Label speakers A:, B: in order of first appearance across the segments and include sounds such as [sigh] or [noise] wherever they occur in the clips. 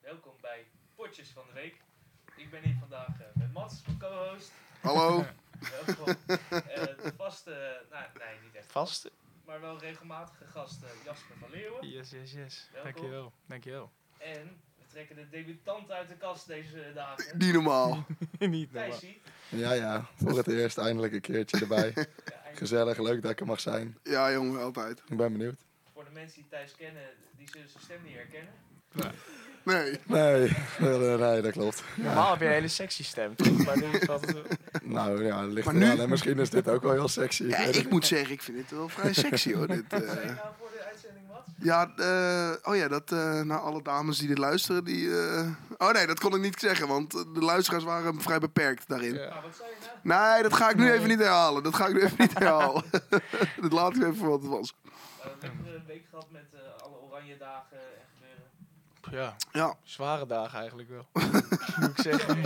A: welkom bij Potjes van de Week. Ik ben hier vandaag eh, met Mats, mijn co-host.
B: [laughs]
C: Hallo.
A: Welkom. Eh, de vaste, nou nee, niet echt,
B: Vast?
A: maar wel regelmatige gast eh, Jasper van Leeuwen.
B: Yes, yes, yes.
A: Welkom.
B: Dankjewel, dankjewel. [laughs]
A: En we trekken de debutant uit de kast deze dagen.
C: Niet normaal.
B: Niet normaal.
A: Thijsie.
D: Ja, ja. Voor het eerst eindelijk een keertje erbij.
A: Ja, eigenlijk
D: Gezellig, leuk dat ik er mag zijn.
C: Ja, jongen, altijd.
D: Ik ben benieuwd.
A: voor de mensen die Thijs kennen, die zullen zijn stem niet herkennen.
C: Nee.
D: Nee, nee, nee, nee, dat klopt.
B: [laughs] Normaal heb je een hele sexy stem, maar nu eh, valt het...
D: Nou ja, dat ligt
C: Maar
D: eraan.
C: nu-
D: En misschien is dit ook wel heel sexy.
B: Dus
C: Ja,
D: weet het
C: ik moet zeggen, ik vind dit wel vrij sexy hoor. Dit, eh.
B: [laughs]
A: Zijn nou voor de uitzending Mats?
C: Ja, eh, oh ja, dat eh naar alle dames die dit luisteren, die... eh, Oh nee, dat kon ik niet zeggen, want eh, de luisteraars waren vrij beperkt daarin.
B: Ja.
A: Nou, wat zei je nou?
C: Nee, dat ga ik nu
B: Nee.
C: even niet herhalen. Dat ga ik nu even niet
B: [laughs]
C: herhalen. dat laat ik even voor wat het was.
A: We hebben een lekkere week gehad met eh, alle oranje dagen en gebeuren.
B: Ja,
C: Ja.
B: zware dagen eigenlijk wel. [laughs] Moet ik zeggen.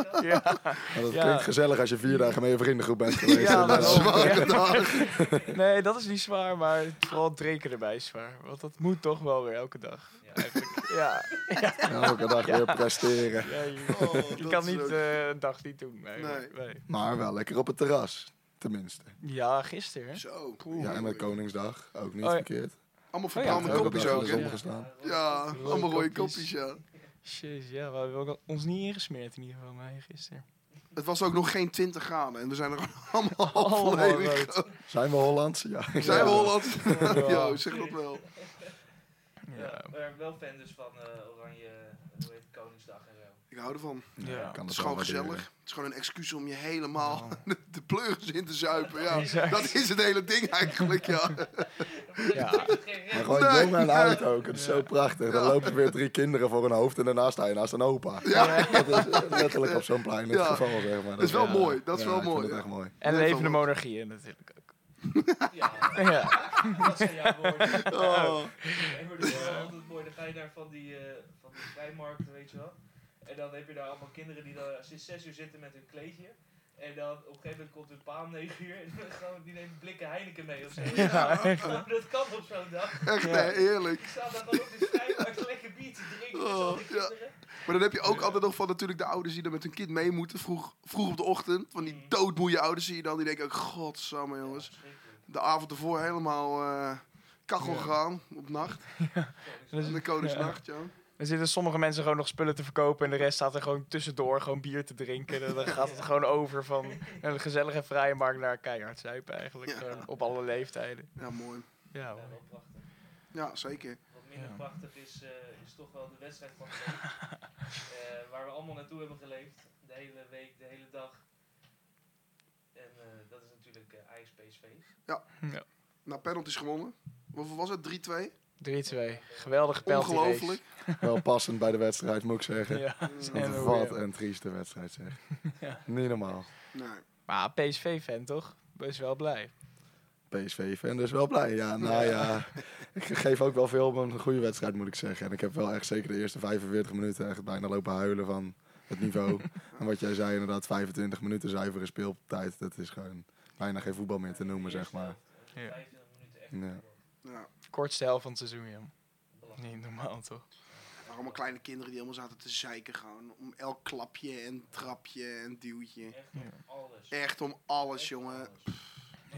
A: [laughs] Ja,
B: Ja,
D: Maar dat
B: Ja.
D: klinkt gezellig als je viur dagen met je vriendengroep bent geweest.
B: Ja,
D: Maar-
B: dat is
C: Zware
B: Ja.
C: [laughs] dag.
B: [laughs] nee, dat is niet zwaar, maar vooral drinken erbij is zwaar. Want dat moet toch wel weer elke
A: [laughs]
B: dag, eigenlijk. Ja,
D: Elke dag weer presteren.
B: ja je,
C: Oh,
B: je
C: dat
B: kan
C: is
B: niet
C: ook-
B: eh, een dag niet doen. Nee,
C: Nee.
B: nee.
D: Maar wel lekker op het terras, tenminste.
B: Ja, gisteren. hè?
C: Zo.
D: Ja, en met Koningsdag, ook niet
B: Oh, ja.
D: verkeerd.
C: Allemaal
B: Oh ja,
C: verbrande
B: dat
C: kopjes
D: heb ik
C: ook,
D: wel
C: hè?
D: gezien. Opgestaan.
C: Ja,
A: Ja.
B: Rode
C: allemaal rode
B: kopjes.
C: kopjes, ja.
B: Jezus, ja, we hebben ook ons niet ingesmeerd in ieder geval, nee, gisteren.
C: Het was ook nog geen 20 graden en we zijn er [laughs] allemaal
B: Allemaal
C: volledig...
D: Zijn we Hollands? Ja.
C: Ik zei
B: Ja.
C: wel Holland. [laughs]
B: Ja.
C: Yo, zeg dat wel.
B: Ja,
A: maar wel fan dus van eh, Oranje, eh, hoe heet het, Koningsdag en zo.
C: Ik hou ervan.
B: Ja.
D: ik kan
C: Het
D: het
C: is
D: wel
C: gewoon
D: waarderen.
C: gezellig. Het is gewoon een excuus om je helemaal [laughs] de pleuris in te zuipen. Ja,
B: Exact.
C: dat is het hele ding eigenlijk,
A: [laughs]
C: ja.
B: Ja.
D: Maar gewoon
C: Nee.
D: jong en oud ook. Het is
B: Ja.
D: zo prachtig. Dan lopen weer drie kinderen voor hun hoofd en daarna sta je naast een opa.
C: Ja.
D: Dat is letterlijk op zo'n plein het
C: Ja.
D: geval, zeg maar.
C: Dat is wel
B: Ja.
C: mooi. Dat is
D: Ja,
C: wel
D: ik vind
C: mooi.
D: het
C: ja.
D: echt mooi.
B: En
C: Net
B: levende
C: allemaal. [laughs]
B: monarchieën natuurlijk ook.
A: Ja,
B: Ja,
A: dat zijn jouw woorden.
C: [laughs] Oh.
A: Nee, maar dat is dus wel altijd mooi. Dan ga je naar van die, eh, van die vrijmarkten, weet je wel. En dan heb je daar allemaal kinderen die daar sinds zes uur zitten met hun kleedje. En dan op een gegeven moment komt hun pa om negen uur en dan gaan we- die neemt blikken Heineken mee of zo.
B: Ja, echt.
A: Nou, dat kan op zo'n dag.
C: Echt,
B: Ja.
C: nee, eerlijk.
A: Ik sta dan gewoon op die vrijmarkt lekker bier te drinken met al die
C: Oh, ja.
A: kinderen.
C: Maar dan heb je ook altijd nog van natuurlijk de ouders die er met hun kind mee moeten. Vroeg, vroeg op de ochtend. Van die
A: Mm.
C: doodmoeie ouders zie je dan. Die denken ook, godsamme jongens.
A: verschrikkelijk.
C: De avond ervoor helemaal eh, kachel
B: Ja.
C: gaan op nacht.
A: Koningsdag.
B: Dus-
C: En de koningsnacht, ja.
B: er zitten sommige mensen gewoon nog spullen te verkopen en de rest staat er gewoon tussendoor gewoon bier te drinken. En dan gaat het gewoon over van een gezellige vrije markt naar keihard zuipen eigenlijk.
C: Ja.
B: Gewoon op alle leeftijden.
C: Ja, mooi.
B: Ja,
A: Ja,
B: hoor.
A: wel prachtig.
C: Ja, zeker.
A: Wat minder
B: Ja.
A: prachtig is, eh, is toch wel de wedstrijd van de
B: [laughs]
A: week. Eh, waar we allemaal naartoe hebben geleefd. De hele week, de hele dag. En eh, dat is natuurlijk eh Ajax PSV.
C: Nou, penalties gewonnen. Hoeveel was het? 3-2?
B: 3-2. Geweldige penalty race.
C: Ongelooflijk.
D: Wel passend bij de wedstrijd, moet ik
B: [laughs]
D: zeggen.
B: Ja.
C: Mm,
D: Want
B: En
D: wat
B: hoe, ja.
D: een trieste wedstrijd, zeg. Niet normaal.
C: nee.
B: Maar PSV-fan toch? Best wel blij.
D: PSV-fan, dus wel blij. Ja, nou ja. [laughs] Ik geef ook wel veel om een goede wedstrijd, moet ik zeggen. En ik heb wel echt zeker de eerste 45 minuten echt bijna lopen huilen van het niveau. En wat jij zei, inderdaad, 25 minuten zuivere speeltijd. Dat is gewoon bijna geen voetbal meer te noemen, zeg maar.
A: eh,
B: Ja.
A: 25 minuten echt.
D: Ja.
C: Ja.
B: Kortste helft van het seizoen, joh.
A: belachelijk.
B: Niet normaal toch?
C: Maar allemaal kleine kinderen die helemaal zaten te zeiken gewoon. Om elk klapje en trapje en duwtje.
A: Echt om alles.
C: Echt om alles,
A: Echt om
C: jongen.
A: alles.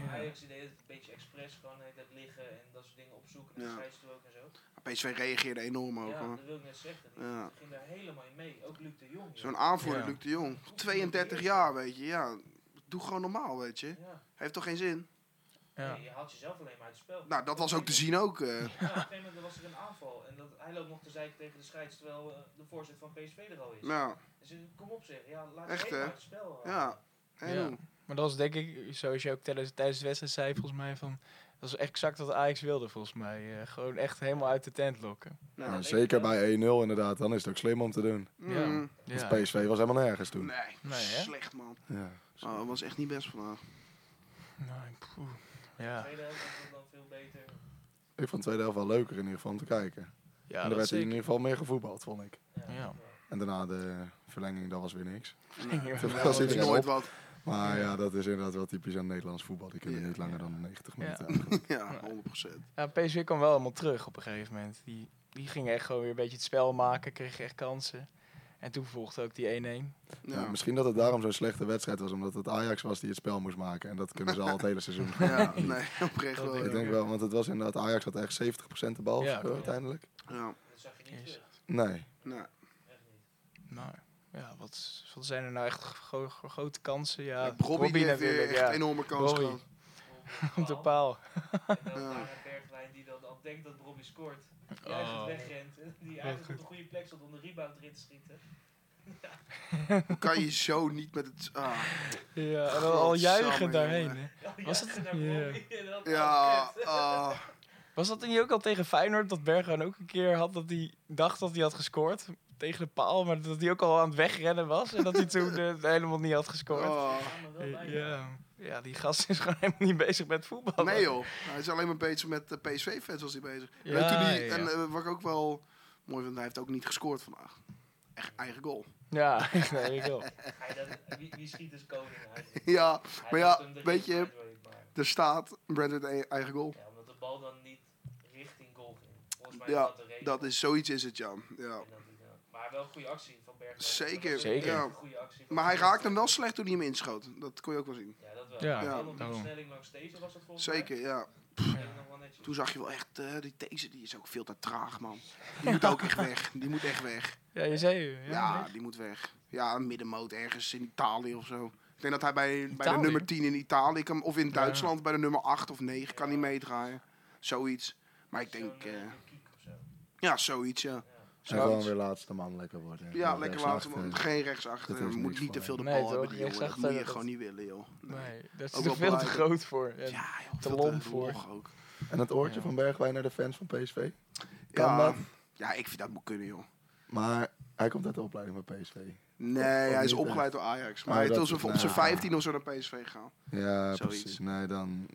A: Maar Ajax deed het een beetje expres, gewoon het liggen en dat soort dingen opzoeken. En
C: Ja.
A: de scheidsrechter ook en zo.
C: PSV reageerde enorm ook.
A: ja,
C: hoor.
A: dat wil ik net zeggen. Die
C: Ja.
A: ging daar helemaal in mee. Ook Luc de Jong. joh.
C: Zo'n aanvoerder,
B: Ja.
C: Luc de Jong. 32 jaar, weet je. Ja, doe gewoon normaal, weet je.
A: Ja.
C: Heeft toch geen zin?
B: Ja.
A: Nee, je haalt jezelf alleen maar uit het spel.
C: Nou, dat was ook te zien ook. eh.
B: [laughs]
A: Ja, op een gegeven moment was er een aanval en dat, hij loopt nog te zeiken tegen de scheids terwijl eh, de voorzet van PSV er al is.
C: Nou,
A: Dus eh, kom op zeg, ja, laat
C: Echt,
A: je even
C: hè?
A: uit het spel. eh.
C: ja. En
B: Ja.
C: hoe?
B: Maar dat was denk ik, zoals je ook tijdens, tijdens de wedstrijd zei, volgens mij van... Dat was exact wat Ajax wilde, volgens mij. Eh, gewoon echt helemaal uit de tent lokken.
C: Nou,
D: Nou, zeker bij 1-0 inderdaad, dan is het ook slim om te doen.
B: Ja.
C: Mm.
D: Dus PSV was helemaal nergens toen.
C: Nee,
B: Nee, hè?
C: slecht man.
D: Ja.
C: Oh, dat was echt niet best
B: [laughs]
C: vandaag.
B: Nee, poeh.
A: De
B: Ja,
A: tweede helft was het dan veel beter.
D: Ik vond de tweede helft wel leuker in ieder geval om te kijken.
B: ja
D: en er werd in ieder geval meer gevoetbald, vond ik.
A: Ja.
B: Ja.
D: En daarna de verlenging, dat was weer niks.
C: Ja,
D: was
C: dat is
D: iedereen
C: nooit
D: op.
C: wat.
D: Maar ja, dat is inderdaad wel typisch aan Nederlands voetbal. Die kunnen
C: Ja.
D: niet langer dan 90 minuten.
B: Ja.
C: [laughs]
D: eigenlijk.
C: Ja, 100%.
B: ja, PSV kwam wel helemaal terug op een gegeven moment. Die die ging echt gewoon weer een beetje het spel maken, kreeg echt kansen. En toen volgde ook die 1-1.
D: Ja, misschien dat het daarom zo'n slechte wedstrijd was, omdat het Ajax was die het spel moest maken. En dat kunnen ze al het hele seizoen.
C: Ja,
B: [laughs]
C: nee, [laughs] oprecht
B: Dat
C: wel.
D: Ik
C: Oh, Ja.
D: denk wel, want het was inderdaad, Ajax had echt 70% de bal
B: Ja,
D: of zo
B: klopt.
D: uiteindelijk.
C: Ja,
A: Dat zag je niet
B: Is-
A: terug.
D: Nee.
C: nou,
A: Echt
B: [laughs]
A: niet.
B: Maar ja, wat, wat zijn er nou echt gro- gro- grote kansen? Ja,
C: ja, Robbie heeft weer echt
B: ja.
C: een enorme kans
B: Robbie.
C: gehad.
B: Op de paal.
A: En dan
C: Ja.
A: daarna Bergwijn die dan al denkt dat Robbie scoort. Die eigenlijk
B: Oh.
A: wegrent. en Die eigenlijk op de goede plek stond om de rebound erin te schieten. [laughs]
C: Hoe kan je zo niet met het... ah.
B: Ja, en dan al
C: Godsamme,
B: juichen daarheen.
C: jongen.
B: hè.
A: Oh,
B: Was
A: ja,
B: het-
A: naar
B: [laughs] Ja.
A: Robbie. En dat
C: Ja,
A: was kut.
C: ah.
B: Was dat niet ook al tegen Feyenoord dat Bergwijn ook een keer had dat hij dacht dat hij had gescoord tegen de paal, maar dat hij ook al aan het wegrennen was en dat hij toen eh, helemaal niet had gescoord?
C: ah.
A: Ja, maar wel
B: Eh,
A: bijna.
B: Ja. ja, die gast is [laughs] gewoon helemaal niet bezig met voetbal.
C: Ah. Nee joh, hij is alleen maar bezig met eh, de PSV-fans was hij bezig. en
B: Ja,
C: toen die,
B: ja,
C: en
B: ja.
C: eh, wat ik ook wel mooi vind, hij heeft ook niet gescoord vandaag. Echt eigen goal. [laughs]
B: Ja, [laughs] nee, ik wel.
A: Hij dan- wie, wie schiet dus koning eigenlijk?
C: Ja,
A: Hij
C: Maar
A: was
C: ja,
A: hem erin,
C: weet je-
A: maar hij weet maar.
C: er staat Brandon e- eigen goal.
A: Ja, omdat de bal dan niet richting goal ging. Volgens mij
C: Ja,
A: was dat de reden.
C: Dat is zoiets is het, ja. ja.
A: En dat hij dan- Maar wel een goede actie van Bergwijn.
C: Zeker,
A: Dat was een
B: Zeker.
A: hele goede actie van
C: Maar hij
A: Bergwijn.
C: raakte hem wel slecht toen hij hem inschoot. Dat kon je ook wel zien.
A: Ja, dat wel.
B: Ja,
A: Ja,
C: ja,
A: op de
B: daarom.
A: versnelling langs deze was dat volgens mij.
C: Zeker, ja.
A: Dat deed ik nog wel netjes.
C: Toen zag je wel echt, eh, die deze die is ook veel te traag, man. Die moet ook echt weg. Die moet echt weg.
B: Ja, je zei je.
C: Ja,
B: Ja.
C: die moet weg. Ja, een middenmoot ergens in Italië of zo. Ik denk dat hij bij, bij de
B: Italië?
C: nummer 10 in Italië kan, of in Duitsland bij de nummer 8 of 9 kan hij meedraaien. Zoiets. Maar ik denk,
A: Zo'n, eh,
C: eh,
A: kiek of zo.
C: ja, zoiets, ja.
A: Ja.
D: En gewoon
C: Zoiets.
D: weer laatste man lekker worden.
C: Ja, lekker laten.
D: man.
C: man. Geen rechtsachter.
D: Dat is
C: Je moet
D: niks
C: niet te
D: voor
C: veel de
B: mij.
C: bal
B: Nee,
C: hebben.
B: toch?
C: Die jongen. Dat
B: Rechtsachter,
C: moet je
B: dat-
C: gewoon niet willen, joh. Nee.
B: Nee, dat
C: Ook
B: is er
C: wel
B: veel te
C: belangrijk.
B: groot voor. En
C: Ja, joh.
B: te
C: veel
B: lomp voor.
C: log ook.
D: En het oortje
B: Ja.
D: van Bergwijn naar de fans van PSV. Kan
C: Ja,
D: dat?
C: ja, ik vind dat moet kunnen, joh.
D: Maar hij komt uit de opleiding bij PSV.
C: Nee,
D: Of
C: hij is
D: niet,
C: opgeleid door Ajax. Maar
D: Oh,
C: hij
D: dat-
C: is op op zijn
D: nou.
C: 15 of zo naar PSV gegaan.
D: Ja,
C: Zoiets.
D: precies. Nee, dan...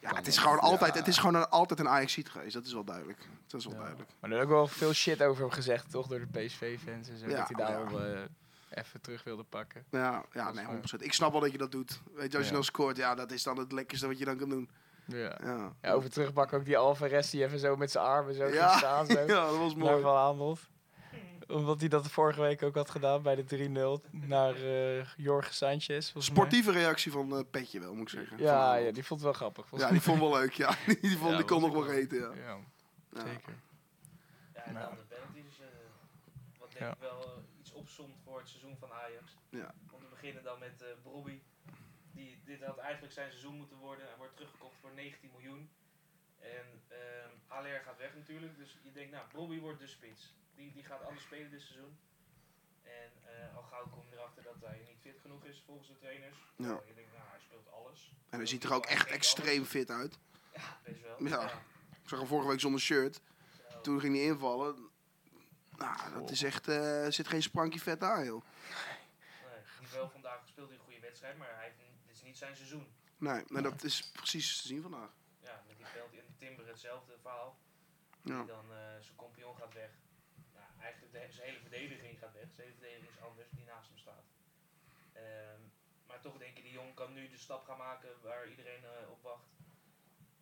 C: Ja, het
D: dat-
C: is gewoon altijd,
D: ja.
C: het is gewoon een- altijd een ajax geweest. Dat is wel duidelijk. Dat is wel
B: Ja.
C: duidelijk.
B: Maar er is ook wel veel shit over hem gezegd, toch? Door de PSV-fans en zo.
C: Ja,
B: dat hij daar
C: ja.
B: wel eh, even terug wilde pakken.
C: Ja, ja nee,
B: is waar.
C: 100%. Ik snap wel dat je dat doet. Weet je, als je
B: Ja.
C: dan scoort, ja, dat is dan het lekkerste wat je dan kan doen.
B: Ja.
C: Ja, [laughs]
B: Ja, over terugpakken ook die Alvarez die even zo met zijn armen zo
C: Ja,
B: ging staan. Zo.
C: [laughs] ja dat was mooi.
B: Daarvan handelt. Omdat hij dat vorige week ook had gedaan bij de 3-0 naar eh Jorge Sanchez. volgens mij.
C: Sportieve reactie van eh, Petje wel, moet ik zeggen. Van
B: Ja,
C: Arnold.
B: ja, die vond het wel grappig.
C: ja, die vond wel leuk. Ja, [laughs] die, vond,
B: Ja,
C: die kon nog
B: dat is
C: wel
B: wel-
C: eten, ja.
B: Ja,
C: Ja.
B: zeker.
A: Ja, en
B: Ja.
A: dan de penalties. eh, wat denk
B: Ja.
A: ik wel eh, iets opzomt voor het seizoen van Ajax.
C: Ja.
A: Om te beginnen dan met eh Brobbey. Die, dit had eigenlijk zijn seizoen moeten worden. Hij wordt teruggekocht voor 19 miljoen. En ehm Haller gaat weg natuurlijk. Dus je denkt, nou, Brobbey wordt de spits. Die, die gaat alles spelen dit seizoen. En eh, al gauw kom je erachter dat hij niet fit genoeg is volgens de trainers.
C: Ja.
A: Nou, Je denkt, nou, hij speelt alles.
C: En hij ziet er ook echt extreem fit uit.
A: Ja, best wel.
C: Ja. Ik zag hem vorige week zonder shirt.
A: Zo.
C: Toen ging hij invallen. Nou, dat
B: Oh.
C: is echt, eh, er zit geen sprankje vet aan, joh.
A: Nee, die wel vandaag gespeeld in een goede wedstrijd, maar hij heeft, n- dit is niet zijn seizoen.
C: Nee, maar dat is precies te zien vandaag.
A: Ja, met die veld in Timber hetzelfde verhaal.
C: Ja.
A: Die dan eh, zijn compagnon gaat weg. Nou, eigenlijk de, zijn hele verdediging gaat weg. Zijn hele verdediging is anders die naast hem staat. Ehm, maar toch denk je, die jong kan nu de stap gaan maken waar iedereen eh, op wacht.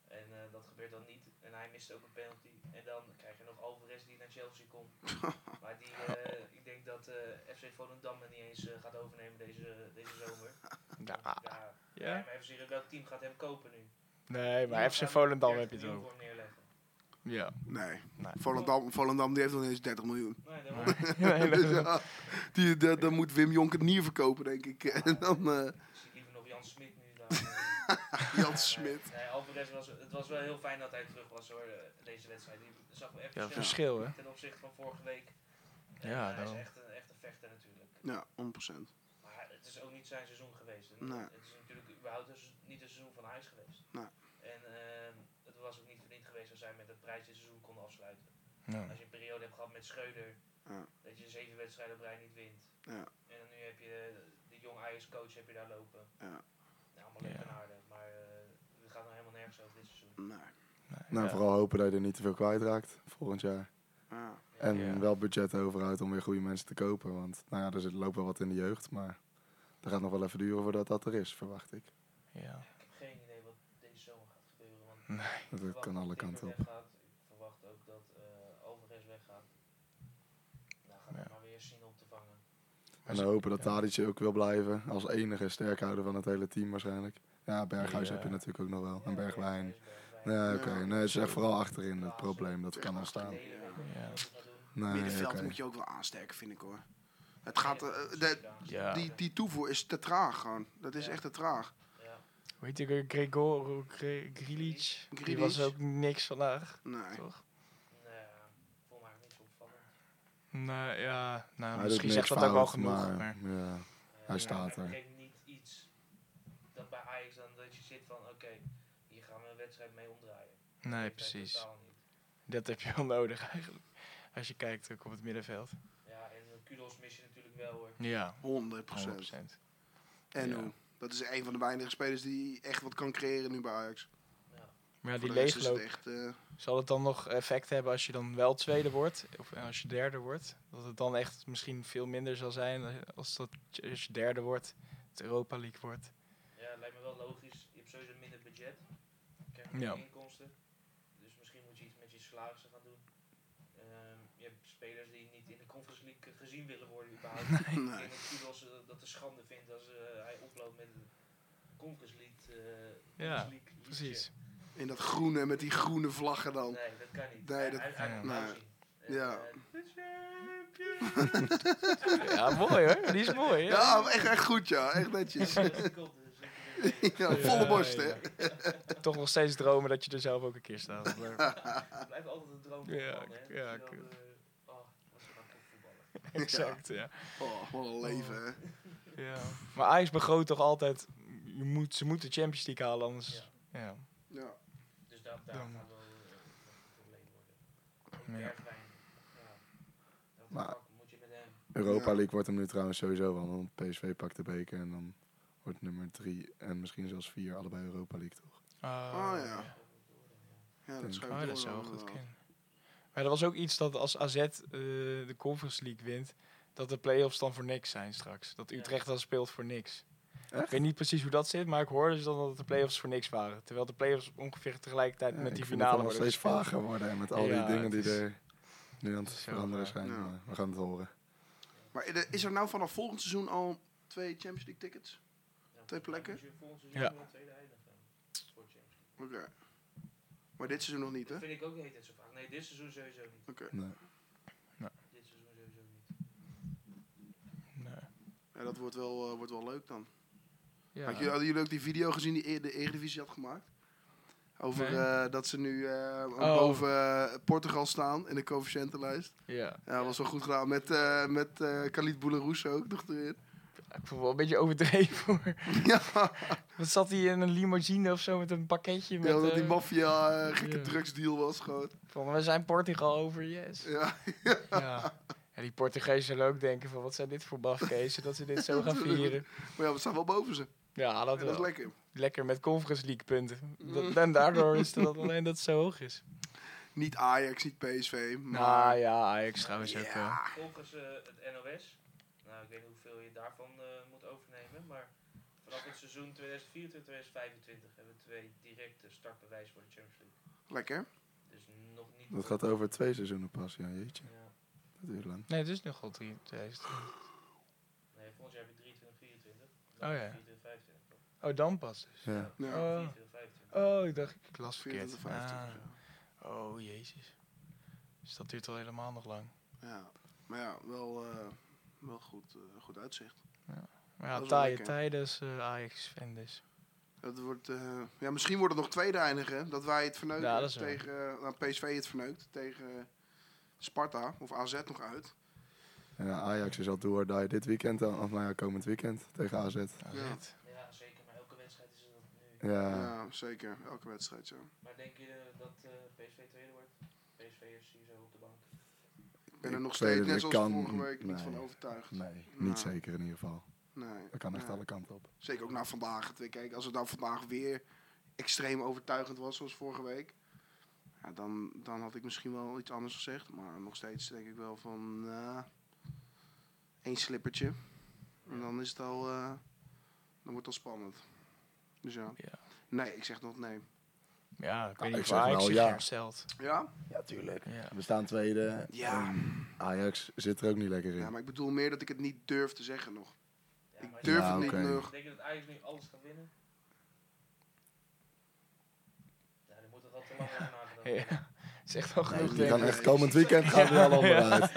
A: En eh, dat gebeurt dan niet. En hij mist ook een penalty. En dan krijg je nog Alvarez die naar Chelsea komt. maar die, eh, ik denk dat eh, FC Volendam het niet eens eh, gaat overnemen deze, deze zomer.
B: Ja.
A: Ja,
B: Ja?
A: ja. maar FC Serena, welk team gaat hem kopen nu?
B: Nee, maar
A: Iemand
B: FC
A: gaat
B: Volendam
A: 30
B: heb je het
A: miljoen
B: over.
A: voor neerleggen.
B: Ja.
C: Nee.
B: Nee.
C: Volendam, Volendam die heeft nog eens 30 miljoen.
A: Nee, daarom.
B: Maar-
D: [laughs]
C: [laughs]
B: Nee,
C: Dus
B: dat-
C: ja, die, dat- dan moet Wim Jonk het niet verkopen, denk ik. [laughs] En dan eh,
A: Ik zie liever nog Jan Smit nu
B: [laughs]
A: dan. eh,
C: Jan
A: nee,
C: Smit.
A: Nee, Alvarez was, het was wel heel fijn dat hij terug was hoor, eh, deze wedstrijd. Die zag wel echt
B: Ja,
A: verschil
B: verschil hè.
A: ten opzichte van vorige week. En,
B: Ja,
A: eh, hij
B: daarom.
A: is echt een, echt een vechter natuurlijk.
C: Ja, 100%.
A: Maar het is ook niet zijn seizoen geweest. En
C: Nee.
A: Het is natuurlijk überhaupt dus niet het seizoen van Ajax geweest.
C: Nee.
A: En ehm, het was ook niet verdiend geweest als zij met het prijs dit seizoen konden afsluiten.
B: Ja.
A: Als je een periode hebt gehad met Schreuder,
C: Ja.
A: dat je zeven wedstrijden op rij niet wint.
C: Ja.
A: En dan nu heb je eh, de jong Ajax coach heb je daar lopen.
C: Ja.
A: Nou, allemaal leuk
B: Ja.
A: en aardig, maar eh we gaan er helemaal nergens over dit seizoen.
C: Nee.
D: Nou,
B: Ja.
D: vooral hopen dat je er niet te veel kwijtraakt volgend jaar.
C: Ja.
D: En
B: Ja.
D: wel budget overhoudt om weer goede mensen te kopen. Want nou ja, er zit lopen wat in de jeugd. Maar dat gaat nog wel even duren voordat dat er is, verwacht ik.
B: Ja.
A: Ik heb geen idee wat deze zomer gaat gebeuren, want ik
D: Dat
A: verwacht
D: kan alle
A: dat Timber
D: kanten op.
A: weggaat. Nou, Ik verwacht ook dat eh Alvarez weggaat.
D: En dan hopen dat Tadic ook wil blijven. Als enige sterkhouder van het hele team waarschijnlijk. Ja, Berghuis
B: Ja.
D: heb je natuurlijk ook nog wel. En Bergwijn.
A: Ja,
D: Nee, oké.
C: Ja.
D: Nee, het is echt vooral achterin het probleem. Dat kan al staan.
B: Ja.
D: Nee,
C: Middenveld
D: oké.
C: moet je ook wel aansterken, vind ik hoor. Het gaat, eh, de-
B: Ja.
C: die, die toevoer is te traag gewoon. Dat is
A: Ja.
C: echt te traag.
B: Hoe heet die ook weer? Gregor Gre- Grilic. Die
C: Grilic.
B: was ook niks vandaag,
C: Nee.
B: toch?
A: Voor mij niks opvallen.
B: Nee, ja. Nou,
D: Hij doet
B: misschien zegt
D: niks
B: dat ook wel
D: fout,
B: genoeg. Maar,
D: maar ja. Hij staat er.
A: Ik kreeg Eh, niet iets dat bij Ajax dan dat je zit van oké, hier gaan we een wedstrijd mee omdraaien.
B: nee,
A: Dat heeft hij
B: precies.
A: totaal niet.
B: Dat heb je wel [laughs] nodig eigenlijk. Als je kijkt ook op het middenveld.
A: Ja, en eh, kudos mis je natuurlijk wel hoor.
B: Ja,
C: 100 procent.
B: 100%.
C: En
B: Ja.
C: hoe? Dat is een van de weinige spelers die echt wat kan creëren nu bij Ajax.
B: Maar ja,
C: Voor
B: die
C: de rest is het
B: leegloop,
C: echt, eh,
B: zal het dan nog effect hebben als je dan wel tweede wordt? Of eh, als je derde wordt? Dat het dan echt misschien veel minder zal zijn eh, als, dat, als je derde wordt. Het Europa League wordt.
A: Ja, lijkt me wel logisch. Je hebt sowieso minder budget. Je krijgt
B: Ja.
A: minder inkomsten. Dus misschien moet je iets met je salarissen gaan doen. Ehm, je hebt spelers die niet in de Conference League eh, gezien willen worden überhaupt. Ik
C: nee.
A: denk dat Kudos eh, dat de schande vindt als eh, hij oploopt met een Conference League. eh, Conference League liedje.
B: Precies.
C: In dat groene, met die groene vlaggen dan.
A: Nee, dat kan niet.
C: Oh. Nee,
A: Hij-
C: dat-
A: hij- hij moet
C: nee.
A: nou zien. En,
C: Ja.
A: eh, [laughs]
B: Ja, mooi hoor. Die is mooi. hè?
C: Ja, maar echt, echt goed ja. Echt
A: [laughs]
C: netjes.
A: zes seconden, dus ik ben weer-
C: Ja, volle
B: Ja,
C: borst
B: ja.
C: hè.
B: [laughs] Toch nog steeds dromen dat je er zelf ook een keer staat. Maar
A: Het blijft altijd een droom van
B: Ja,
A: een man, hè.
B: ja,
A: Dat je
B: ik-
A: dan, eh, oh, wat een grappig voetballer.
B: exact, ja.
C: Oh, wat een leven hè.
B: ja. Maar Ajax begroot toch altijd, je moet, ze moeten Champions League halen, anders... Ja.
C: Ja.
A: Dus daar, daar
B: Dan-
A: gaat wel eh, een probleem worden. En
B: Ja.
A: Bergwijn, ja. Dat
D: Maar-
A: pak moet je met hem.
D: Europa
C: Ja.
D: League wordt hem nu trouwens sowieso wel. Want PSV pakt de beker en dan wordt nummer drie en misschien zelfs vier allebei Europa League toch?
C: Oh, ja. Ja, dat
D: Oh,
C: schuift
B: Oh,
C: door
B: dat zou wel
C: dan eh, wel.
B: goed kunnen. Maar er was ook iets dat als AZ eh, de Conference League wint, dat de play-offs dan voor niks zijn straks. Dat
A: Ja.
B: Utrecht dan speelt voor niks. Ik
D: Echt?
B: weet niet precies hoe dat zit, maar ik hoorde dus dan dat de play-offs voor niks waren. Terwijl de play-offs ongeveer tegelijkertijd
D: Ja,
B: met die
D: ik vind het
B: finale
D: nog
B: worden
D: steeds
B: gespeeld.
D: vager worden en met al
B: Ja,
D: die dingen die
B: het is-
D: er nu aan het
B: is heel
D: veranderen
B: raar.
D: zijn.
C: Ja.
D: maar We gaan het horen.
C: Maar i- is er nou vanaf volgend seizoen al twee Champions League tickets?
A: Ja,
C: Twee
A: volgens mij
C: plekken?
A: moet je Volgend seizoen
B: Ja.
A: nog een tweede eindig gaan. Voor Champions League.
C: Oké. Maar dit seizoen nog niet, hè?
A: Dat vind ik ook niet eens zo vaak. Nee, dit seizoen sowieso niet.
D: Nee.
A: Dit seizoen sowieso niet.
B: Nee.
C: Ja, dat wordt wel, eh, wordt wel leuk dan.
B: Ja.
C: Had je, hadden jullie ook die video gezien die eer- de Eredivisie had gemaakt? Over
B: Nee.
C: eh, dat ze nu eh,
B: Oh.
C: boven eh, Portugal staan in de coëfficiëntenlijst.
B: ja.
C: Ja, was wel goed gedaan. Met, eh met eh Khalid Boularus ook nog erin.
B: Ik voel wel een beetje overdreven
D: [laughs]
B: hoor.
C: ja,
B: Wat zat hij in een limousine of zo met een pakketje? Met,
C: ja, dat die
B: eh,
C: maffia eh, gekke
B: ja.
C: drugsdeal was gewoon.
B: van, we zijn Portugal over, yes.
C: Ja,
B: Ja. En die Portugezen zullen ook denken van, wat zijn dit voor bafkezen dat ze dit zo gaan vieren.
C: maar ja, we staan wel boven ze.
B: Ja, dat,
C: En dat Mm. is
B: wel.
C: lekker.
B: lekker met Conference League punten. Dat, en daardoor is dat alleen dat het zo hoog
C: [laughs]
B: is.
C: Niet Ajax, niet PSV, maar...
B: Nou ja, Ajax trouwens ook wel.
C: Ja.
A: Volgens eh, het NOS, nou ik weet niet hoeveel je daarvan eh, moet overnemen, maar vanaf het seizoen 2024-2025 hebben we twee directe startbewijs voor de Champions League.
C: Lekker.
A: Dus nog niet.
D: Dat gaat over twee seizoenen pas. Ja, jeetje.
A: Ja.
D: Dat duurt lang.
B: Nee, het is nogal 3 2000.
A: Nee, volgend jaar heb je 23, 24.
B: Oh ja.
A: 24, 25. toch?
B: Oh, dan pas dus.
D: Ja.
C: Ja.
B: Oh.
A: 24, 25.
B: Oh, ik dacht, ik las verkeerd.
C: 24, 25,
B: Ah. Oh, jezus. Dus dat duurt al helemaal nog lang.
C: Ja, maar ja, wel, eh, wel goed, eh, goed uitzicht.
B: Maar
C: Dat
B: ja,
C: is wel
B: taaie
C: lekker.
B: tijden als eh, Ajax-fan dus.
C: Dat wordt, eh, ja, misschien wordt het nog tweede eindigen. Dat wij het verneuken
B: Ja, dat is waar.
C: tegen eh, nou, PSV het verneukt tegen eh, Sparta of AZ nog uit.
D: En ja, Ajax is al do or die dit weekend dan. Of nou ja, komend weekend tegen AZ.
B: Nou,
C: Ja.
B: dit.
A: Ja, zeker, maar elke wedstrijd is er dat nu.
D: Ja.
C: Ja, zeker. Elke wedstrijd zo.
A: Maar denk je eh, dat eh, PSV tweede wordt? PSV is hier zo op de bank.
C: Ik ben er
D: Ik
C: nog
D: weet
C: steeds,
D: het,
C: net
D: ik
C: zoals
D: kan-
C: vorige week, niet
D: nee.
C: van overtuigd.
D: Nee,
C: Nou.
D: niet zeker in ieder geval.
C: Nee.
D: Dat kan echt
C: nee.
D: alle kanten op.
C: Zeker ook na vandaag. Het weer. Kijk, als het nou vandaag weer extreem overtuigend was zoals vorige week. Ja, dan, dan had ik misschien wel iets anders gezegd. Maar nog steeds denk ik wel van... eh, één slippertje. En dan is het al... eh, dan wordt het al spannend. Dus ja.
B: Ja.
C: Nee, ik zeg nog nee.
B: Ja, ik weet
D: ik
B: niet
D: zeg
B: waar ik
D: wel
B: zich
D: nou ja.
B: herstelt.
C: Ja?
D: Ja, tuurlijk.
B: Ja.
D: We staan tweede.
C: Ja.
D: en Ajax zit er ook niet lekker in.
C: Ja, maar ik bedoel meer dat ik het niet durf te zeggen nog.
A: Ja,
C: Ik
A: maar
C: durf
D: Ja,
C: het niet
D: oké.
C: nog.
A: Denk je dat Ajax nu alles gaat winnen? Ja, dan moet er al te lang over nagedacht worden. [laughs]
B: Ja. Het is echt wel
D: Nee,
B: genoeg.
D: die
C: denk
D: gaan
C: ik.
D: echt komend weekend gaan we er allemaal uit.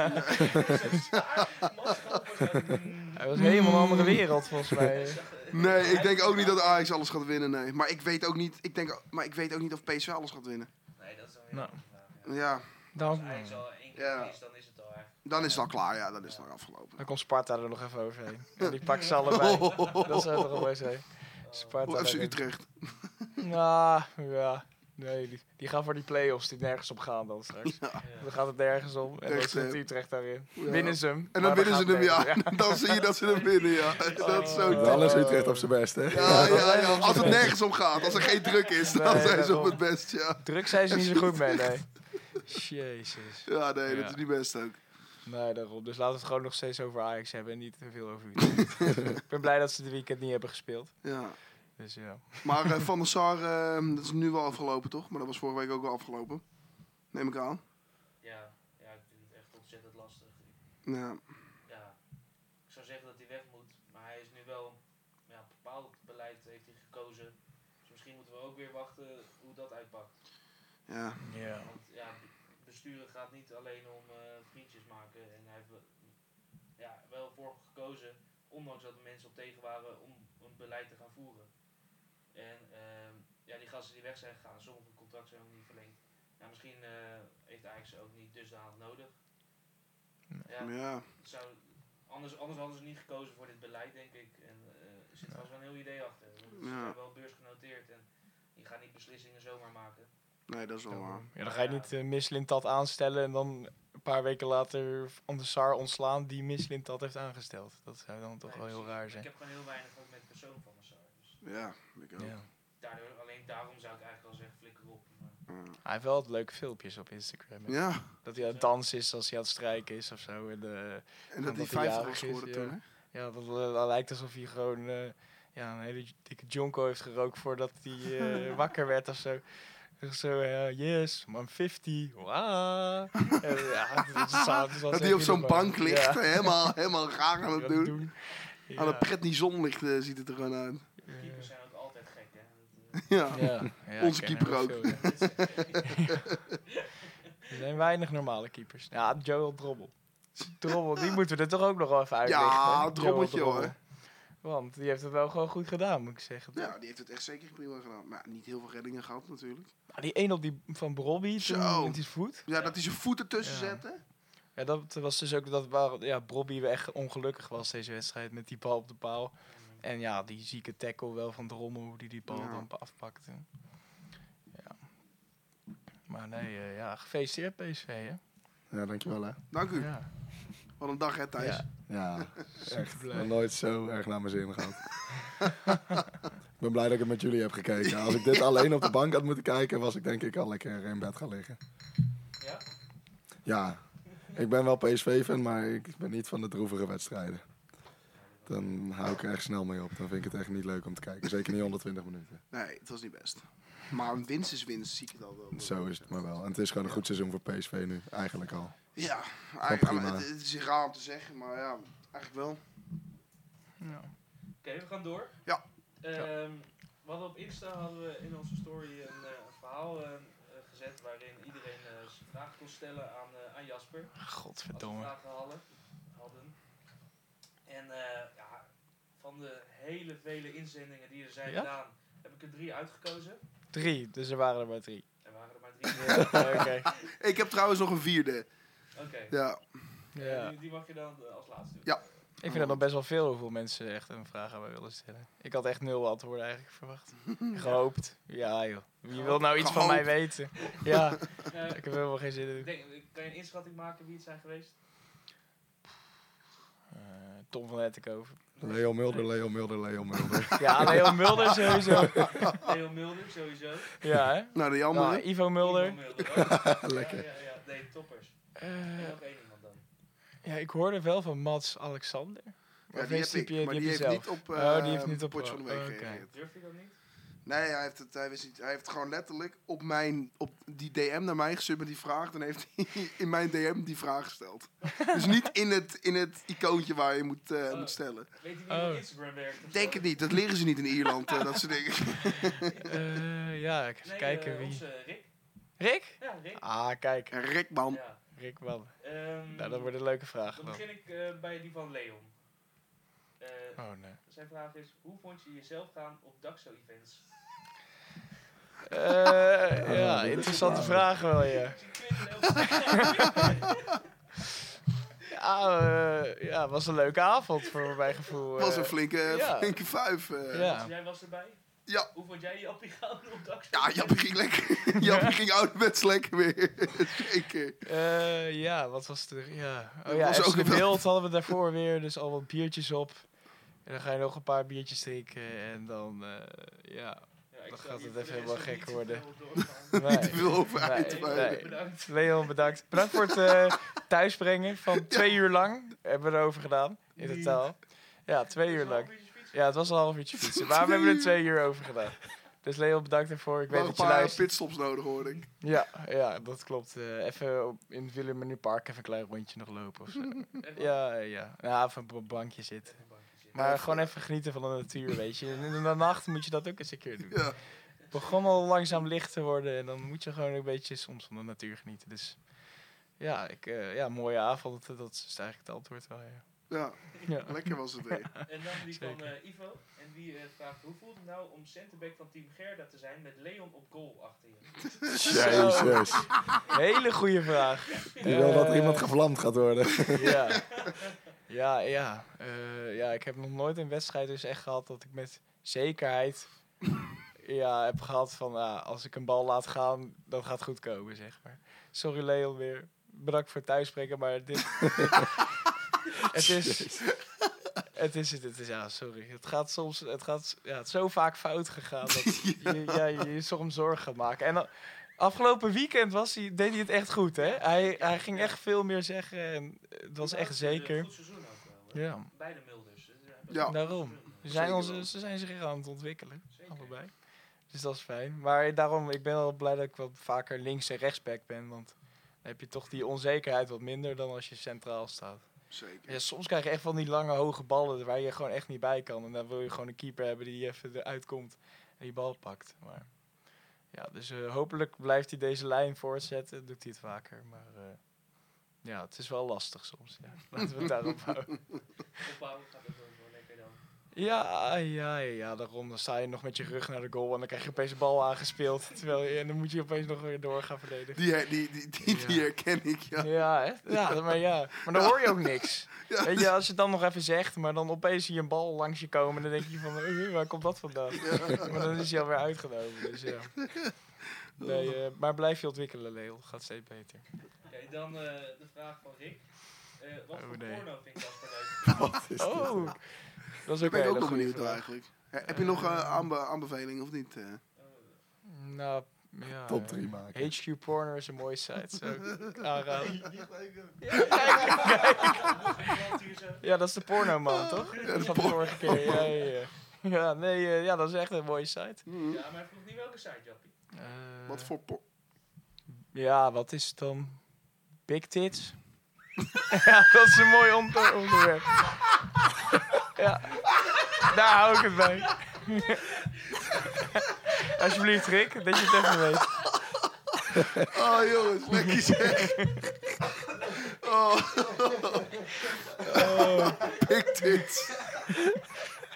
B: Hij was helemaal een andere wereld volgens
D: [laughs]
B: mij.
C: Nee, ik denk ook niet dat Ajax alles gaat winnen, nee. Maar ik weet ook niet, ik denk, maar ik weet ook niet of PSV alles gaat winnen.
A: Nee, dat is dan weer
B: Nou.
A: een vraag, ja.
C: Ja,
A: Als
B: Dan,
A: Ajax al één keer
C: Ja.
A: is, dan is het al eigenlijk.
C: dan is het al klaar. Ja, dan is het al afgelopen.
B: dan komt Sparta er nog even overheen. En die [laughs] pakt ze allebei. Dat zou toch mooi zijn. Sparta.
C: Of FC
B: daarin.
C: Utrecht.
B: Nou, ja. Nee, die, die gaan voor die play-offs die nergens op gaan dan straks.
A: Ja.
B: Dan gaat het nergens om. En dan
C: Echt,
B: zit
C: hè?
B: Utrecht daarin.
C: Ja.
B: Winnen ze hem.
C: En dan
B: maar
C: winnen ze
B: gaat Oh,
C: hem, ja.
B: nergens.
C: [laughs] Dan zie je dat ze hem winnen,
B: [laughs]
C: ja. Dat is zo.
D: Wel eens Utrecht op zijn best, hè?
C: Ja, ja, ja, als het nergens om gaat, als er
B: [laughs]
C: geen druk is, dan
B: Nee,
C: zijn ze op
B: daarom.
C: het best, ja.
B: Druk zijn ze niet zo goed mee, [laughs] nee. Jezus.
C: Ja, nee, dat
B: Ja.
C: is niet best ook.
B: Nee, daarom. Dus laten we het gewoon nog steeds over Ajax hebben en niet te veel over Utrecht. [laughs] Ik ben blij dat ze de weekend niet hebben gespeeld.
C: Ja.
B: Dus ja.
C: Maar eh, Van der Sar, eh, dat is nu wel afgelopen, toch? Maar dat was vorige week ook wel afgelopen. Neem ik aan.
A: Ja, ja, ik vind het echt ontzettend lastig. Ik-
C: Ja.
A: Ja, ik zou zeggen dat hij weg moet, maar hij is nu wel, ja, bepaald beleid heeft hij gekozen. Dus misschien moeten we ook weer wachten hoe dat uitpakt.
C: ja.
B: Ja.
A: Want ja, b- besturen gaat niet alleen om eh, vriendjes maken. En hij heeft wel- ja, wel voor gekozen, ondanks dat er mensen op tegen waren, om een beleid te gaan voeren. En ehm, ja, die gasten die weg zijn gegaan, sommige contracten zijn ook niet verlengd. Ja, misschien eh, heeft Ajax ze ook niet dusdanig nodig. Ja,
C: ja.
A: het zou, anders, anders hadden ze niet gekozen voor dit beleid, denk ik. En eh, er zit vast wel een heel idee achter. Ze
C: Ja.
A: zijn wel beursgenoteerd en je gaat niet beslissingen zomaar maken.
C: Nee, dat is wel waar.
B: Ja, dan ga je niet uh, Miss Lintat aanstellen en dan een paar weken later Van der Sar ontslaan die Miss Lintat heeft aangesteld. Dat zou dan toch
A: Nee,
B: wel heel
A: precies.
B: raar zijn.
A: Ik heb gewoon heel weinig ook met de persoon van Massar. Dus
C: Ja, ik ook.
B: Ja.
A: daardoor, alleen daarom zou ik eigenlijk al zeggen, flikker op. Maar
B: Hij heeft wel wat leuke filmpjes op Instagram. hè.
C: Ja,
B: Dat hij aan het dansen is als hij aan het strijken is of zo. En, eh,
C: en dat
B: Omdat
C: die
B: hij
C: 50 was
B: jarig is,
C: geworden
B: ja.
C: toen, hè?
B: ja, dat, eh, dat lijkt alsof hij gewoon eh, ja, een hele dikke jonko heeft gerookt voordat
C: [laughs]
B: hij eh, wakker werd of zo. Dus Zo, eh, yes, man 50, wow. En, ja, dat is- dat is
C: Dat
B: wel echt
C: hij op zo'n
B: niet normaal.
C: bank ligt, [laughs]
B: Ja.
C: helemaal, helemaal raar aan
B: Ja,
C: het
B: dat
C: doen. Aan
B: Ja.
C: het pret die zon ligt, eh, ziet het er gewoon uit. [laughs]
A: de keepers zijn ook altijd gek, hè.
B: [laughs]
A: Dat,
C: Ja.
B: Ja, ja,
C: Onze
B: ik ken
C: keeper
B: heel
C: ook.
B: veel,
A: eh,
B: ja.
A: dat is echt-
B: Er zijn weinig normale keepers. Ja, Joel Drobbel. Drobbel, die moeten we er toch ook nog wel even uitleggen.
C: Ja,
B: hè?
C: Drobbeltje,
B: Joel
C: hoor.
B: Want die heeft het wel gewoon goed gedaan, moet ik zeggen.
C: ja, Nou, die heeft het echt zeker prima gedaan. Maar niet heel veel reddingen gehad, natuurlijk.
B: Maar die een op die van Brobby
C: Zo.
B: toen met die voet.
C: Ja, dat hij zijn voet ertussen
B: Ja.
C: zette.
B: Ja, dat was dus ook dat waar, ja, Brobby echt ongelukkig was deze wedstrijd met die bal op de paal. En ja, die zieke tackle wel van Drommel, hoe die die bal
C: Ja.
B: dan pa- afpakte. Ja. Maar nee, eh, ja, gefeliciteerd PSV, hè?
D: Ja, dankjewel, hè?
C: Dank u.
B: Ja.
C: Wat een dag, hè, Thijs.
B: Ja.
D: Ja, echt.
B: Superblij.
D: Nog nooit zo erg naar mijn zin gehad. ik ben blij dat ik het met jullie heb gekeken. Als ik dit alleen op de bank had moeten kijken, was ik denk ik al lekker in bed gaan liggen.
A: ja?
D: Ja, ik ben wel PSV-fan, maar ik ben niet van de droevige wedstrijden. Dan hou ik er echt snel mee op. Dan vind ik het echt niet leuk om te kijken. Zeker niet 120 minuten.
C: Nee, het was niet best. Maar een winst is winst, zie ik het al wel.
D: Zo is het maar wel. En het is gewoon een goed seizoen voor PSV nu. Eigenlijk al.
C: Ja, eigenlijk,
D: prima.
C: het, het is raar om te zeggen, maar ja, eigenlijk wel.
B: Ja.
A: Oké, we gaan door.
C: Ja.
A: Ehm, we hadden op Insta hadden we in onze story een, eh, een verhaal eh, eh, gezet waarin iedereen eh, zijn vraag kon stellen aan, eh, aan Jasper.
B: Godverdomme.
A: Als we vragen hadden. hadden. En eh, ja, van de hele vele inzendingen die er zijn
B: Ja?
A: gedaan, heb ik er drie uitgekozen.
B: Drie, dus er waren er maar drie.
A: Er waren er maar drie.
B: [laughs] Ja, Oké.
C: Ik heb trouwens nog een vierde.
A: Oké,
C: Ja,
A: eh,
B: Ja.
A: die, die mag je dan eh, als laatste doen.
C: Ja.
B: Ik vind dat nog best wel veel hoeveel mensen echt een vraag aan mij willen stellen. Ik had echt nul antwoorden eigenlijk verwacht. Gehoopt. Ja joh. Wie wil nou iets van mij weten? Ja,
A: Eh,
B: ik heb helemaal geen zin
A: ik
B: in.
A: denk, kan je een inschatting maken wie het zijn
C: [laughs]
A: geweest?
B: Eh, Tom van Hettenkoven.
D: Leo Mulder, Leo Mulder, Leo Mulder.
B: Ja, Leo Mulder sowieso.
A: Leo Mulder, sowieso.
B: Ja hè?
C: nou die andere.
B: Nou, Ivo Mulder.
A: Ivo
C: [laughs]
A: ook.
D: Lekker.
A: Ja, ja, ja. Nee, toppers.
B: Eh,
A: En nog één iemand dan.
B: ja, ik hoorde wel van Mats Alexander.
C: ja,
B: Of
C: die
B: is
C: heb ik,
B: die heb
C: maar
B: je
C: die heeft
B: zelf?
C: niet op
B: Oh,
C: eh
B: die heeft niet op- oh,
C: Potje van de Week
B: oké.
C: gereageerd.
A: Durf je dat niet?
C: Nee, hij heeft, het, hij, wist niet, hij heeft gewoon letterlijk op, mijn, op die DM naar mij gestuurd met die vraag. Dan heeft hij [laughs] in mijn DM die vraag gesteld. dus niet in het, in het icoontje waar je moet, eh,
A: Oh.
C: moet stellen.
A: Weet je wie
B: Oh.
A: op Instagram werkt? of
C: Denk
A: zo?
C: het niet, dat leren ze niet in Ierland, eh, dat soort dingen. [laughs]
B: Eh, ja, ik even
A: Nee,
B: kijken
A: eh,
B: wie.
A: Onze Rick.
B: Rick?
A: Ja, Rick.
B: Ah, kijk.
C: Rick, man.
A: Ja.
B: Rick man.
A: Ehm,
B: Nou, dat wordt een leuke vraag
A: dan
B: dan.
A: begin ik eh, bij die van Leon. Eh,
B: Oh nee.
A: Zijn vraag is, hoe vond je jezelf gaan op DAXO-events?
C: [laughs]
B: Eh, ja,
D: dat is
B: interessante
D: waar.
B: vraag wel, ja.
A: Ik zie Quinten
B: [laughs]
A: heel-
B: Ja, eh, ja, was een leuke avond voor mijn gevoel.
C: [laughs] was een
B: eh.
C: flinke,
B: ja.
C: flinke vuif. eh. ja.
B: Ja.
A: Dus Jij was erbij?
C: Ja.
A: Hoe vond jij je appie gaan op DAXO?
C: Jappie ging lekker. [laughs] Jappie ging ouderwets lekker weer. [laughs] Zeker.
B: Eh, ja, wat was er? Ja, oh,
C: Er
B: ja
C: was
B: was
C: ook
B: ook
C: nog-
B: beeld hadden we daarvoor weer, dus al wat biertjes op. En dan ga je nog een paar biertjes drinken en dan, eh, ja.
C: [laughs]
A: Ja, ik
B: Dan
A: zou
B: gaat
A: hier
B: het
A: voor de rest
B: even helemaal
A: nog
B: gek
A: niet te
B: worden.
A: veel op doorgaan.
B: [laughs]
C: Niet te
B: Nee.
C: veel over
B: Nee,
C: uit te
A: Nee,
C: wijden.
B: nee.
A: Bedankt.
B: Leon, bedankt. Bedankt voor het
C: [laughs]
B: eh, thuisbrengen van twee uur lang. Hebben we erover gedaan, in
A: Niet.
B: totaal. Ja, twee uur lang.
A: Ja.
B: Ja, het was een half uurtje fietsen, maar we hebben er twee uur over gedaan. Dus Leon, bedankt ervoor. Ik
C: Ik had
B: weet
C: een
B: dat je
C: paar
B: luistert.
C: pitstops nodig, hoorde ik.
B: Ja, ja, dat klopt. Eh, even op, in het Willemenu Park even een klein rondje nog lopen of zo.
C: [laughs]
B: Ja, ja. Ja, even op een bankje zitten. Maar gewoon even genieten van de natuur, weet je. En in de nacht moet je dat ook eens een keer
C: [laughs]
B: doen.
C: Ja.
B: Het begon al langzaam licht te worden en dan moet je gewoon een beetje soms van de natuur genieten. Dus ja, ik, eh, ja mooie avond, dat, dat is eigenlijk het antwoord wel, ja.
C: ja,
B: ja.
C: lekker was het weer.
A: En dan die van
B: Zeker.
A: eh, Ivo. En die eh, vraagt, hoe voelt het nou om centerback van Team Gerda te zijn met Leon op goal achter je?
D: [laughs] Jezus.
B: Hele goede vraag.
D: Die wil dat er
B: Eh,
D: iemand gevlamd gaat worden. [laughs]
B: ja, ja, ja. Eh, ja. Ik heb nog nooit een wedstrijd dus echt gehad dat ik met zekerheid ja, heb gehad van ah, als ik een bal laat gaan, dat gaat goed komen, zeg maar. Sorry Leon weer. Bedankt voor het thuisspreken, maar dit... het is... Het is het, het is, ja, sorry. Het gaat soms, het gaat, ja, het is zo vaak fout gegaan dat je, ja, je je soms zorgen gaat maken. En dan- Afgelopen weekend was hij, deed hij het echt goed, hè? Hij, hij ging echt veel meer zeggen en het was echt zeker.
A: Goed seizoen ook wel. hè?
B: Ja,
A: Beide Mulders. Dus, eh, best
C: Ja.
A: wel een goed
B: Daarom.
A: seizoen.
C: Zeker
B: ze zijn, onze,
C: wel.
B: ze zijn zich echt aan het ontwikkelen,
A: Zeker.
B: allebei. Dus dat is fijn. Maar daarom, ik ben wel blij dat ik wat vaker links- en rechtsback ben, want dan heb je toch die onzekerheid wat minder dan als je centraal staat.
C: Zeker.
B: Ja, soms krijg je echt van die lange, hoge ballen waar je gewoon echt niet bij kan. En dan wil je gewoon een keeper hebben die even eruit komt en die bal pakt. Maar ja, dus eh, hopelijk blijft hij deze lijn voortzetten. Doet hij het vaker. Maar eh, ja, het is wel lastig soms. Ja. [laughs] Laten we het daarop houden.
A: Opbouwen gaat ook wel wel lekker dan.
B: Ja, ja, ja, daarom. Dan sta je nog met je rug naar de goal en dan krijg je opeens een bal aangespeeld. Terwijl je, en dan moet je opeens nog weer door gaan verdedigen.
C: Die, her- die, die, die, die
B: Ja.
C: herken ik, ja.
B: Ja, hè? Ja, maar ja. Maar dan hoor je ook niks.
C: Ja.
B: Weet je, als je het dan nog even zegt, maar dan opeens zie je een bal langs je komen, en dan denk je van, "Eh, waar komt dat vandaan? Maar dan is hij alweer uitgenomen, dus ja. Nee, eh, maar blijf je ontwikkelen, Leel. Gaat steeds beter.
A: Oké, dan eh, de vraag van Rick. Eh, wat
B: Oh,
A: voor
B: nee.
A: porno vind je dat leuk?
D: Wat is dit?
B: Oh, dat is ook
C: Daar ben ik ook
B: een hele
C: nog
B: goede
C: benieuwd naar
B: vraag.
C: eigenlijk. He- heb je nog eh, aanbe aanbevelingen of niet? eh?
A: Eh,
B: Nou, ja.
D: Top 3 maken.
B: eh, HQ Porner is een mooie site, zou ik aanraden.
A: Oh. iemand hier zo?
B: Ja, dat is de porno-man, toch?
C: Oh. de
B: Van de vorige keer, ja, ja, ja. Ja, nee, eh, ja, dat is echt een mooie site.
C: Hm.
A: Ja, maar hij vroeg niet welke site, Jappie.
B: Eh,
C: Wat voor
B: [laughs]
C: po-
B: Ja, wat is het dan? Big tits? [laughs] ja, dat is een mooi onder- onderwerp. [laughs] ja, daar hou ik het bij. [laughs] Alsjeblieft, Rick, dat je het even weet.
C: Oh jongens, lekker zeg.
B: [laughs]
C: Oh,
B: Oh,
C: big tits.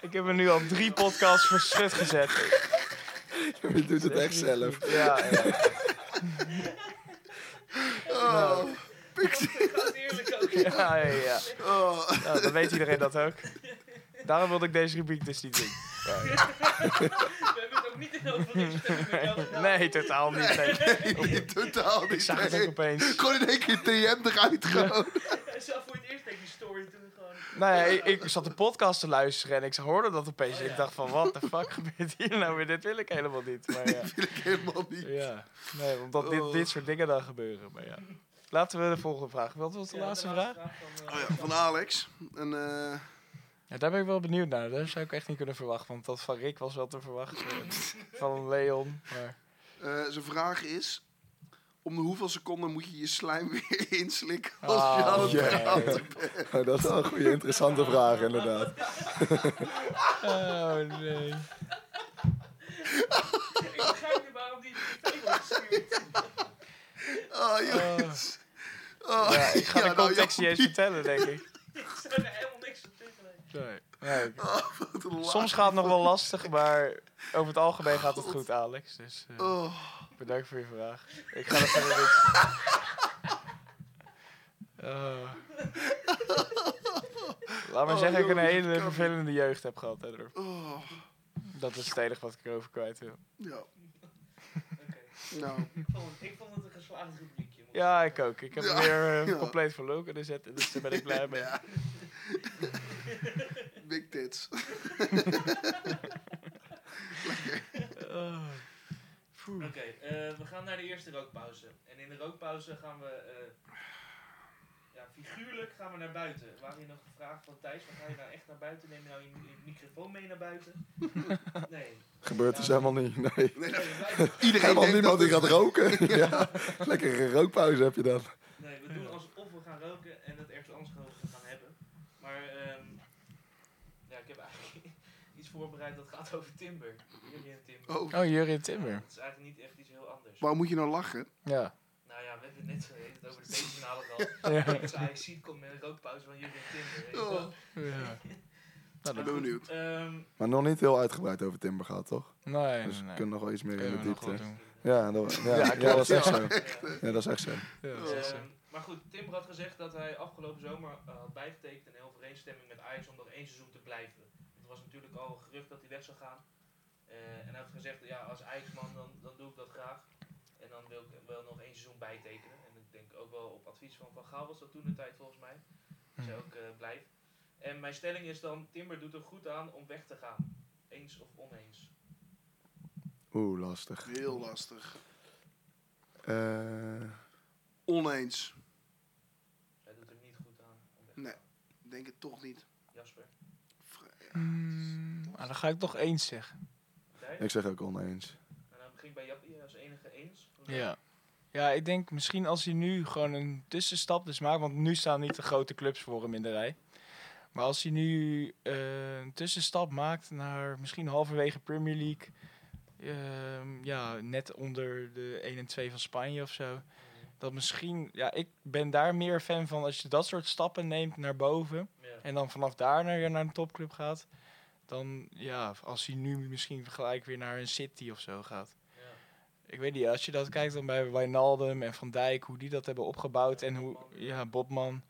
B: ik heb er nu al drie podcasts voor schut
C: [laughs]
B: gezet.
D: Je doet het echt zelf.
B: Ja, ja.
C: Oh, big tits.
A: Ik had het eh, eerlijk ook.
B: ja, ja, ja.
C: Oh.
B: Nou, dan weet iedereen dat ook. Daarom wilde ik deze rubriek dus niet doen.
A: We hebben het ook niet in overeenstemming met jou gedaan.
B: Nee, totaal niet. Nee.
C: Nee, totaal
B: Ik
C: niet.
B: zag het ook
C: Nee.
B: opeens.
C: Gewoon in één keer TM eruit gewoon. [laughs]
A: Hij zag voor het eerst tegen die story toen gewoon...
B: Nou ja, ik, ik zat de podcast te luisteren en ik hoorde dat opeens.
A: Oh, ja.
B: Ik dacht van, wat de fuck gebeurt hier nou weer? Dit wil ik helemaal niet. Maar ja,
C: Wil ik helemaal niet.
B: ja. Nee, omdat dit,
C: Oh.
B: dit soort dingen dan gebeuren. Maar ja. Laten we de volgende vraag. Wat was de
A: Ja,
B: Oh, laatste vraag?
A: van, eh,
C: Oh ja, van Alex. En eh,
B: Ja, daar ben ik wel benieuwd naar. Dat zou ik echt niet kunnen verwachten. Want dat van Rick was wel te verwachten. eh, van Leon. Maar
C: Eh, zijn vraag is... Om de hoeveel seconden moet je je slijm weer [laughs] inslikken als
B: Ah,
C: je aan het
D: ja.
C: praten bent?
D: Oh, dat is wel een goede, interessante vraag, inderdaad.
B: oh nee.
A: Ik begrijp nu waarom die het wordt gestuurd. [laughs]
C: Oh, jongens. Oh,
B: Ja, ik ga
C: ja,
B: de
C: nou,
B: context niet
C: Jacob,
B: eens vertellen, denk ik.
A: Ik zou er helemaal niks van zeggen. nee.
B: Nee. Nee.
C: wat een
B: Soms
C: laag.
B: gaat het nog wel lastig, maar over het algemeen gaat het goed, Alex. Dus eh,
C: Oh.
B: bedankt voor je vraag. Ik ga er verder niks. [laughs] Oh. Laat maar
C: Oh,
B: zeggen, dat ik een
C: jongens,
B: hele
C: het kan
B: vervelende jeugd heb gehad. Hè, Dorf.
C: Oh,
B: dat is het enige wat ik erover kwijt wil.
C: ja,
A: Oké.
C: nou.
A: Ik vond het- Ik vond het een geslaagd rubriekje. moet
B: Ja,
A: ik
B: ik ook. Ik heb
C: Ja,
B: hem weer eh,
C: ja.
B: compleet voor Loken gezet, dus daar ben ik blij mee.
C: [laughs] Ja. Big tits.
B: Oh.
A: Oké, eh, we gaan naar de eerste rookpauze. En in de rookpauze gaan we, eh, ja, figuurlijk gaan we naar buiten. Waar je nog gevraagd van Thijs, wat ga je nou echt naar buiten? Neem je nou je, je microfoon mee naar
C: [laughs]
A: buiten? Nee.
D: Gebeurt dus helemaal niet. Nee.
C: Nee,
A: Nee, we blijven-
C: iedereen
D: Helemaal
C: denkt dat
D: niemand die
C: het-
D: gaat roken.
C: [laughs]
D: ja. Lekker een rookpauze heb je dan.
A: nee, we doen alsof we gaan roken en het ergens anders over gaan hebben. Maar ehm, ja, ik heb eigenlijk [laughs] iets voorbereid dat gaat over timber. Jullie en timber.
C: Oh,
B: Oh, Jurien
A: Ja,
B: Timber.
A: dat is eigenlijk niet echt iets heel anders.
C: waarom moet je nou lachen?
B: Ja. [laughs]
A: Nou ja, we hebben het net zo even over de B-finale gehad.
B: ja. Nou,
A: Als Ajax ziet komt met een rookpauze van jullie en Timber. Weet je wel.
C: Oh,
B: Ja. Nou,
C: ik
B: dat-
C: ben benieuwd.
A: Ehm,
D: Maar nog niet heel uitgebreid over timber gehad, toch?
B: nee,
D: dus
B: nee,
D: we
B: nee.
D: kunnen nog wel iets meer in
B: Kunnen
D: de
B: we nog wel
D: diepte.
B: doen.
D: Ja, dat, ja,
B: Ja,
D: ja,
B: klopt,
D: dat is echt
B: ja.
A: [laughs]
D: zo.
A: ja.
D: Ja, dat is echt zo.
B: Ja, dat is
A: Ehm,
B: zo.
A: maar goed, Tim had gezegd dat hij afgelopen zomer eh, had bijgetekend in heel overeenstemming met Ajax om nog één seizoen te blijven. Het was natuurlijk al gerucht dat hij weg zou gaan. Eh, en hij had gezegd, ja, als Ajaxman dan, dan doe ik dat graag. En dan wil ik wel nog één seizoen bijtekenen. En ik denk ook wel op advies van Van Gaal was dat toen de tijd volgens mij. Dat hij
B: Hm.
A: ook eh, blijft. En mijn stelling is dan, Timber doet er goed aan om weg te gaan. Eens of oneens.
D: Oeh, lastig.
C: Heel lastig.
D: Eh,
C: Oneens.
A: Hij doet er niet goed aan om weg te
C: Nee.
A: gaan.
C: Denk het toch niet.
A: Jasper,
C: Vrij-
B: Mm, ah, dan ga ik toch eens zeggen.
A: Thijs?
D: ik zeg ook oneens.
A: En dan begin ik bij Jappie als enige eens.
B: Ja. Ja, ik denk misschien als hij nu gewoon een tussenstap dus maakt. Want nu staan niet de grote clubs voor hem in de rij. Maar als hij nu eh, een tussenstap maakt naar misschien halverwege Premier League. ehm, ja, net onder de 1 en 2 van Spanje of zo.
A: Mm.
B: Dat misschien, ja, ik ben daar meer fan van als je dat soort stappen neemt naar boven.
A: Ja.
B: En dan vanaf daar naar, naar een topclub gaat. Dan ja, als hij nu misschien gelijk weer naar een City of zo gaat.
A: Ja.
B: Ik weet niet, als je dat kijkt dan bij Wijnaldum en Van Dijk, hoe die dat hebben opgebouwd en hoe, ja, Bobman.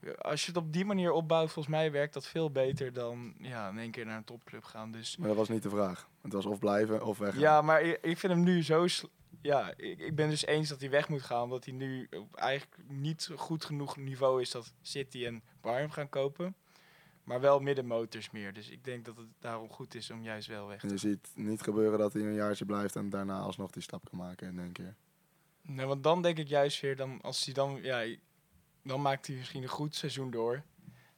B: Ja, Als je het op die manier opbouwt, volgens mij werkt dat veel beter dan ja, in één keer naar een topclub gaan. Dus
D: Maar dat was niet de vraag. Het was of blijven of weggaan.
B: ja, maar ik, ik vind hem nu zo. sl- Ja, ik, ik ben dus eens dat hij weg moet gaan, omdat hij nu op eigenlijk niet goed genoeg niveau is dat City en Bayern gaan kopen. Maar wel middenmotors meer. Dus ik denk dat het daarom goed is om juist wel weg te
D: En je ziet niet gebeuren dat hij een jaartje blijft en daarna alsnog die stap kan maken in één keer.
B: Nee, want dan denk ik juist weer, dan, als hij dan, ja, dan maakt hij misschien een goed seizoen door.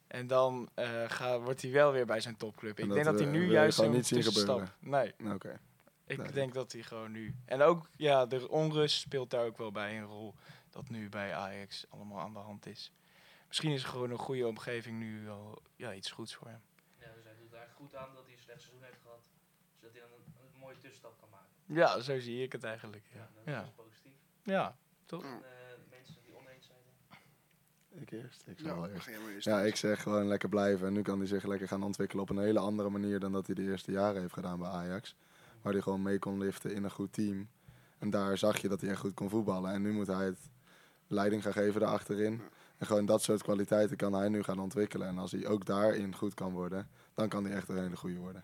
B: En dan eh, ga, wordt hij wel weer bij zijn topclub.
D: En
B: Ik
D: dat
B: denk dat hij
D: we-
B: nu
D: we
B: juist
D: gewoon
B: een
D: niet zien
B: tussenstap. Nee,
D: Oké.
B: ik
D: Nee.
B: denk dat hij gewoon nu. En ook, ja, de onrust speelt daar ook wel bij een rol. Dat nu bij Ajax allemaal aan de hand is. Misschien is er gewoon een goede omgeving nu al ja, iets goeds voor hem.
A: Ja, dus hij doet er eigenlijk goed aan dat hij een slecht seizoen heeft gehad. Zodat hij dan een, een mooie tussenstap kan maken.
B: Ja, zo zie ik het eigenlijk. Ja,
A: dat
B: ja.
A: is positief.
B: ja toch?
A: En,
C: Oh,
A: eh, de mensen die oneens zijn. dan?
D: Ik eerst. Ik zal wel
C: Ja,
D: eerst.
C: Nou, ga jij maar eerst.
D: Ja, ik zeg gewoon lekker blijven. En nu kan hij zich lekker gaan ontwikkelen op een hele andere manier dan dat hij de eerste jaren heeft gedaan bij Ajax. Waar hij gewoon mee kon liften in een goed team. En daar zag je dat hij echt goed kon voetballen. En nu moet hij het leiding gaan geven daarachterin. En gewoon dat soort kwaliteiten kan hij nu gaan ontwikkelen. En als hij ook daarin goed kan worden, dan kan hij echt een hele goede worden.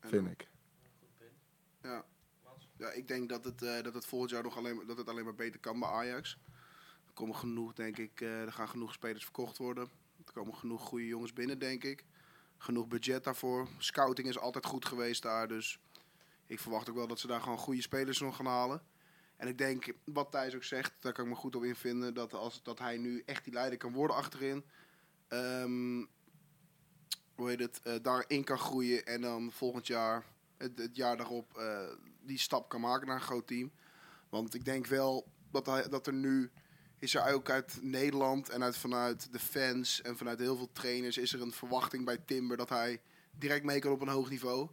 C: En
D: Vind ik.
A: Een Goed punt.
C: Ja.
A: Mats?
C: Ja, ik denk dat het, eh, dat het volgend jaar nog alleen, maar- dat het alleen maar beter kan bij Ajax. Er komen genoeg, denk ik, eh, er gaan genoeg spelers verkocht worden. Er komen genoeg goede jongens binnen, denk ik. Genoeg budget daarvoor. Scouting is altijd goed geweest daar, dus ik verwacht ook wel dat ze daar gewoon goede spelers nog gaan halen. En ik denk, wat Thijs ook zegt, daar kan ik me goed op invinden, dat, als, dat hij nu echt die leider kan worden achterin. Ehm, hoe heet het, eh, daarin kan groeien en dan volgend jaar, het, het jaar daarop, eh, die stap kan maken naar een groot team. Want ik denk wel dat, hij, dat er nu, is er ook uit Nederland en uit vanuit de fans en vanuit heel veel trainers, is er een verwachting bij Timber dat hij direct mee kan op een hoog niveau.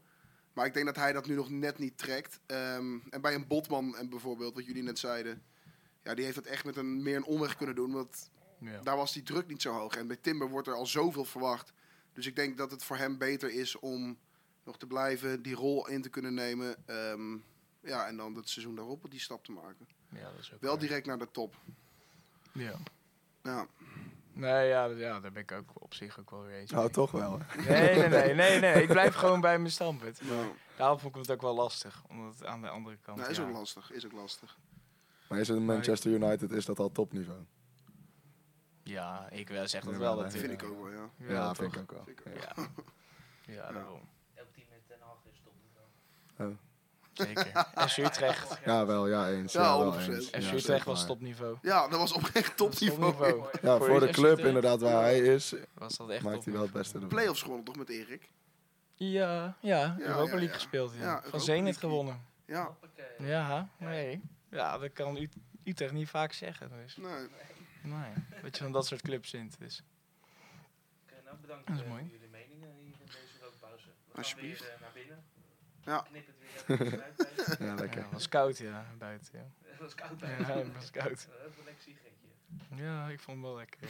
C: Maar ik denk dat hij dat nu nog net niet trekt. Ehm, en bij een Botman en bijvoorbeeld, wat jullie net zeiden, ja, die heeft dat echt met een, meer een omweg kunnen doen. Want
B: Ja.
C: daar was die druk niet zo hoog. En bij Timber wordt er al zoveel verwacht. Dus ik denk dat het voor hem beter is om nog te blijven, die rol in te kunnen nemen. ehm, ja, en dan het seizoen daarop die stap te maken.
B: ja, dat is ook
C: Wel
B: waar.
C: direct naar de top.
B: Ja.
C: Ja,
B: Nee, ja, dat- ja, daar ben ik ook op zich ook wel weer eens.
D: Nou,
B: mee.
D: toch wel.
B: Nee, nee, nee, nee, nee. Ik
D: [laughs]
B: blijf gewoon bij mijn standpunt.
C: nou,
B: Daarom vond ik het ook wel lastig. Omdat het aan de andere kant.
C: nou, is
B: ja.
C: ook lastig. Is ook lastig.
D: Maar is het in
B: Maar-
D: Manchester United is dat al topniveau?
B: Ja, ik wel zeg dat
D: Ja,
B: wel.
D: dat
B: Dat
C: Vind
B: eh,
C: ik ook wel, ja.
D: Ja,
B: Ja,
D: vind ik
B: toch?
D: ook wel.
C: Zeker.
D: Ja.
B: Ja.
D: [laughs]
B: Ja, daarom.
A: Elk team met Ten Hag is topniveau.
B: Zeker. FC Utrecht.
A: Vorig jaar
D: Ja, wel, ja, eens.
C: Ja,
D: Ja, wel
C: 100%.
D: eens.
C: En
B: FC
D: Ja,
B: Utrecht
D: zeker
B: was
D: waar.
B: topniveau.
C: Ja, dat was oprecht topniveau.
B: topniveau.
A: mooi.
D: Ja,
B: Voor
D: voor de
B: FC
D: club
B: Utrecht.
D: inderdaad waar hij is,
B: Was dat echt
D: maakt hij wel
B: topniveau.
D: het beste ervan.
C: Playoffs gewonnen toch met Erik?
B: Ja, ja,
C: Ja,
B: Europa
C: ja,
B: League
C: ja.
B: gespeeld. Ja.
C: Ja, Europa
B: Van Zenit
C: League.
B: gewonnen.
C: Ja.
A: Hoppakee.
B: Ja, nee. Ja, dat kan Ut- Utrecht niet vaak zeggen. Dus.
C: Nee.
B: Nee, dat je van dat soort clubs vindt. Dus.
A: Oké, nou bedankt
B: Dat is
A: eh,
B: mooi.
A: voor jullie meningen hier in deze rookpauze. We
C: Alsjeblieft.
A: gaan weer eh, naar binnen.
C: Ja.
A: Knip het weer [laughs] even uit. buiten.
D: Ja,
B: Ja,
D: lekker.
B: het was koud, ja, buiten. Ja,
A: Het was koud
B: ja
A: buiten.
B: het was koud.
A: Eh, Even een lekker sigaretje.
B: Ja, ik vond het wel lekker.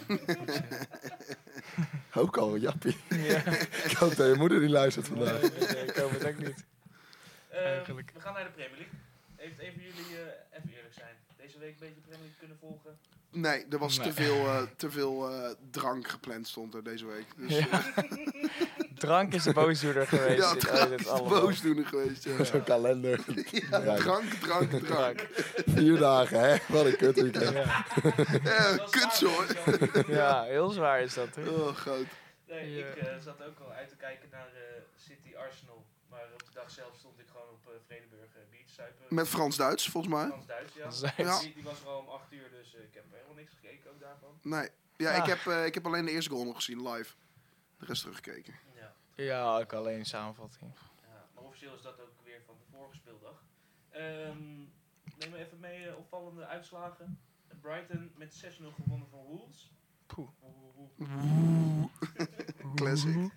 C: [laughs]
B: ja.
D: Ook al, jappie. [laughs]
B: Ja,
D: Ik hoop dat je moeder die luistert
B: nee,
D: vandaag.
B: nee, nee, ik hoop het ook niet.
A: Eh,
B: Eigenlijk.
A: We gaan naar de Premier League. Heeft een van jullie, eh, even eerlijk zijn, deze week een beetje Premier League kunnen volgen?
C: Nee, er was
B: Nee.
C: te veel, eh, te veel eh, drank gepland stond er deze week. Dus eh,
B: Ja. Drank is de boosdoener geweest.
C: [laughs] ja,
B: in-
C: drank
B: oh, dit
C: is
B: allemaal.
C: boosdoener geweest. Ja.
D: [laughs] Zo'n kalender.
C: [laughs]
B: [laughs]
C: Ja, drank,
D: [laughs]
C: drank, drank.
B: Drank.
D: Vier dagen, hè? Wat een kut weekend.
B: Ja.
C: Eh,
A: Dat was
C: Kuts
A: zwaar,
C: hoor.
A: weet je wel.
B: ja, heel zwaar is dat. Hè?
C: Oh, groot.
A: Nee,
B: Ja.
A: ik eh, zat ook al uit te kijken naar eh, City Arsenal. Maar op de dag zelf stond ik gewoon op eh, Vredenburg eh, Beach, Zuipen.
C: Met Frans-Duits, volgens mij.
A: Frans-Duits, ja.
B: Dat is echt-
C: Ja.
A: Die, die was er al om 8 uur, dus eh, ik heb helemaal niks gekeken ook daarvan.
C: Nee. Ja,
B: Ah.
C: ik, heb, eh, ik heb alleen de eerste goal nog gezien, live. De rest teruggekeken.
A: Ja.
B: Ja, ook alleen samenvatting.
A: Ja, maar officieel is dat ook weer van de vorige speeldag. Ehm, neem maar even mee eh, opvallende uitslagen. Brighton met 6-0 gewonnen van Wolves.
B: Poeh.
A: Woe, woe, woe. [laughs]
C: Oeh. Classic.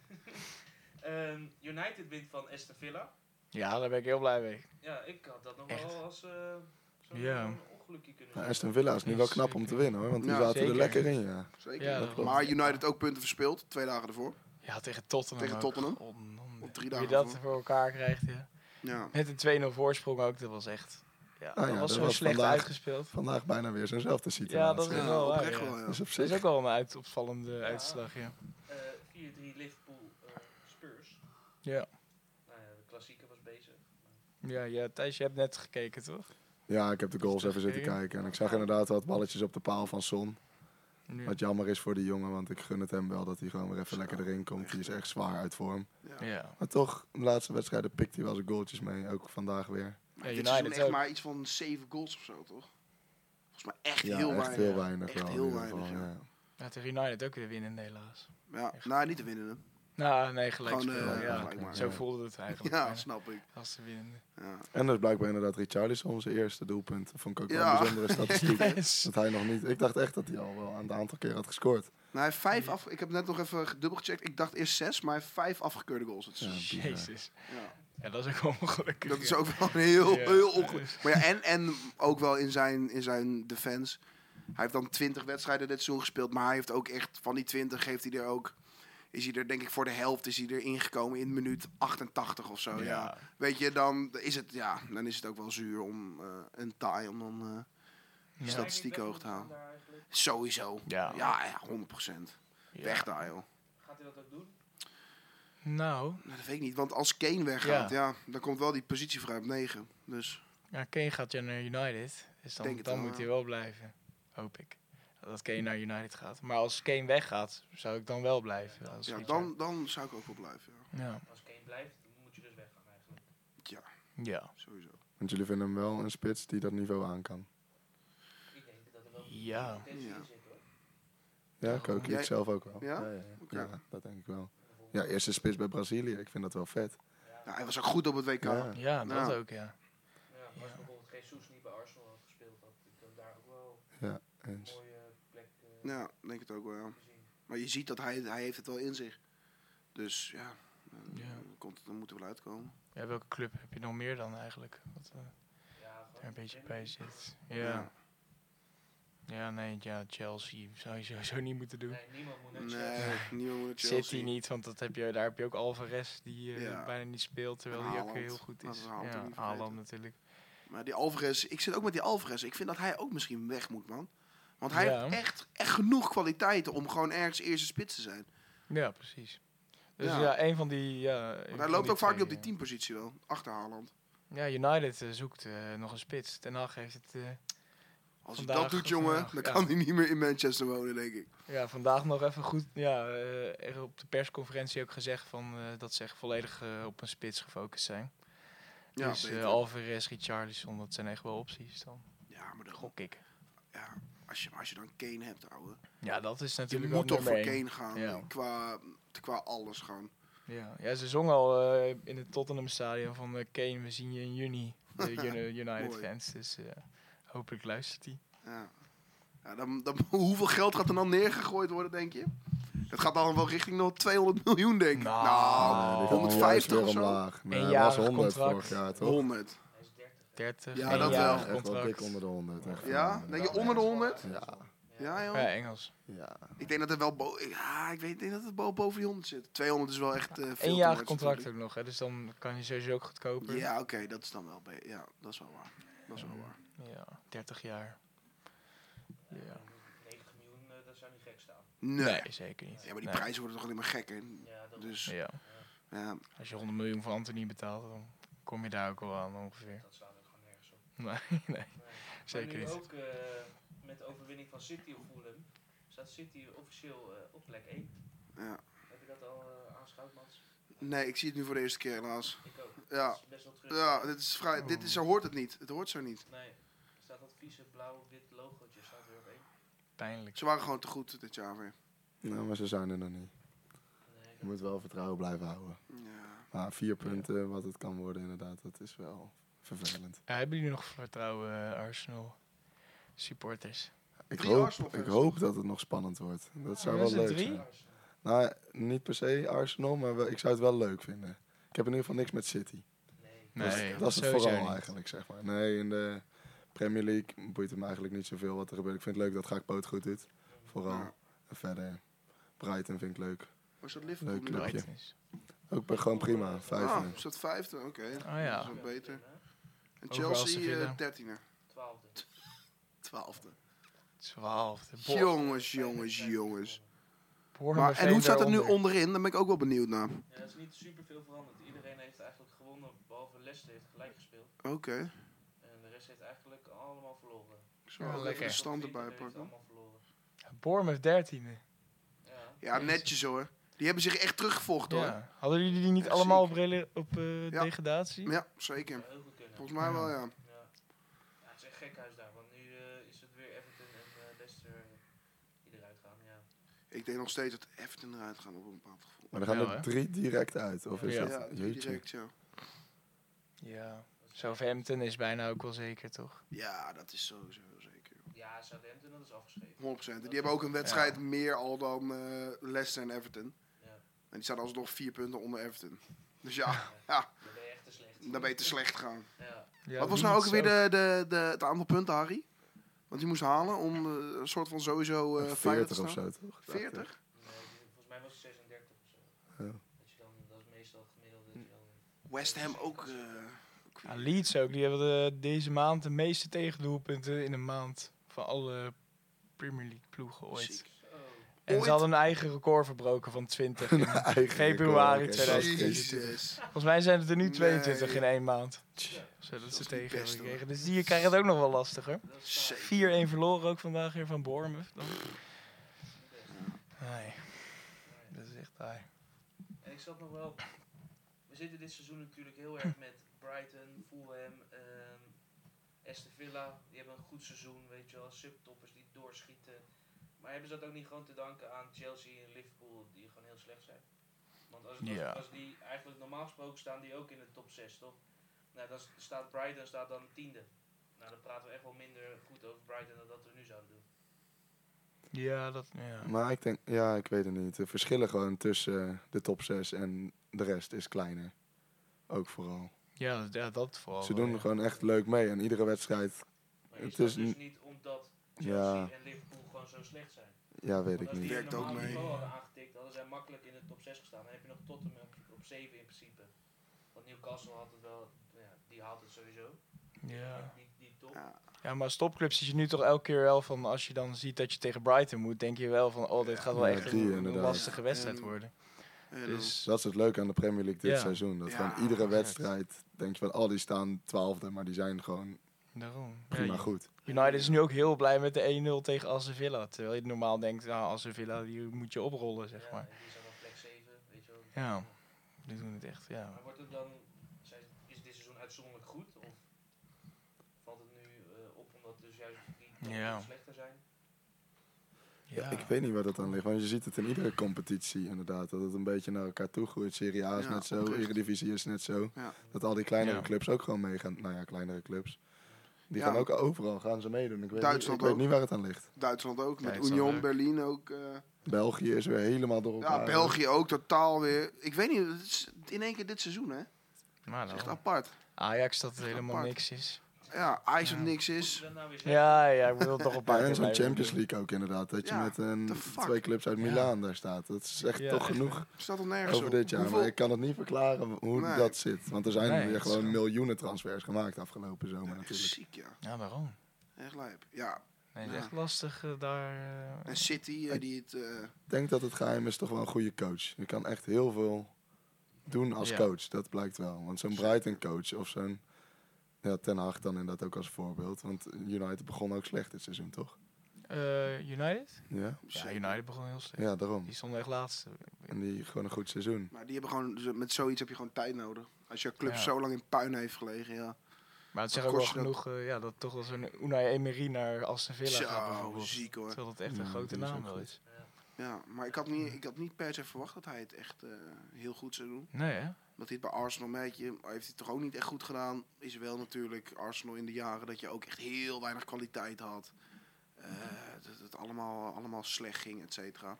A: Ehm, United wint van Aston Villa.
B: Ja, daar ben ik heel blij mee.
A: Ja, ik had dat nog
B: Echt?
A: wel als eh zo'n
B: Ja.
A: zo'n ongelukje kunnen
D: Nou,
A: zien.
D: Aston Villa is nu wel knap om te winnen, hoor. Want die
C: Ja,
D: zaten er
B: zeker.
D: lekker in, ja.
C: Zeker.
B: Ja,
D: dat klopt.
C: maar United ook punten verspeeld, twee dagen ervoor.
B: Ja, tegen Tottenham.
C: Tegen
B: ook.
C: Tottenham.
B: Oh, man.
C: Op drie
B: Wie
C: dagen
B: dat
C: ervoor.
B: voor elkaar krijgt, ja.
C: Ja.
B: Met een 2-0 voorsprong ook, dat was echt...
C: Ah
B: Ja, dat
D: ja,
B: was
D: dat
B: zo
D: was
B: slecht
D: vandaag-
B: uitgespeeld.
D: Vandaag bijna weer zo'nzelfde situatie.
B: Ja, dat is
C: Ja,
B: wel waar,
C: oprecht
B: ja.
C: wel, ja.
D: Dus op
B: Dat is ook
D: zich.
B: wel een uit, opvallende
A: Ja.
B: uitslag, ja.
A: Eh, 4-3 Liverpool eh, Spurs.
B: Ja.
A: Nou ja, de klassieke was bezig.
B: Ja, ja, Thijs, je hebt net gekeken, toch?
D: Ja, ik heb de goals even zitten kijken. En ik zag inderdaad wat balletjes op de paal van Son.
B: Ja.
D: Wat jammer is voor die jongen, want ik gun het hem wel dat hij gewoon weer even lekker erin komt. Die is echt zwaar uit vorm.
C: Ja.
B: Ja.
D: Maar toch, de laatste wedstrijden pikt hij wel zijn goaltjes mee. Ook vandaag weer.
C: Maar
B: Ja,
C: dit
B: United
C: seizoen echt
B: ook.
C: maar iets van zeven goals of zo, toch? Volgens mij echt
D: Ja,
C: heel
D: echt
C: weinig.
D: heel weinig.
C: Echt
D: wel, in
C: heel
D: ieder
C: weinig,
D: geval,
C: ja.
D: ja.
B: Ja, tegen United ook weer winnen, helaas.
C: Ja,
B: Echt.
C: nou, niet te winnen.
B: Nou, nee, gelijk
C: Gewoon,
B: spelen,
C: eh,
B: ja.
C: gelijk maken.
B: Zo [laughs]
D: Ja.
B: voelde het
C: [laughs]
B: eigenlijk.
C: Ja,
B: bijna,
C: snap ik.
B: Als de winnende.
C: Ja.
D: En dat is blijkbaar inderdaad Richarlison zijn eerste doelpunt. Dat vond ik ook wel
C: [laughs] Ja.
D: een bijzondere
C: [laughs]
D: statistiek.
B: Yes.
D: Dat hij nog niet... Ik dacht echt dat hij al wel een aantal keer had gescoord.
C: Nou, hij heeft vijf af... Ik heb net nog even gedubbelgecheckt. Ik dacht eerst zes, maar hij heeft vijf afgekeurde goals. Dat is,
D: Ja.
B: [laughs]
D: bizar.
B: Jezus.
C: ja.
B: Ja, dat is ook wel ongelukkig.
C: Dat is
B: ja.
C: ook wel een heel,
B: Ja. dus-
C: heel ongelukkig. Maar ja, en, en ook wel in zijn, in zijn defense. Hij heeft dan 20 wedstrijden dit seizoen gespeeld. Maar hij heeft ook echt van die 20 heeft hij er ook. Is hij er denk ik voor de helft is hij er ingekomen in minuut 88 of zo. Oh, Ja.
B: Ja.
C: Weet je, dan is het ja, dan is het ook wel zuur om eh een taai om dan eh,
B: Ja.
C: Is dat- Statistieken hoog te halen.
A: Daar eigenlijk.
C: sowieso.
B: Ja.
C: Ja, ja, 100%.
B: Ja.
C: Weg daar joh.
A: Gaat hij dat ook doen?
B: Nou,
C: Nou, dat weet ik niet, want als Kane weggaat, ja. dan komt wel die positie vrij op 9. Dus
B: ja, Kane gaat ja naar United. Dus dan,
C: Denk het
B: dan
C: wel,
B: moet
C: ja.
B: hij wel blijven. Hoop ik. Dat Kane naar United gaat. Maar als Kane weggaat, zou ik dan wel blijven. Als
C: ja,
B: Richard.
C: dan, dan zou ik ook wel blijven. Ja,
B: Ja.
A: Als Kane blijft, moet je dus weggaan eigenlijk.
B: Ja.
C: sowieso.
D: Want jullie vinden hem wel een spits die dat niveau aan kan.
A: Ik denk dat er wel
B: Ja.
A: potentie
C: Ja.
A: in zit hoor.
D: Ja, ik ook.
C: Jij-
D: Ik zelf ook wel.
C: Ja?
D: ja, ja.
C: Oké.
D: Ja, dat denk ik wel.
A: Bijvoorbeeld
D: Ja, eerste spits bij Brazilië. Ik vind dat wel vet.
C: Ja, hij was ook goed op het WK.
D: Ja.
B: Ja, dat
C: Ja.
B: ook, ja.
A: Ja, maar als bijvoorbeeld Jesus niet bij Arsenal had gespeeld, had ik hem daar ook wel een
C: Oh,
D: Eens.
A: mooie plek eh,
C: Ja, denk het ook wel. ja.
A: gezien.
C: Maar je ziet dat hij, hij heeft het wel in zich. Dus ja, dan,
B: Ja.
C: dan komt het, dan moet er wel uitkomen.
B: ja. Welke club heb je nog meer dan eigenlijk? Wat eh,
A: Ja, gewoon
B: er een beetje bij
A: Premier
B: zit. Ja. Ja, nee, ja, Chelsea zou je sowieso niet moeten doen.
A: League. Nee, niemand moet naar Chelsea.
C: Nee, niemand moet naar Chelsea.
B: City niet, want dat heb je, daar heb je ook Alvarez, die eh,
C: Ja.
B: bijna niet speelt, terwijl
C: En
B: hij ook
C: Haaland.
B: heel goed
C: Laten
B: is.
C: we Haaland ook
B: Ja,
C: niet vergeten.
B: Haaland natuurlijk.
C: Maar die Alvarez, ik zit ook met die Alvarez. Ik vind dat hij ook misschien weg moet, man. Want hij
B: Ja.
C: heeft echt, echt genoeg kwaliteiten om gewoon ergens eerste spits te zijn.
B: Ja, precies. Dus
C: Ja.
B: ja, een van die... Ja, een
C: Want hij
B: van
C: loopt
B: die
C: ook vaak
B: twee,
C: niet op die
B: eh,
C: teampositie wel, achter Haaland.
B: Ja, United eh, zoekt eh, nog een spits. Ten Hag heeft het eh,
C: Als
B: Vandaag
C: hij dat doet,
B: of
C: jongen,
B: vandaag,
C: dan
B: ja.
C: kan hij niet meer in Manchester wonen, denk ik.
B: ja, vandaag nog even goed... Ja, eh, er op de persconferentie ook gezegd van, eh, dat ze echt volledig eh, op een spits gefocust zijn.
C: Ja,
B: dus eh,
C: beter.
B: Alvarez, Richarlison, dat zijn echt wel opties dan.
C: ja maar dan,
B: Gok ik.
C: ja, als, je, als je dan Kane hebt, ouwe.
B: Ja, dat is
C: Je
B: natuurlijk wel
C: moet toch voor
B: nummer één.
C: Kane gaan,
B: Ja.
C: qua, qua alles gewoon.
B: Ja, ja ze zongen al eh, in het Tottenham Stadion van eh, Kane, we zien je in juni.
C: [laughs]
B: De Uni- United
C: Mooi.
B: fans, dus eh, hopelijk luistert hij.
C: Ja. Ja, dan, [laughs] dan, hoeveel geld gaat er dan neergegooid worden, denk je? Dat gaat dan wel richting nog 200 miljoen, denk ik.
B: Nou.
C: Nou,
B: Nee,
D: die
B: dit
D: gaan
C: 150
D: juist
C: of
D: weer
C: zo.
D: omlaag. Nee,
B: Eenjarig
D: was 100
B: contract.
D: vorig jaar, toch?
C: 100.
A: Hij is 30. hè?
B: 30,
C: Ja,
B: één
C: dat
B: jaar
C: wel.
D: Echt wel dik
B: contract.
D: onder de 100. echt
C: Ja?
D: wel.
C: Denk je onder de 100?
D: Ja.
C: Ja, joh.
B: Ja, Engels.
D: Ja.
C: Ik denk dat er wel bo ja, ik weet, ik denk dat het bo- boven die 100 zit. 200 is wel echt eh, veel.
B: Eén
C: te
B: jaar
C: hard,
B: contract
C: natuurlijk.
B: ook nog, hè, dus dan kan je sowieso ook goedkoper.
C: Ja, oké, dat is dan wel. be- Ja, dat is wel waar. Dat is wel waar.
B: Ja, 30 jaar. Ja.
A: 90 miljoen, eh, dat zou niet gek staan.
C: Nee.
B: Nee, zeker niet.
C: Ja, maar die
B: Nee.
C: prijzen worden toch alleen maar gekker.
A: Ja, dat
C: Dus
B: Ja.
C: ja,
B: Als je 100 miljoen voor Anthony betaalt, dan kom je daar ook wel aan ongeveer.
A: dat slaat ook gewoon nergens op.
B: Nee, [laughs] nee,
A: Nee.
B: zeker
A: maar nu
B: niet.
A: ook eh, met de overwinning van City op Fulham staat City officieel eh, op plek 1.
C: ja.
A: Heb je dat al eh, aanschouwd, Mats?
C: Nee, ik zie het nu voor de eerste keer helaas.
A: Ik ook.
C: Ja.
A: Dat is best wel terug.
C: Ja, dit is vrij, dit is, zo hoort het niet. Het hoort zo niet.
A: Nee, er staat dat vieze blauw-wit logootje staat weer op één.
B: Pijnlijk.
C: Ze waren gewoon te goed dit jaar weer.
D: Nou, maar ze zijn er nog niet.
A: Nee,
D: Je moet wel vertrouwen blijven houden.
C: Ja.
D: Maar vier punten, wat het kan worden inderdaad, dat is wel vervelend.
B: Ja, hebben jullie nog vertrouwen, eh, Arsenal supporters?
D: Ik
C: Drie
D: hoop,
C: Arsenal-fans.
D: ik hoop dat het nog spannend wordt. Dat zou
B: Ja,
D: wel
B: is het
D: leuk
B: drie?
D: zijn. Nou, ja, niet per se Arsenal, maar wel- ik zou het wel leuk vinden. Ik heb in ieder geval niks met City.
A: nee.
D: Dat is-
B: Nee,
D: dat is het
B: sowieso
D: vooral
B: niet.
D: eigenlijk, zeg maar. Nee, in de Premier League boeit het me eigenlijk niet zoveel wat er gebeurt. Ik vind het leuk dat Gakpo het goed doet,
B: Oh
D: vooral.
C: Ja.
D: En verder, Brighton vind ik leuk.
C: Was dat Liverpool
D: Leuk
C: nu?
D: clubje.
B: Brighton is.
D: Ook be- gewoon prima, vijfde.
C: Ah, is dat vijfde? Oké.
B: Oh ja.
C: Dat is wat beter. En
B: Overal
C: Chelsea
B: Sevilla.
C: eh dertiende.
A: Twaalfde.
C: Twaalfde.
B: Twaalfde. Bo-
C: Jongens, jongens, jongens. Maar,
B: Bournemouth
C: en hoe
B: heeft
C: staat het nu
B: daaronder.
C: onderin? Daar ben ik ook wel benieuwd naar.
A: Ja, dat is niet super veel veranderd. Iedereen heeft eigenlijk gewonnen, behalve Leicester heeft gelijk gespeeld.
C: Oké.
A: En de rest heeft eigenlijk allemaal verloren.
C: Ik zal
B: Ja,
C: ook even
B: lekker.
C: de stand
A: Tot
C: erbij
A: Twente heeft
C: pakken.
A: allemaal verloren.
B: Bournemouth dertiende.
A: Ja.
C: Ja, netjes hoor. Die hebben zich echt teruggevochten hoor.
B: Ja. Hadden jullie die niet
C: Ja,
B: allemaal op, rela- op eh,
C: Ja.
B: degradatie?
C: Ja,
A: zou
C: zeker.
A: heel goed kunnen.
C: Volgens mij wel, ja.
A: Ja. ja, het is echt gek huis daar, want nu eh, is het weer Everton en eh, Leicester eh, die eruit gaan. Ja.
C: Ik denk nog steeds dat Everton eruit gaan op een bepaald gevoel.
D: Maar er gaan
B: Ja,
D: er
B: hè?
D: drie direct uit, of is
B: Ja.
C: Ja,
D: dat?
C: die
D: Jeetje.
C: direct zo.
B: Ja. Southampton is bijna ook wel zeker, toch?
C: Ja, dat is sowieso wel zeker.
A: Ja, Southampton, dat is
C: 100%.
A: afgeschreven.
C: En Die hebben ook een wedstrijd meer al dan eh Leicester en Everton.
A: Ja.
C: En die staan alsnog vier punten onder Everton. Dus
B: [laughs]
C: ja,
A: Dan ben je echt te slecht.
C: dan ben je te slecht gaan.
A: Ja.
B: Ja,
C: Wat was
B: wie
C: nou ook
B: is
C: weer de, de, de, het aantal punten, Harry? Want die moest halen om eh, een soort van sowieso eh veilig te
D: 40
C: staan.
D: of zo, toch?
C: 40?
A: Nee, volgens mij was het 36 of zo.
D: Ja.
A: Dat, je dan, dat is meestal het gemiddelde. Dat je dan,
C: West Ham ook. eh,
B: Ja, Leeds ook. Die hebben de- deze maand de meeste tegendoelpunten in een maand van alle Premier League ploegen ooit.
C: ziek.
A: zo.
B: En
C: Ooit?
B: ze hadden een eigen record verbroken van
D: [laughs]
B: 20.
C: [laughs]
B: in-
D: Eigen
B: Februari
D: record, oké.
B: 2022.
C: Jezus.
B: Volgens mij zijn het er nu
C: Nee.
B: 22 in één maand.
D: Tje.
B: Zo, dat
C: is
B: ze
C: niet
B: tegen hebben
C: best, hoor.
B: gekregen. Dus die krijgen het ook nog wel lastig hoor.
A: Dat is
C: Zeker.
B: 4-1 verloren ook vandaag weer van Bournemouth. Dan-
A: niet best.
B: Nee,
A: Nee.
B: dat is echt taai.
A: En ik zat nog wel. We zitten dit seizoen natuurlijk heel erg met Brighton, Fulham, ehm Aston Villa. Die hebben een goed seizoen, weet je wel. Subtoppers die doorschieten. Maar hebben ze dat ook niet gewoon te danken aan Chelsea en Liverpool, die gewoon heel slecht zijn? Want als, als,
B: Ja.
A: als die eigenlijk normaal gesproken staan die ook in de top 6, toch? Nou, dan staat Brighton staat dan tiende. Nou, dan praten we echt wel minder goed over Brighton dan dat we nu zouden doen.
B: Ja, dat... Ja.
D: Maar ik denk, ja, ik weet het niet. De verschillen gewoon tussen de top 6 en de rest is kleiner. Ook vooral.
B: Ja, dat, ja, dat vooral.
D: Ze
B: wel,
D: doen
B: Oh, ja.
D: gewoon echt leuk mee aan iedere wedstrijd.
A: Maar je
D: Het
A: staat
D: is
A: dus
D: n-
A: niet omdat Chelsea
D: Ja.
A: en Liverpool gewoon zo slecht zijn.
D: Ja, weet
A: Want
D: ik
A: als die
D: niet.
A: een
C: Werkt ook
A: normaal
C: mee.
A: niveau hadden aangetikt, hadden zij makkelijk in de top 6 gestaan. Dan heb je nog Tottenham op, op 7 in principe. Want Newcastle had het wel, ja, die haalt het sowieso.
B: Ja.
A: Die, die top.
C: Ja.
B: ja, maar als topclub zit je nu toch elke keer wel van... Als je dan ziet dat je tegen Brighton moet, denk je wel van... Oh, dit gaat wel
D: Ja,
B: echt
D: die
B: een, een
D: inderdaad.
B: lastige wedstrijd
C: En-
B: worden.
C: En
B: Dus...
D: Dat is het leuke aan de Premier League dit
B: Ja.
D: seizoen. Dat
C: Ja,
D: gewoon iedere
B: exact.
D: wedstrijd denk je van, al die staan twaalfde, maar die zijn gewoon
B: Daarom. Ja,
D: prima goed.
B: United is nu ook heel blij met de 1-0 tegen Aston Villa. Terwijl je normaal denkt, nou, Aston Villa die moet je oprollen, zeg
A: ja,
B: maar.
A: en die zijn op plek 7, weet je wel.
B: Ja. Die doen het echt, ja.
A: Maar wordt het dan, zijn, is dit seizoen uitzonderlijk goed? Of valt het nu eh, op omdat dus juist die top
B: Ja.
A: slechter zijn?
D: Ja. ik weet niet waar dat aan ligt. Want je ziet het in iedere competitie inderdaad. Dat het een beetje naar elkaar toe groeit. Serie A is
C: Ja,
D: net zo,
C: oprecht.
D: Eredivisie is net zo.
C: Ja.
D: Dat al die kleinere
B: Ja.
D: clubs ook gewoon meegaan. Nou ja, kleinere clubs. Die
C: Ja.
D: gaan ook overal gaan ze meedoen. Ik weet,
C: Duitsland
D: niet, ik
C: ook.
D: weet niet waar het aan ligt.
C: Duitsland ook, met
B: Duitsland
C: Union
B: ook.
C: Berlin ook. eh.
D: België is weer helemaal door elkaar.
C: ja, België ook totaal weer. Ik weet niet, het is in één keer dit seizoen, hè? Het
B: Maar
C: is echt
B: nou,
C: apart.
B: Ajax dat er helemaal
C: apart.
B: niks is.
C: Ja, IJs op
B: Ja.
C: niks
A: Moet je
C: is.
A: dat nou weer zeggen?
B: Ja, ja, ik wil toch een paar
D: Ja, en
B: keer
D: zo'n
B: blijven
D: Champions
B: doen.
D: League ook inderdaad. Dat je
C: Ja,
D: met een,
C: the fuck.
D: twee clubs uit
B: Ja.
D: Milaan daar staat. Dat is echt
B: Ja,
D: toch
B: echt,
D: genoeg
C: Staat al nergens
D: over
C: op.
D: dit jaar.
C: Hoeveel-
D: Maar ik kan het niet verklaren hoe
C: Nee.
D: dat zit. Want er zijn
B: Nee,
D: weer
B: het is
D: gewoon
B: gewoon-
D: miljoenen transfers gemaakt afgelopen zomer
C: Ja, echt
D: natuurlijk.
C: ziek, ja.
B: Ja, waarom?
C: Echt lijp. Ja,
B: Nee, het is
C: Ja.
B: echt lastig eh, daar. eh,
C: en City, eh,
D: Ik-
C: die het... eh,
D: Ik denk dat het geheim is toch wel een goede coach. Je kan echt heel veel doen als
B: Ja.
D: coach. Dat blijkt wel. Want zo'n Brighton coach of zo'n... Ja, Ten Hag dan inderdaad ook als voorbeeld. Want United begon ook slecht dit seizoen, toch?
B: eh, United?
D: Ja,
B: Ja,
C: zeker.
B: United begon heel slecht.
D: ja daarom.
B: Die stonden echt laatste.
D: En die gewoon een goed seizoen.
C: Maar die hebben gewoon, dus met zoiets heb je gewoon tijd nodig. Als je club
B: Ja.
C: zo lang in puin heeft gelegen, ja.
B: Maar het
C: Maar
B: zegt ook wel
C: kost je dat-
B: genoeg eh, ja, dat toch wel zo'n Unai Emery naar Aston Villa gaat
C: Zo,
B: bijvoorbeeld.
C: ziek hoor. Mm,
B: Terwijl dat echt
D: Ja,
B: een grote
D: die is
B: naam
D: ook
B: wel
D: goed.
B: is.
C: Ja, maar ik had, niet, ik had niet per se verwacht dat hij het echt eh, heel goed zou doen.
B: Nee, hè?
C: Want dit bij Arsenal, merk je, heeft hij het toch ook niet echt goed gedaan. Is wel natuurlijk Arsenal in de jaren dat je ook echt heel weinig kwaliteit had. Eh, dat het allemaal, allemaal slecht ging, et cetera.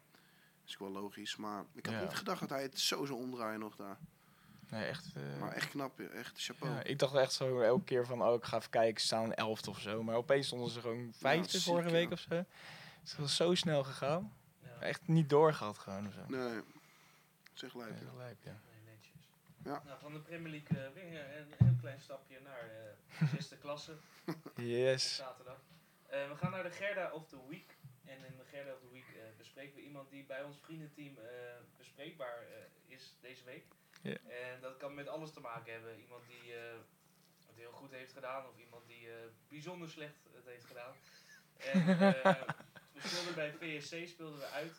C: Is ook wel logisch. Maar ik had
B: Ja.
C: niet gedacht dat hij het zo zou omdraaien nog daar.
B: Nee, echt. eh,
C: Maar echt knap, joh. echt chapeau.
B: ja, ik dacht echt zo elke keer van, oh, ik ga even kijken, ze staan elfde of zo. Maar opeens stonden ze gewoon vijfde
C: ziek,
B: vorige week
C: ja.
B: of zo. Het was zo snel gegaan.
A: Ja.
B: Echt niet doorgehad gewoon of zo.
C: Nee, zeg
B: Ja,
C: lijp. joh.
B: gelijk, ja.
A: Nee, netjes.
C: Ja.
A: Nou, van de Premier League eh, weer een- een heel klein stapje naar eh, zesde klasse. op
B: Yes.
A: zaterdag. Eh, we gaan naar de Gerda of the Week. En in de Gerda of the Week eh, bespreken we iemand die bij ons vriendenteam eh, bespreekbaar eh, is deze week.
B: Ja.
A: En dat kan met alles te maken hebben. Iemand die eh, het heel goed heeft gedaan of iemand die eh, bijzonder slecht het heeft gedaan. En
B: [laughs]
A: eh, we speelden bij PSC speelden we uit.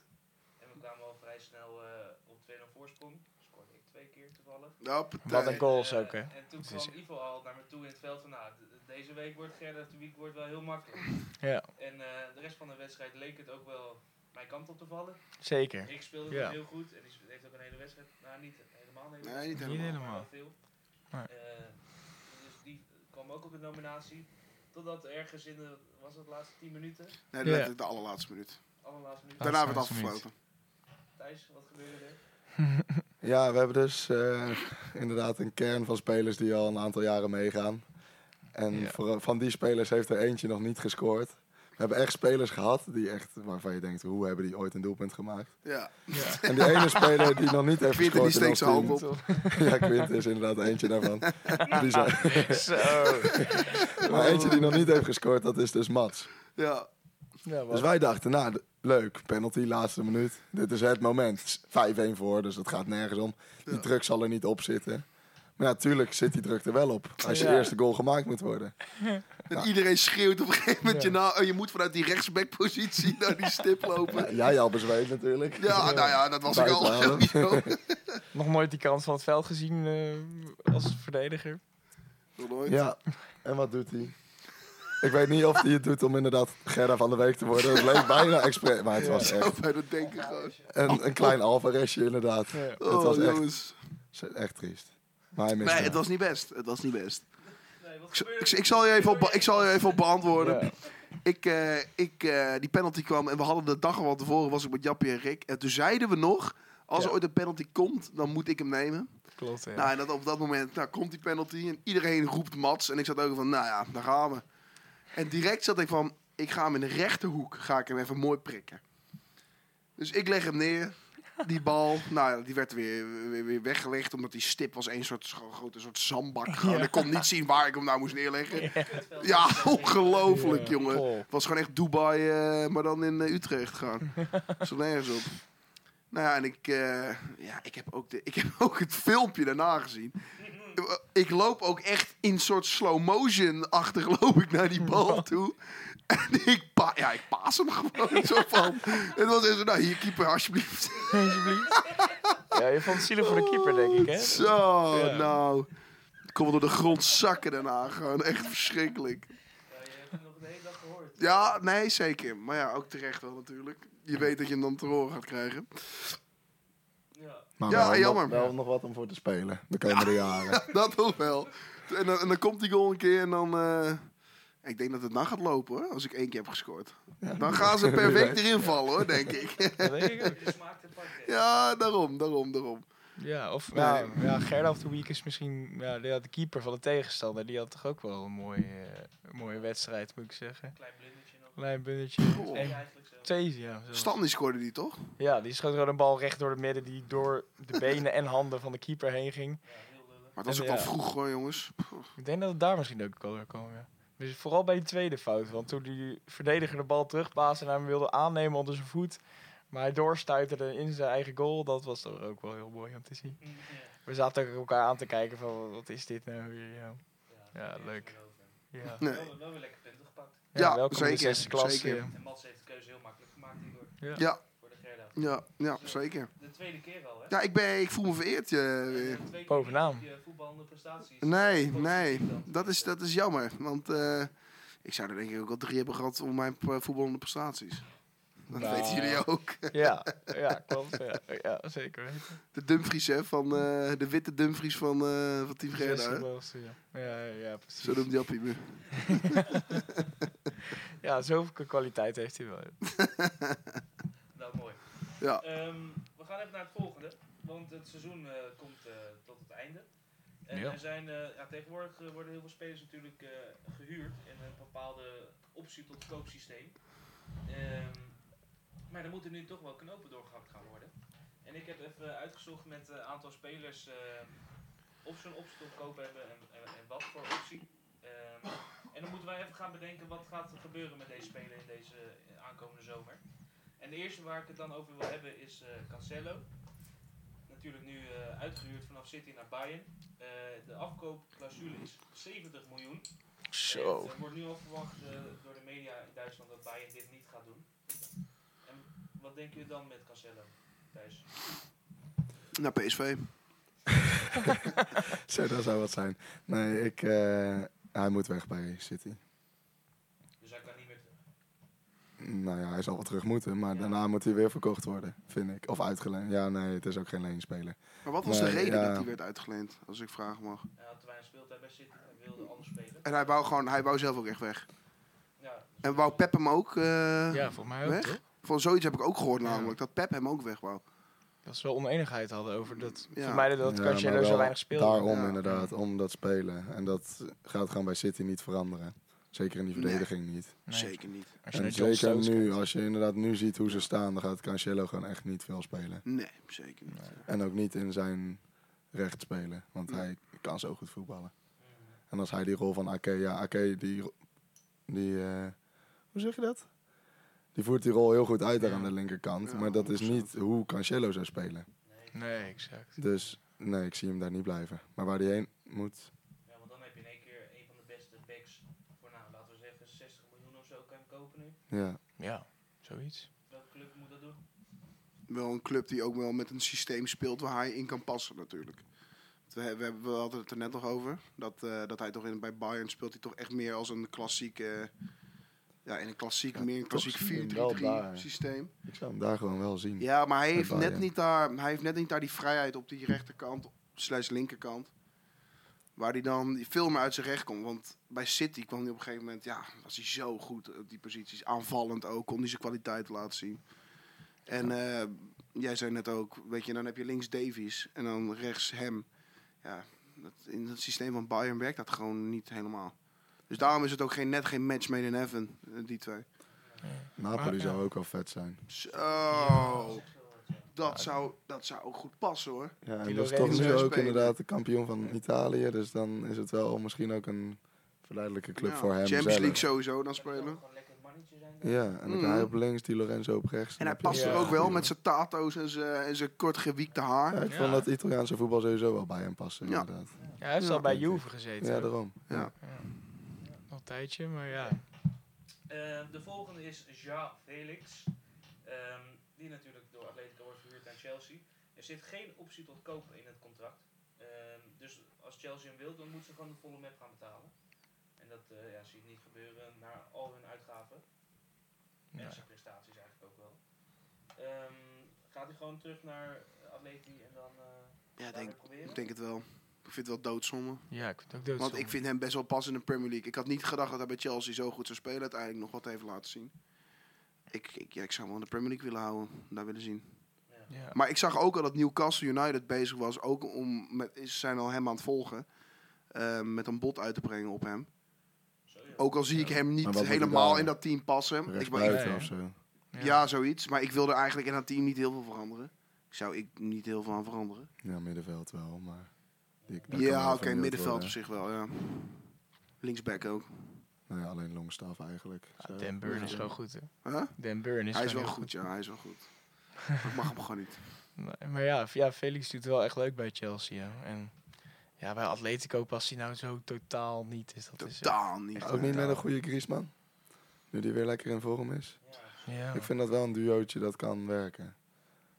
A: En we kwamen al vrij snel eh, op 2-0 voorsprong. Scoorde ik twee keer toevallig.
C: Hoppatee.
B: Wat een goal. Goals
A: Eh,
B: ook, hè?
A: En toen
B: Het is-
A: kwam Ivo al naar me toe in het veld van, nou, d- deze week wordt Gerda de Week wordt wel heel makkelijk.
B: Ja,
A: En eh, de rest van de wedstrijd leek het ook wel mijn kant op te vallen.
B: zeker.
A: Ik speelde
B: Ja.
A: heel goed en die sp- heeft ook een hele wedstrijd, nou niet helemaal een hele
C: Nee, niet
B: Niet
C: helemaal.
A: maar wel
B: helemaal.
A: veel.
B: Nee.
A: Eh, dus die kwam ook op de nominatie. Totdat ergens in de, was het laatste 10 minuten,
C: Nee,
B: Ja.
C: letterlijk de allerlaatste minuut.
A: allerlaatste minuut.
C: Daarna werd het
B: laatste minuut.
C: afgefloten.
A: Thijs, wat gebeurde er?
D: Ja, we hebben dus eh, inderdaad een kern van spelers die al een aantal jaren meegaan. En
B: Ja.
D: voor- van die spelers heeft er eentje nog niet gescoord. We hebben echt spelers gehad die echt, waarvan je denkt, hoe hebben die ooit een doelpunt gemaakt?
C: Ja,
B: Ja.
C: [laughs]
D: En die ene speler die nog niet heeft
C: Quinten, die
D: gescoord. in
C: steekt zijn
D: ons
C: hand
D: team-
C: op.
D: [laughs] Ja, Quinten is inderdaad eentje
C: [laughs]
D: daarvan. Die zijn-
B: [laughs]
C: Ah.
B: Zo.
D: maar eentje die nog niet heeft gescoord, dat is dus Mats.
C: Ja,
B: Ja, wat-
D: Dus wij dachten, nou, d- leuk, penalty, laatste minuut. Dit is het moment. 5-1 voor, dus dat gaat nergens om. Die
C: Ja.
D: druk zal er niet op zitten. Maar natuurlijk zit die druk er wel op. Als je
B: Ja.
D: eerste goal gemaakt moet worden.
C: dat iedereen schreeuwt op een gegeven moment.
B: Ja.
C: Je, nou, oh, je moet vanuit die rechtsbackpositie naar die stip lopen.
D: [laughs] Ja, jij al bezweet natuurlijk. [laughs]
C: Ja, nou ja, dat was ik al.
D: Buitenhalen.
C: [laughs] sowieso.
B: Nog nooit die kant van het veld gezien eh, als verdediger.
C: Nog nooit.
D: Ja, en wat doet hij? Ik weet niet of hij het doet om inderdaad Gerda van de Week te worden. Het leek bijna expres, maar het was echt
C: Zo bij dat denken gewoon.
D: een, een klein alvarestje inderdaad.
B: Ja.
D: Het
C: Oh,
D: was echt,
C: jongens.
D: echt triest. Maar hij miste
C: Nee,
D: hem.
C: het was niet best. Het was niet best.
A: Nee, wat
C: Ik, z-
A: gebeurde
C: ik,
A: er?
C: z- ik zal je even op, be- ik zal je even op beantwoorden.
B: Ja.
C: Ik, eh, ik, eh, die penalty kwam en we hadden de dag al van tevoren, was ik met Jappie en Rick. En toen zeiden we nog, als
B: Ja.
C: er ooit een penalty komt, dan moet ik hem nemen.
B: Klopt, ja.
C: Nou, en dat, op dat moment nou, komt die penalty en iedereen roept Mats. En ik zat ook van, nou ja, daar gaan we. En direct zat ik van, ik ga hem in de rechterhoek, ga ik hem even mooi prikken. Dus ik leg hem neer. Die bal, nou ja, die werd weer, weer, weer weggelegd omdat die stip was een soort scho- grote soort zandbak. gewoon. Ik kon niet zien waar ik hem nou moest neerleggen.
A: Kutveld.
C: Ja, ongelooflijk,
B: Ja,
C: jongen.
B: Paul.
C: Het was gewoon echt Dubai, eh, maar dan in eh, Utrecht
B: [laughs]
C: gaan. Zo nergens op. Nou ja, en ik, eh, ja, ik, heb ook de, ik heb [laughs] ook het filmpje daarna gezien. Ik loop ook echt in soort slow motion achter [laughs] loop ik naar die bal toe. En ik, pa ja, ik paas hem
B: [laughs]
C: gewoon zo van. Het was echt zo, nou hier keeper alsjeblieft.
B: Alsjeblieft. Ja, je vond het zielig voor de keeper, denk ik, hè?
C: Zo,
B: Ja.
C: nou. Ik kon wel door de grond zakken daarna gewoon. Echt verschrikkelijk.
A: Ja, je hebt hem nog de hele dag gehoord.
C: Ja, nee, zeker. Maar ja, ook terecht wel natuurlijk. Je weet dat je hem dan te horen gaat krijgen. [laughs]
A: Ja.
D: Maar
C: Ja,
D: wel,
C: jammer.
D: Nog, wel nog wat om voor te spelen de komende jaren.
C: dat toch wel. En dan, en dan komt die goal een keer en dan... eh, ik denk dat het dan gaat lopen hoor, als ik één keer heb gescoord. Dan gaan ze perfect erin vallen hoor, denk ik. [laughs]
B: Dat denk ik ook.
A: Je [laughs] smaak te pakken.
C: ja, daarom, daarom, daarom.
B: Ja, of
C: Nee.
B: nou, ja, Gerda of the Week is misschien ja, die had de keeper van de tegenstander. Die had toch ook wel een mooie, eh, een mooie wedstrijd, moet ik zeggen.
A: Klein blundertje nog.
B: Klein bunnetje.
C: Goh.
A: Ja,
B: En
A: eigenlijk zo.
B: twee, ja. zelfs.
C: Stanley scoorde die toch?
B: Ja, die schoot gewoon een bal recht door het midden die door de benen en handen van de keeper heen ging.
A: Ja, heel lullig.
C: Maar dat was ook
B: Ja.
C: wel vroeg hoor jongens.
B: Ik denk dat het daar misschien ook wel door kwam, ja. Dus vooral bij die tweede fout. Want toen die verdediger de bal terugbaasde en hij hem wilde aannemen onder zijn voet. Maar hij doorstuiterde in zijn eigen goal. Dat was toch ook wel heel mooi om te zien.
A: Mm, ja.
B: We zaten ook elkaar aan te kijken van wat is dit nou weer? Ja, Ja,
A: dat
B: leuk.
A: is erover.
B: ja.
C: Nee.
A: Wel, wel weer lekker punten gepakt.
C: Ja,
B: welkom in de
C: zeker,
B: zesde klasse.
C: zeker.
A: En Mats heeft de keuze heel makkelijk gemaakt hierdoor.
B: Ja.
C: Ja.
A: Voor de Gerda.
C: Ja, ja zeker.
A: De tweede keer al, hè?
C: Ja, ik, ben, ik voel me vereerd. eh, weer.
A: Twee keer
B: Bovenaan.
A: niet, eh, voetballende prestaties.
C: Nee,
A: Positief
C: nee.
A: dan.
C: Dat is, dat is jammer, want eh, ik zou er denk ik ook al drie hebben gehad om mijn eh, voetballende prestaties. Dat
B: Nou.
C: weten jullie ook.
B: Ja, ja, klopt. Ja, ja zeker. weten.
C: De Dumfries, hè, van eh, de witte Dumfries van, eh van Team Gerda.
B: Zesde
C: hè?
B: klasse, ja. Ja, ja, precies.
C: Zo noemt Jappie me.
B: Ja, zoveel kwaliteit heeft hij wel.
A: Nou, mooi.
C: Ja.
A: Ehm, we gaan even naar het volgende. Want het seizoen eh, komt eh, tot het einde. En
B: Ja.
A: er zijn, eh, ja, tegenwoordig eh, worden heel veel spelers natuurlijk eh, gehuurd in een bepaalde optie tot koopsysteem. Ehm, maar er moeten nu toch wel knopen doorgehakt gaan worden. En ik heb even uitgezocht met een aantal spelers eh, of ze een optie tot koop hebben en, en, en wat voor optie. Ehm, en dan moeten wij even gaan bedenken wat gaat er gebeuren met deze speler in deze eh, aankomende zomer. En de eerste waar ik het dan over wil hebben is eh, Cancelo. Natuurlijk nu eh, uitgehuurd vanaf City naar Bayern. Eh, de afkoopclausule is 70 miljoen.
B: Zo.
A: Er wordt nu al verwacht eh, door de media in Duitsland dat Bayern dit niet gaat doen. En wat denken jullie dan met Cancelo, Thijs?
C: Naar PSV.
D: Zo, dat zou wat zijn. Nee, ik, eh, hij moet weg bij City.
A: Dus hij kan niet meer terug.
D: Nou ja, hij zal wel terug moeten, maar daarna moet hij weer verkocht worden, vind ik. Of uitgeleend. Ja, nee, het is ook geen leenspeler.
C: Maar wat was de
D: Nee,
C: reden
D: ja.
C: dat hij werd uitgeleend, als ik vragen mag?
A: Hij had te weinig speeltijd bij City en wilde anders spelen.
C: En hij wou, gewoon, hij wou zelf ook echt weg.
A: Ja, dus
C: En wou Pep hem ook... eh,
B: Ja, volgens mij ook,
C: weg?
B: toch?
C: Van zoiets heb ik ook gehoord
B: Ja.
C: namelijk, dat Pep hem ook weg wou.
B: Dat ze wel oneenigheid hadden over dat.
C: Ja.
B: Vermijden dat
D: Ja, maar
B: Cancelo
D: wel
B: zo weinig speelde.
D: Daarom
C: Ja.
D: inderdaad, om dat spelen. En dat gaat gewoon bij City niet veranderen. Zeker in die
C: Nee.
D: verdediging niet.
B: Nee,
C: Zeker niet.
B: Als je
D: En
B: naar John
D: zeker
B: Stones
D: nu,
B: kijkt.
D: als je inderdaad nu ziet hoe ze staan, dan gaat Cancelo gewoon echt niet veel spelen.
C: Nee, zeker niet.
D: En ook niet in zijn recht spelen, want
C: Nee.
D: hij kan zo goed voetballen.
A: mm,
D: En als hij die rol van Ake, ja, Ake, die, ro- die eh, hoe zeg je dat? Die voert die rol heel goed uit daar aan de linkerkant,
C: Ja,
D: maar dat is
C: 100%.
D: niet hoe Cancelo zou spelen.
A: nee.
B: Nee, exact.
D: Dus nee, ik zie hem daar niet blijven. Maar waar hij heen moet,
A: Ja, want dan heb je in één keer een van de beste backs voor, nou, laten we zeggen, 60 miljoen of zo kan je hem kopen nu.
D: ja.
B: Ja, zoiets.
A: Welke club moet dat doen?
C: Wel een club die ook wel met een systeem speelt waar hij in kan passen natuurlijk. We, we, hebben- we hadden het er net nog over. Dat, eh, dat hij toch in, bij Bayern speelt hij toch echt meer als een klassieke... Ja, in een klassiek,
D: Ja,
C: meer een
D: toch
C: klassiek
D: zie je hem wel daar.
C: 4-3-3 systeem.
D: Ik zou hem daar gewoon wel zien.
C: Ja, maar hij
D: Met
C: heeft, net
D: Bayern.
C: niet daar, hij heeft net niet daar die vrijheid op die rechterkant, slash linkerkant. Waar hij dan veel meer uit zijn recht komt. Want bij City kwam hij op een gegeven moment, ja, was hij zo goed op die posities. Aanvallend ook, kon hij zijn kwaliteit laten zien. En eh, jij zei net ook, weet je, dan heb je links Davies en dan rechts hem. Ja, dat, in het systeem van Bayern werkt dat gewoon niet helemaal. Dus daarom is het ook geen, net geen match made in heaven, eh, die twee.
D: Napoli
C: Ah,
B: Maar,
D: zou ook wel vet zijn.
C: Zo. Dat zou, dat zou ook goed passen hoor.
D: Ja, en
B: Die
D: dat is toch
B: Lorenzo
D: nu ook
C: spelen.
D: inderdaad de kampioen van Italië. Dus dan is het wel misschien ook een verleidelijke club
C: Ja,
D: voor hem
C: Champions
D: zelf.
C: League sowieso dan
A: Dat kan
C: spelen.
A: gewoon lekker het mannetje zijn. dan.
D: Ja, en dan
C: Mhm.
D: kan hij op links, die Lorenzo op rechts.
C: En hij
D: Dan heb
C: past
D: je- eh,
B: Ja.
C: er ook wel met zijn tato's en zijn en zijn kort gewiekte haar.
D: Ja, ik
B: Ja.
D: vond dat Italiaanse voetbal sowieso wel bij hem passen,
C: Ja.
D: inderdaad.
B: Ja, hij heeft
C: Ja,
B: al bij
D: denk ik.
B: Juve gezeten.
D: Ja,
B: ook.
D: daarom.
C: Ja.
B: Ja. Al een tijdje, maar ja.
A: Ehm, de volgende is Ja Felix. Ehm, die natuurlijk door Atletico wordt verhuurd naar Chelsea. Er zit geen optie tot kopen in het contract. Ehm, dus als Chelsea hem wil, dan moet ze gewoon de volle map gaan betalen. En dat eh, ja, zie ik niet gebeuren naar al hun uitgaven. En
B: Nee.
A: zijn prestaties eigenlijk ook wel. Ehm, gaat hij gewoon terug naar Atleti en dan eh
C: Ja,
A: daar
C: ik denk,
A: weer proberen?
C: ik denk het wel. Ik vind het wel doodzonde.
B: Ja, ik vind het ook dood.
C: Want ik vind hem best wel pas in de Premier League. Ik had niet gedacht dat hij bij Chelsea zo goed zou spelen. Uiteindelijk nog wat heeft laten zien. Ik, ik, ja, ik zou hem wel in de Premier League willen houden. Daar willen zien.
A: Ja.
B: Ja.
C: Maar ik zag ook al dat Newcastle United bezig was. Ook om met, ze zijn al hem aan het volgen. eh, met een bod uit te brengen op hem.
A: Zo, ja.
C: Ook al zie ik hem
D: Maar
C: niet
D: wat moet hij
C: helemaal
D: daar?
C: in dat team passen. Ik,
D: Rechts
C: wou-
D: buiten
B: Ja, ja.
D: of zo.
C: ja. zoiets. Maar ik wilde eigenlijk in dat team niet heel veel veranderen. Ik zou ik niet heel veel aan veranderen.
D: Ja, middenveld wel, maar... die- daar kan wel
C: ja, oké,
D: vernieuwd
C: middenveld
D: worden.
C: op zich wel, ja. Linksback ook.
D: Nou ja, alleen longstaf eigenlijk.
B: Ja,
D: Zo.
B: Ah, Dan Burn is
C: Ja.
B: gewoon goed, hè.
C: Huh?
B: Dan Burn is
C: Hij is
B: gewoon
C: wel
B: heel
C: goed, ja, hij is wel goed. ik mag hem gewoon niet.
B: Nee, maar ja, f- ja, Felix doet wel echt leuk bij Chelsea. hè. En ja, bij Atletico past hij nou zo totaal niet. Dus dat
C: Totaal niet.
B: echt
D: Ook niet
B: totaal.
D: met een goede Griezmann. Nu die weer lekker in vorm is.
A: Ja.
B: Is, eh, ja.
D: Ik vind dat wel een duootje dat kan werken.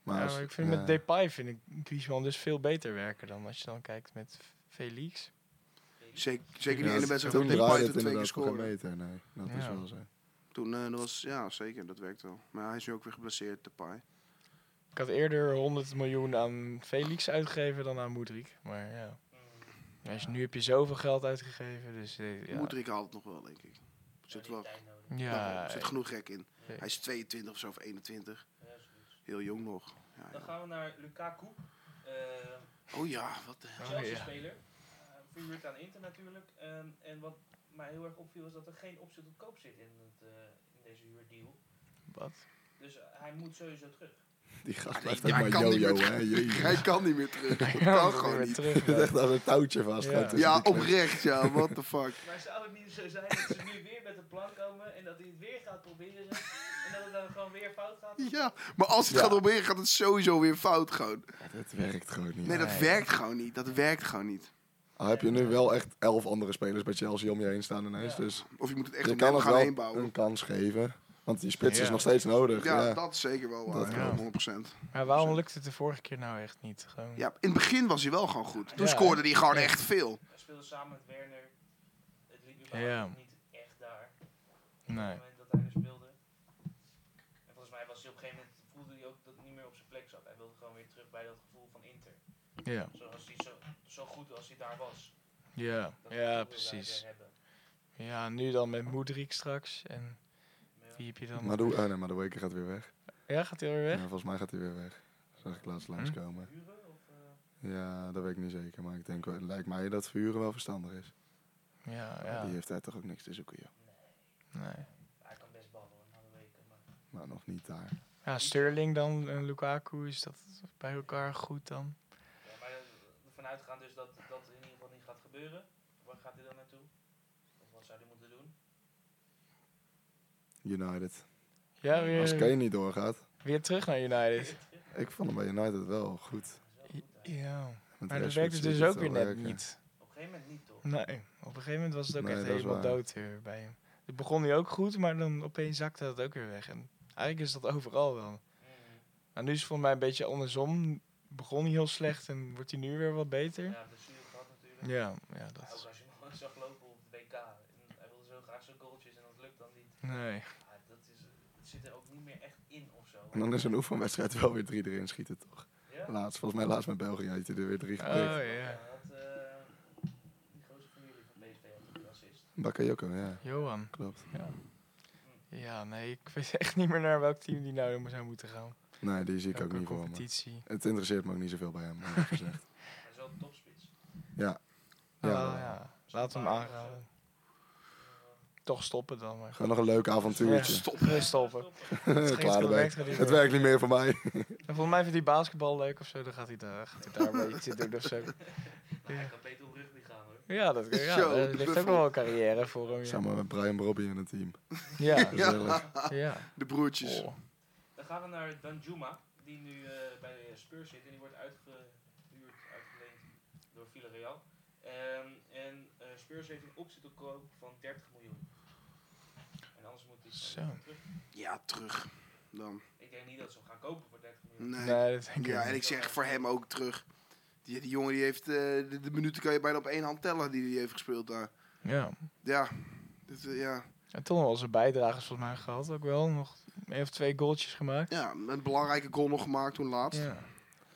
D: Maar,
B: Ja,
D: als-
B: maar ik vind
D: ja.
B: met Depay vind ik Griezmann dus veel beter werken dan als je dan kijkt met F- Felix.
C: Zeker, zeker
B: Ja,
C: die ene
B: dat-
C: wedstrijd
D: toen
C: dat
D: draaide
C: Depay
D: het
C: toen twee keer
D: inderdaad voor geen
C: scoorde.
D: meter, nee. Dat is
B: Ja.
D: wel zo.
C: Toen eh, dat was, ja, zeker, dat werkt wel. Maar hij is nu ook weer geblesseerd, Depay.
B: Ik had eerder 100 miljoen aan Felix uitgegeven dan aan Moedrik. Maar ja,
A: Mm,
B: als je, nu heb je zoveel geld uitgegeven. Dus eh, ja.
C: Ja. Moedrik haalt het nog wel, denk ik. Zit wel,
B: Ja,
C: er zit genoeg gek in.
B: eh,
C: Hij is 22 of zo, of 21. Heel jong nog. Ja,
A: Dan
C: ja.
A: gaan we naar Lukaku. Eh,
C: Oh ja, wat de hel.
B: Oh, ja.
A: Chelsea-speler. eh, Verhuurd aan Inter natuurlijk. Ehm, en wat mij heel erg opviel is dat er geen optie tot koop zit in, het, eh, in deze huurdeal.
B: wat?
A: Dus eh, hij moet sowieso terug.
D: Die gast
C: Hij,
D: blijft ook maar
C: Ah, kan niet
D: yo-yo,
C: meer
D: hè.
C: terug.
D: jezus.
C: Hij kan niet meer
B: [laughs]
C: terug.
B: Hij
C: Hij
B: kan
C: kan
B: niet
C: gewoon
B: meer
C: niet.
B: terug,
D: [laughs] Je zit
B: nee.
D: echt als een touwtje vast.
B: Ja.
D: gewoon tussen
C: Ja,
D: die knieën.
C: oprecht,
D: [laughs]
C: ja, what the fuck.
A: Maar zou het niet zo zijn dat ze nu weer met een plan komen en dat hij het weer gaat proberen en dat het dan gewoon weer fout gaat?
C: Ja, maar als hij het
D: Ja.
C: gaat proberen, gaat het sowieso weer fout gewoon.
D: Dat werkt gewoon niet.
C: Nee, dat
B: Nee.
C: werkt gewoon niet. Dat werkt gewoon niet.
D: Al heb je nu wel echt elf andere spelers bij Chelsea om je heen staan ineens.
A: Ja.
D: Dus
C: Of je moet het echt
D: je
C: op
D: kan
C: hem
D: nog
C: gaan heen
D: wel
C: bouwen.
D: een kans geven. Want die spits is
B: Ja.
D: nog steeds nodig.
C: Ja,
D: ja.
C: dat is zeker wel
D: Dat
C: waar.
B: kan.
C: Ja, 100%.
B: Maar waarom lukt het de vorige keer nou echt niet? Gewoon,
C: Ja, in het begin was hij wel gewoon goed. Toen
B: Ja.
C: scoorde hij gewoon
B: Ja.
C: echt veel.
A: Hij speelde samen met Werner. Het liep
B: Ja.
A: überhaupt niet echt daar. op
B: Nee.
A: het moment dat hij er speelde. En volgens mij was hij op een gegeven moment, voelde hij ook dat hij niet meer op zijn plek zat. Hij wilde gewoon weer terug bij dat gevoel van Inter.
B: Ja,
A: Zoals hij zo, zo goed als hij daar was.
B: ja,
A: Dat gevoel
B: ja,
A: wilde
B: precies.
A: hij weer hebben.
B: Ja, nu dan met Moedrik straks. En
A: Ja.
B: wie heb je dan?
D: Maar de, oh nee, maar de Waker gaat weer weg.
B: Ja, gaat hij weer
D: Ja,
B: weg?
D: volgens mij gaat hij weer weg. Zag ik laatst
B: Hm?
D: langskomen.
A: Huren of... eh,
D: Ja, dat weet ik niet zeker. Maar ik denk, wel- lijkt mij dat verhuren wel verstandig is.
B: Ja,
D: Die
B: ja.
D: heeft daar toch ook niks te zoeken, joh.
B: Nee.
A: hij kan best ballen hoor, na de weken. Maar
D: Maar nog niet daar.
B: Ja, Sterling dan en Lukaku, is dat bij elkaar goed dan?
A: ja, maar eh, ervan uitgaan dus dat dat in ieder geval niet gaat gebeuren. Waar gaat hij dan naartoe? Of wat zou hij moeten doen?
D: United.
B: Ja, weer,
D: Als Kane niet doorgaat.
B: weer terug naar United.
D: Ik vond hem bij United wel goed.
A: Dat is wel goed, hè.
B: Ja, maar dat
D: Met Rashford
B: werkt het
D: zie ik
B: dus ook
D: wel
B: weer net
D: werken.
B: niet.
A: Op een gegeven moment niet toch?
B: Nee, op een gegeven moment was het ook
D: Nee,
B: echt
D: dat is
B: helemaal
D: waar.
B: dood weer bij hem. Het begon nu ook goed, maar dan opeens zakte dat ook weer weg. En eigenlijk is dat overal wel.
A: Mm.
B: Maar nu is het voor mij een beetje andersom. begon hij heel slecht en wordt hij nu weer wat beter.
A: Ja, blessure gehad natuurlijk.
B: Ja, ja,
A: Ja,
B: dat
A: ook
B: is...
A: als je hem ooit zag lopen op het WK. En hij wilde zo graag zijn goaltjes en dat lukt dan niet.
B: Nee.
A: Ja, dat is, het zit er ook niet meer echt in of zo.
D: En dan is Oh, een oefenwedstrijd wel weer drie erin schieten, toch?
A: Ja?
D: Laatst, volgens mij laatst met België had je er weer drie
B: Oh
D: geprikt.
B: ja.
A: dat, eh, die gozer van jullie van PSV had een assist.
D: Bakayoko, ja.
B: Johan.
D: Klopt.
B: Ja, nee, ik weet echt niet meer naar welk team die nou zou moeten gaan.
D: Nee, die zie ik ook
B: Welke
D: niet voor me.
B: competitie.
D: Het interesseert me ook niet zoveel bij hem, eerlijk gezegd. [laughs]
A: Hij is wel een topspits.
D: Ja.
B: Ja,
D: Ja,
B: Ah, ja. Laten we hem aanraden. Toch stoppen dan maar.
D: Gewoon nog een leuk avontuurtje.
B: Stop. Stoppen. Het
D: [laughs] Eh, Klaar
B: werkt
D: erbij.
B: er niet
D: Het
B: meer.
D: werkt niet meer voor mij.
B: En volgens mij vindt hij basketbal leuk of zo. Dan gaat hij daar, gaat hij daar een beetje zitten doen of zo.
A: Nou, hij kan beter op rugby gaan hoor.
B: [laughs] Ja, dat ja,
C: Zo,
B: er ligt ook
C: buffel.
B: wel een carrière voor hem. Ja,
D: Samen met Brian Robbie in het team.
C: [laughs]
B: ja.
D: Gezellig.
B: ja.
C: De broertjes.
B: Oh.
A: Dan gaan we naar Danjuma, die nu eh, bij eh, Spurs zit en die wordt uitgehuurd, uitgeleend door Villarreal. Ehm, en eh, Spurs heeft een optie te koop van 30 miljoen. En anders moet hij
B: Zo.
A: snel terug.
C: Ja, terug. Dan.
A: Ik denk niet dat ze hem gaan kopen voor 30 miljoen.
C: Nee.
B: Nee, dat denk ik
C: Ja, en
B: niet.
C: ik zeg voor hem ook terug. Die, die jongen die heeft... eh, de, de minuten kan je bijna op één hand tellen die hij heeft gespeeld daar.
B: Ja.
C: Ja. Dit, eh, ja.
B: En toch nog wel zijn bijdragers volgens mij gehad ook wel. Nog één of twee goaltjes gemaakt.
C: ja, een belangrijke goal nog gemaakt toen laatst.
B: Ja.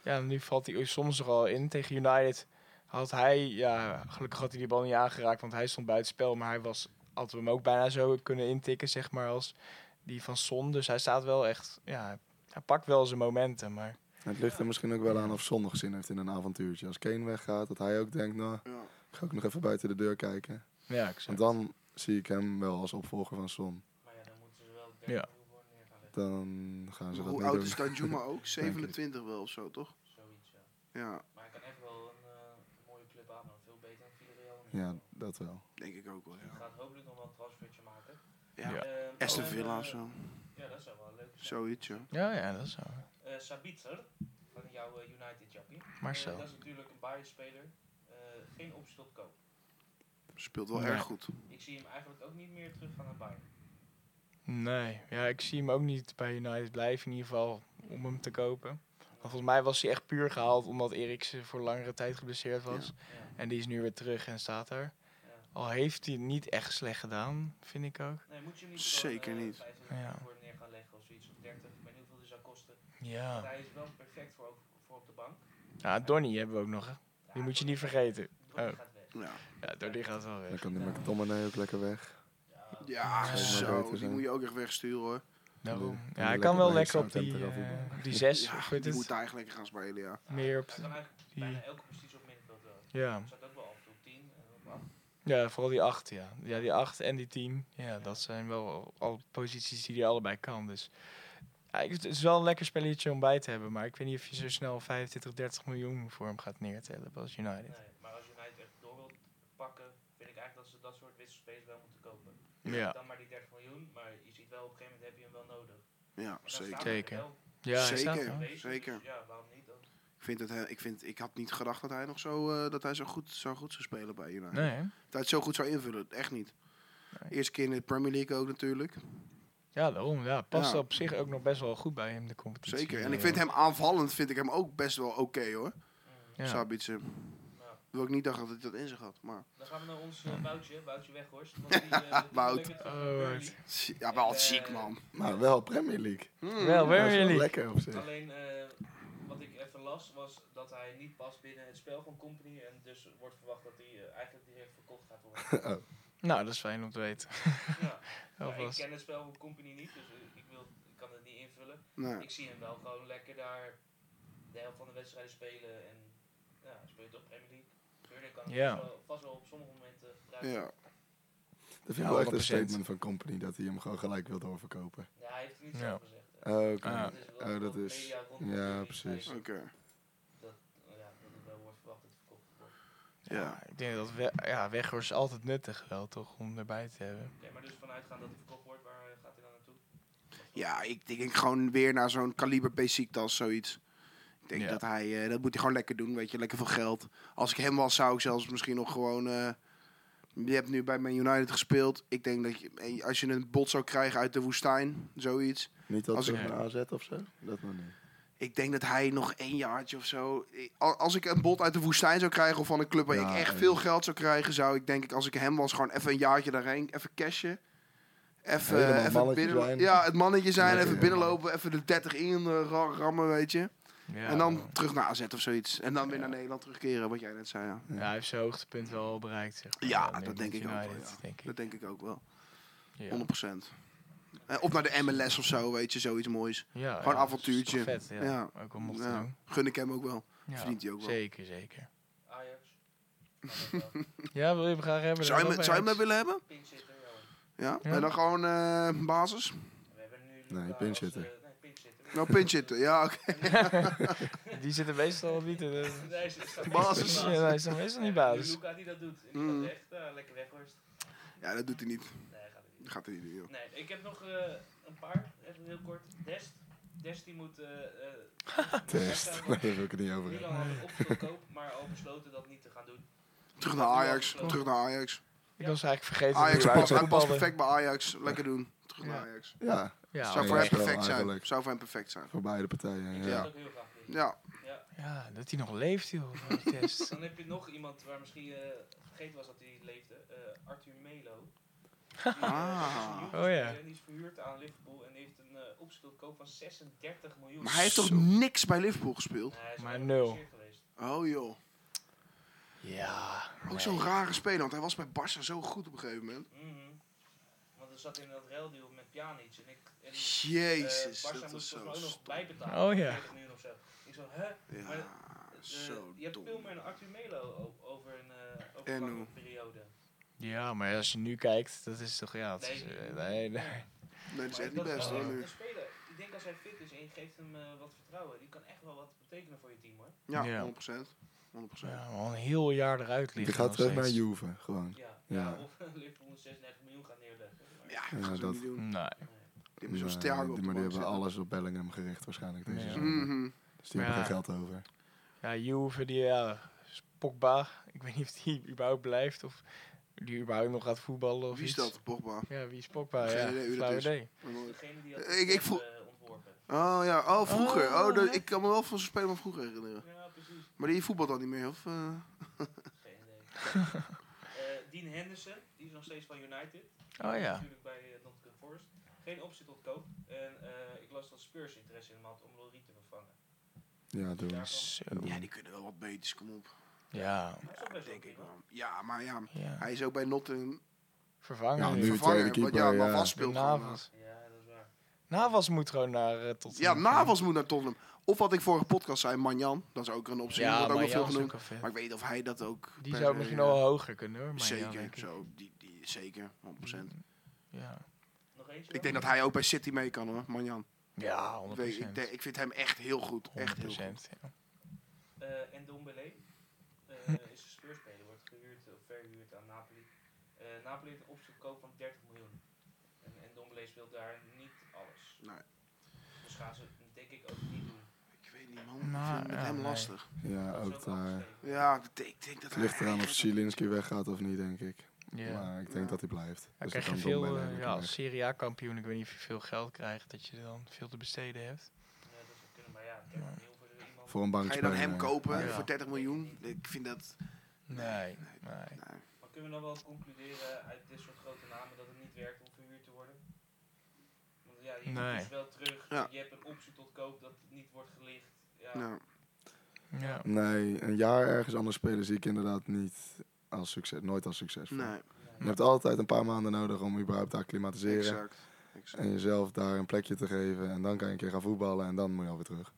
B: ja, en nu valt hij soms er al in. Tegen United had hij, ja, gelukkig had hij die bal niet aangeraakt, want hij stond buiten spel. Maar hij was, hadden we hem ook bijna zo kunnen intikken, zeg maar, als die van Son. Dus hij staat wel echt, ja, hij pakt wel zijn momenten. Maar
D: Het ligt er misschien ook wel aan of zondag zin heeft in een avontuurtje. Als Kane weggaat, dat hij ook denkt, nou,
C: Ja.
D: ik ga ook nog even buiten de deur kijken.
B: ja, ik zeg.
D: Want dan zie ik hem wel als opvolger van Son.
A: Maar ja, dan moeten ze wel 30
B: Ja.
A: miljoen voor neer gaan leggen.
D: Dan gaan ze
C: Maar
D: dat
C: Hoe
D: niet
C: oud
D: doen.
C: is Danjuma ook?
D: ik.
C: 27 wel of zo, toch?
A: Zoiets, ja.
C: Ja,
A: Maar hij kan echt wel een eh, mooie club aan, maar veel beter dan Villarreal. in ieder
D: Ja,
A: geval.
D: dat wel.
C: denk ik ook wel,
A: Hij
C: ja.
A: gaat hopelijk nog wel een transfertje maken.
C: Ja.
B: Ja.
A: Ehm,
C: Aston
A: oh, en,
C: Villa
A: eh,
C: of zo.
A: Ja, dat zou wel leuk zijn.
C: Zoiets, ja.
B: Ja, ja, dat is zo.
A: Eh, Sabitzer, van jouw eh, United Jackie.
B: Marcel.
A: Eh, dat is natuurlijk een Bayern-speler. Eh, geen optie tot koop.
C: Speelt wel
B: Nee.
C: erg goed.
A: Ik zie hem eigenlijk ook niet meer terug gaan naar Bayern.
B: Nee, ja, ik zie hem ook niet bij United blijven in ieder geval om hem te kopen. Want volgens mij was hij echt puur gehaald omdat Eriksen voor langere tijd geblesseerd was.
A: Ja,
B: En die is nu weer terug en staat daar.
A: ja.
B: Al heeft hij het niet echt slecht gedaan, vind ik ook.
A: Nee, moet je hem niet
C: Zeker
A: gewoon, eh,
C: niet.
A: 25
B: Ja.
A: voor neer gaan leggen of zoiets. Of 30, ik weet niet hoeveel die zou kosten. Want
B: Ja.
A: hij is wel perfect voor, op- voor op de bank.
B: Ja, Donny hebben we ook nog. Hè.
A: Ja,
B: Die moet je
A: Donny
B: niet vergeten.
A: gaat- Donny
B: Oh.
A: gaat weg.
C: Ja,
B: Ja, Donny gaat wel
D: Dan
B: weg.
D: kan die McDominay ook lekker weg.
A: Ja,
C: ja
B: Ja.
C: zo.
D: Beter
C: Die
D: zijn.
C: moet je ook echt wegsturen, hoor.
B: Daarom.
D: Ja,
B: Ja, hij
D: lekker
B: kan wel
D: bij
B: lekker op die,
D: Southampton eraf
B: eh,
D: voetballen.
B: op die zes.
C: Ja,
B: of weet
C: die
B: het?
C: moet daar echt lekker gaan spelen, ja.
B: Meer op
A: Hij kan eigenlijk
B: die-
A: bijna elke positie op middenveld wel.
B: Ja.
A: Hij staat ook wel af en toe op 10 en op 8.
B: ja, vooral die acht. Ja. ja, die acht en die tien. Ja, dat zijn wel al posities die hij allebei kan. Dus ja, ik- het is wel een lekker spelletje om bij te hebben. Maar ik weet niet of je zo snel 25, 30 miljoen voor hem gaat neertellen als United.
A: Nee, maar als United echt door wilt pakken, vind ik eigenlijk dat ze dat soort wisselspelers wel moeten kopen.
B: Ja,
A: Dan maar die 30 miljoen, maar je ziet wel op een gegeven moment heb je hem wel nodig.
C: Ja,
A: En dan
C: zeker.
A: staan we er
B: Zeker.
A: wel
B: ja hij
C: Zeker.
B: staat er.
A: bezig, dus
C: zeker.
A: ja, waarom niet dan?
C: Ik, vind dat hij, ik, vind, ik had niet gedacht dat hij nog zo, eh, dat hij zo, goed, zo goed zou spelen bij United.
B: Nee, hè?
C: Dat hij het zo goed zou invullen, echt niet.
B: Nee.
C: Eerste keer in de Premier League ook natuurlijk.
B: Ja, daarom. Ja, past
C: Ja.
B: op zich ook nog best wel goed bij hem, de competitie.
C: Zeker. En ik vind hem aanvallend, vind ik hem ook best wel oké hoor.
A: Mm.
B: Ja.
C: Sabitzer.
A: Nou,
C: Wil ik niet dachten dat hij dat in zich had. Maar
A: dan gaan we naar ons eh, Woutje, Woutje Weghorst. Want
C: [laughs]
A: die, eh, die
C: Wout.
A: lekker terug naar
B: Oh,
A: Burnley.
B: Wout.
C: ja, wel
A: Eh,
C: ziek man.
D: Maar wel Premier League.
C: Hmm.
B: Wel,
D: Dat is
B: Premier
D: wel
B: League.
D: lekker op zich.
A: Alleen eh, wat ik even las was dat hij niet past binnen het spel van Company. En dus wordt verwacht dat hij eh, eigenlijk direct verkocht gaat worden.
B: [laughs] Nou, dat is fijn om te weten.
A: ja. Maar ik
B: Alvast.
A: ken het spel van Company niet, dus eh, ik, wil, ik kan het niet invullen.
C: Nee.
A: Ik zie hem wel gewoon lekker daar de helft van de wedstrijden spelen. En ja, hij speelt op Premier League. Tuurlijk kan hij
B: Ja.
A: vast, wel, vast wel op sommige momenten gebruiken. Ja.
C: Ja.
D: Dat vind
B: Ja,
D: ik wel echt een
B: 100%.
D: statement van Company dat hij hem gewoon gelijk wil doorverkopen.
A: hij heeft het niet
B: Ja.
A: zo gezegd. hè.
D: Oké.
B: Ah.
A: is wel
D: Oh, dat
A: wat de
D: is-
A: media rondom
D: ja,
A: Company
D: precies.
A: zei,
C: Oké.
A: oh Ja, dat het wel wordt verwacht dat het verkocht wordt.
C: Ja.
B: Ja, ik denk dat we, ja, Weghorst is altijd nuttig wel, toch, om erbij te hebben.
A: Oké, maar dus vanuitgaan dat hij verkocht wordt, waar eh, gaat hij dan naartoe?
C: Ja, ik denk gewoon weer naar zo'n kaliber Besiktas, zoiets. Ik denk
B: Ja.
C: dat hij, eh, dat moet hij gewoon lekker doen, weet je, lekker veel geld. Als ik hem was, zou ik zelfs misschien nog gewoon... eh, je hebt nu bij Man United gespeeld. Ik denk dat je, eh, als je een bot zou krijgen uit de woestijn, zoiets.
D: Niet dat
C: Als
D: ze
C: ik-
D: een AZ of zo? Dat nog niet.
C: Ik denk dat hij nog één jaartje of zo... ik- al- Als ik een bod uit de woestijn zou krijgen of van een club waar
D: Ja,
C: ik echt
D: en-
C: veel geld zou krijgen... zou ik denk ik als ik hem was gewoon even een jaartje daarheen, even cashen. Even,
D: Helemaal
C: even
D: mannetje
C: binnen,
D: zijn.
C: Ja, het mannetje zijn,
D: Ja,
C: even
D: ja.
C: binnenlopen, even de 30 in eh, ra- rammen, weet je.
B: Ja,
C: en dan
B: man.
C: terug naar AZ of zoiets. En dan weer
B: Ja.
C: naar Nederland terugkeren, wat jij net zei. Ja.
B: Ja, hij heeft zijn hoogtepunt wel bereikt. Zeg maar.
C: Ja,
B: met
C: dat denk ik ook wel,
B: United,
C: ja.
B: denk ik.
C: Dat denk ik ook wel.
B: Ja.
C: 100%. Eh, Of naar de MLS of zo, weet je, zoiets moois.
B: Ja, ja,
C: Gewoon
B: dat is
C: avontuurtje.
B: toch Vet, ja.
C: Ja.
B: Ook om nog te
C: Ja.
B: doen.
C: Gun ik hem ook wel.
B: Ja,
C: Verdient hij ook wel.
B: Zeker, zeker.
A: Ajax. Kan ook wel.
B: Ja, wil je hem graag hebben?
C: Zou je,
B: dan
C: hem,
B: wel
C: zou je
B: bij
C: hem willen hebben?
A: Pinch hitter, ja hoor.
C: Ja.
B: Ja.
C: En dan gewoon eh, basis?
A: We hebben nu
D: Nee,
A: Luca
D: pinch
A: als,
D: hitter.
A: eh, nee, pinch hitter.
C: Nou, pinch hitter. Ja, oké.
B: Ajax. Die zitten meestal niet in de...
C: [laughs]
A: Nee, ze- ze-
C: Basis.
A: ze-
B: Ja, hij is dan meestal niet basis.
A: Luca die dat doet. En die
C: Mm.
A: gaat echt eh, lekker weghorst.
C: Ja, dat doet hij niet.
A: Nee, hij gaat het niet.
C: Dat gaat hij niet doen, joh.
A: Nee, ik heb nog eh, een paar. Even heel kort. Dest. Dest die moet... eh, eh,
C: [laughs]
D: Test. Nee, daar wil ik het niet over hebben.
A: Milan had een optie op koop, maar al besloten dat niet te gaan doen.
C: Terug naar Ajax. Terug naar Ajax.
B: Ik was eigenlijk vergeten
C: Ajax
B: dat hij
C: past,
B: buiten
C: hij past
B: voetbalde.
C: perfect bij Ajax. Lekker doen. Terug naar
B: Ja.
C: Ajax.
D: Ja,
B: Ja,
C: Zou
D: nee,
C: voor hem
D: dat is wel
C: perfect zijn.
D: eigenlijk.
C: Zou voor hem perfect zijn.
D: voor beide partijen.
A: Ik
D: Ja.
A: zou
C: Ja.
A: het ook heel graag willen.
C: Ja.
B: ja, dat hij nog leeft, joh. van die test.
C: [laughs]
A: Dan heb je nog iemand waar misschien eh, vergeten was dat hij leefde. eh, Arthur Melo. eh,
C: Ah.
B: Oh ja.
A: En die is verhuurd aan Liverpool en die heeft een eh optie op koop van 36 miljoen.
C: Maar hij heeft toch
D: Zo.
C: niks bij Liverpool gespeeld?
A: Nee, hij is
B: Maar
A: wel
B: nul.
A: geblesseerd geweest.
C: Oh joh.
B: Ja.
C: Ook zo'n rare speler, want hij was bij Barca zo goed op een gegeven moment.
A: Mhm. Want er zat in dat ruildeal met Pjanic en ik... En, eh,
C: Jezus,
A: Barca moest
C: dat was
A: volgens
C: zo
A: mij ook nog
C: stom.
A: bijbetalen.
B: Oh ja.
A: 40 miljoen of zo. Ik zo, hè? Maar,
C: Ja,
A: Eh,
C: zo
A: je hebt veel
C: dom.
A: meer een Arthur Melo o- over een eh over
C: En
A: een
C: hoe?
A: lange periode.
B: Ja, maar als je nu kijkt, dat is toch... Ja, het is,
A: Nee.
B: eh, nee, nee.
C: Nee, dat is
A: Maar
C: echt niet
A: dat
C: best
A: wel
C: hoor
A: echt
C: nu.
A: Een speler, ik denk als hij fit is en je geeft hem eh, wat vertrouwen, die kan echt wel wat betekenen voor je team hoor.
C: Ja,
B: Ja.
C: 100%. 100%.
B: Ja, al een heel jaar eruit
D: Die
B: liggen.
D: gaat
B: nog
D: terug naar
B: steeds.
D: Juve, gewoon.
A: Ja,
D: Ja.
A: ja. of [laughs] Liverpool moet 36 miljoen gaan neerleggen. Maar,
C: Ja,
D: Ja,
C: dat gaan ze
D: dat-
C: niet doen.
B: Nee.
A: nee.
C: Die hebben zo'n
D: Maar,
C: Thiago op
D: Eh, die-
C: de
D: Maar die
C: bank
D: hebben
C: zitten.
D: alles op Bellingham gericht waarschijnlijk deze
B: Ja.
D: zomer.
C: Mhm.
D: Dus die
B: Ja.
D: hebben geen geld over.
B: Ja, Juve, die ja, is Pogba. Ik weet niet of die überhaupt blijft of die überhaupt nog gaat voetballen. Of
C: Wie is
B: iets.
C: dat? Pogba.
B: Ja, wie is Pogba?
C: Geen
B: ja,
C: idee wie dat
B: flauw
C: is.
B: idee.
A: Dus Degene die had
C: Ik- ik voel-
A: eh,
C: [laughs]
A: ontworpen.
C: Oh ja, oh vroeger.
B: Oh,
C: Oh, dat-
B: hè?
C: ik kan me wel van zo'n speler van vroeger herinneren.
A: Ja, precies.
C: Maar die voetbalt dan niet meer, of? eh?
A: Geen
B: [laughs]
A: idee. Eh, Dean Henderson, die is nog steeds van United.
B: Oh ja.
A: Natuurlijk bij eh, Nottingham Forest. Geen optie tot koop. En eh, ik las dat Spurs interesse in hem had om Lorie te vervangen.
D: Ja, doen.
A: Daar-
B: Zo.
C: Ja, die kunnen wel wat beters, kom op.
B: Ja.
A: Dat is ook
C: Ja,
A: best wel
C: denk ik
A: prima.
C: wel. Ja, maar ja,
B: ja.
C: hij is ook bij Nottingham
B: Vervangen
D: Ja,
B: nu.
D: nu
C: vervangen.
D: tweede
C: want
D: keeper,
C: ja, maar
D: ja.
C: vast
B: Speelt
C: speelt gewoon, eh.
B: Navas.
A: Ja, dat is waar.
B: Navas moet gewoon naar eh,
C: Ja,
B: Tottenham.
C: Navas moet naar Tottenham. Of wat ik vorige podcast zei, Manjan. Dat is ook een optie.
B: Ja,
C: wordt ook
B: maar
C: nog veel
B: Jan is
C: genoemd.
B: ook al vet.
C: Maar ik weet niet of hij dat ook...
B: Die
C: per
B: zou
C: se,
B: misschien
C: eh,
B: al hoger kunnen hoor. Maar
C: Zeker,
B: Ja, denk ik.
C: zo, die, die, zeker, 100%.
B: Ja,
A: Nog eentje?
C: Ik denk dat hij ook bij City mee kan hoor, Manjan.
B: ja
C: Ik,
B: 100%.
C: weet- ik, denk- ik vind hem echt heel goed. Echt heel
B: 100%,
C: goed.
B: ja.
A: Eh, en Dombele
C: [laughs]
A: eh is een speurspeler, wordt gehuurd of verhuurd aan Napoli. Eh, Napoli heeft een optie op koop van 30 miljoen. En, en Dombele speelt daar niet alles.
C: Nee.
A: Dus gaan ze het denk ik ook niet doen.
C: Ik weet niet man, ik
B: Nou,
C: vind het met
B: ja,
C: hem
B: nee.
C: lastig.
D: Ja, eh,
A: Dat is
D: ook
A: ook
D: daar.
A: afgeschreven.
C: Ja, ik denk- ik denk dat
D: Het
C: hij...
D: ligt eraan
C: [laughs]
D: of Zielinski weggaat of niet, denk ik.
B: Ja.
D: Maar ik denk
C: Ja.
D: dat hij blijft. Dus
B: Dan
D: dan
B: krijg je
D: kan
B: veel,
D: Dombele
B: eh,
D: lekker
B: ja,
D: weg.
B: als Serie A kampioen, ik weet niet of je veel geld krijgt, dat je dan veel te besteden hebt.
A: Ja, dat zou kunnen, maar ja, ik heb
B: Ja.
A: een heel voor zo iemand.
D: Voor een bank
C: Ga je dan hem kopen
B: Ja.
C: voor 30 miljoen? Ik vind dat...
B: Nee,
C: Nee.
B: nee.
C: nee.
A: Maar kunnen we dan wel concluderen uit dit soort grote namen dat het niet werkt om verhuurd te worden? Want ja, je
B: Nee.
A: moet dus wel terug.
C: Ja.
A: Je hebt een optie tot koop dat niet wordt gelicht. Ja,
C: Nou,
B: Ja.
D: Nee, een jaar ergens anders spelen zie ik inderdaad niet als succes. Nooit als succesvol.
C: nee,
A: nee.
D: Je hebt altijd een paar maanden nodig om überhaupt te acclimatiseren.
C: exact. exact.
D: En jezelf daar een plekje te geven. En dan kan je een keer gaan voetballen en dan moet je alweer terug.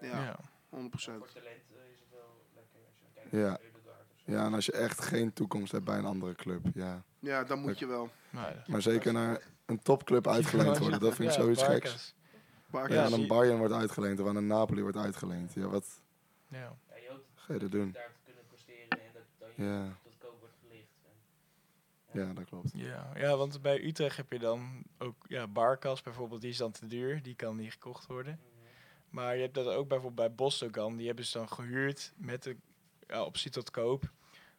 A: Nee.
C: Ja.
B: Ja.
C: 100%.
A: Voor talent eh, is het wel lekker als je kijkt
D: Ja.
A: naar Eudegaard of zo.
D: Ja, en als je echt geen toekomst hebt bij een andere club, ja.
C: Ja, dan moet je wel.
B: Nee.
D: Maar zeker naar een
C: [laughs]
D: topclub uitgeleend worden, dat vind ik zoiets geks.
B: Barkas.
C: Paar
D: Ja,
C: keer.
D: en
B: zie-
D: een Bayern wordt uitgeleend of aan een Napoli wordt uitgeleend. Ja, wat
B: Ja.
A: Ja, je hoopt
D: ga je er doen?
A: daar te kunnen presteren en dat dan je
D: Ja,
A: tot koop wordt gelicht. En,
D: ja dat klopt.
B: Ja. ja, want bij Utrecht heb je dan ook, ja, Barkas bijvoorbeeld, die is dan te duur, die kan niet gekocht worden.
A: Mhm.
B: Maar je hebt dat ook bijvoorbeeld bij Bostokan, die hebben ze dan gehuurd met de ja, optie tot koop.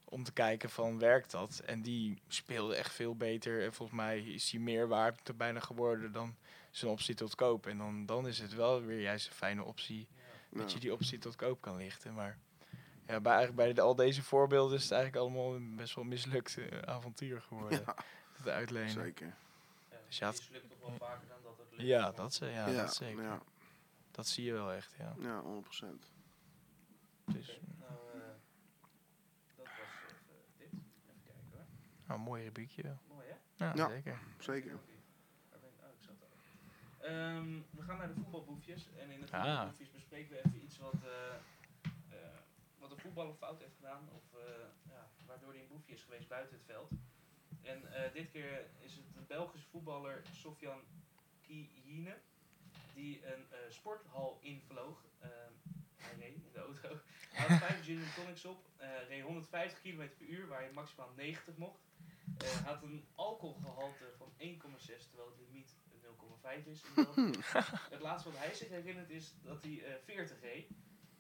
B: Om te kijken van werkt dat. En die speelde echt veel beter. En volgens mij is hij meer waard bijna geworden dan zijn optie tot koop. En dan, dan is het wel weer juist een fijne optie
A: Ja.
B: Dat
C: Ja.
B: je die optie tot koop kan lichten. Maar ja, bij, eigenlijk bij de- al deze voorbeelden is het eigenlijk allemaal een best wel mislukt eh, avontuur geworden.
C: Ja.
B: Het uitlenen.
C: Zeker.
A: dus
B: Dus ja, het-
A: lukt toch wel vaker dan dat het lukt.
B: Ja, dat, ze- ja,
C: ja,
B: dat zeker.
C: Ja,
B: Dat zie je wel echt, ja.
C: ja, 100%.
B: Dus,
A: Oké, nou, eh, dat was even dit. Even kijken hoor.
B: nou, een mooi rubriekje wel.
A: Mooi hè?
B: Ja,
C: Ja.
B: zeker.
C: Zeker.
A: Waar ben ik? Oh, ik zat al. Ehm, we gaan naar de voetbalboefjes. En in de
B: Ah.
A: voetbalboefjes bespreken we even iets wat, eh, eh, wat een voetballer fout heeft gedaan. Of eh, ja, waardoor hij een boefje is geweest buiten het veld. En eh, dit keer is het de Belgische voetballer Sofian Kiyine. Die een eh, sporthal invloog. Ehm, hij reed in de auto. Hij had 5 gin tonics op. eh, reed 150 km per uur, waar je maximaal 90 mocht. Eh, had een alcoholgehalte van 1,6, terwijl het limiet 0,5 is. in
D: Hmm. [laughs]
A: België. het laatste wat hij zich herinnert is dat hij eh 40 reed.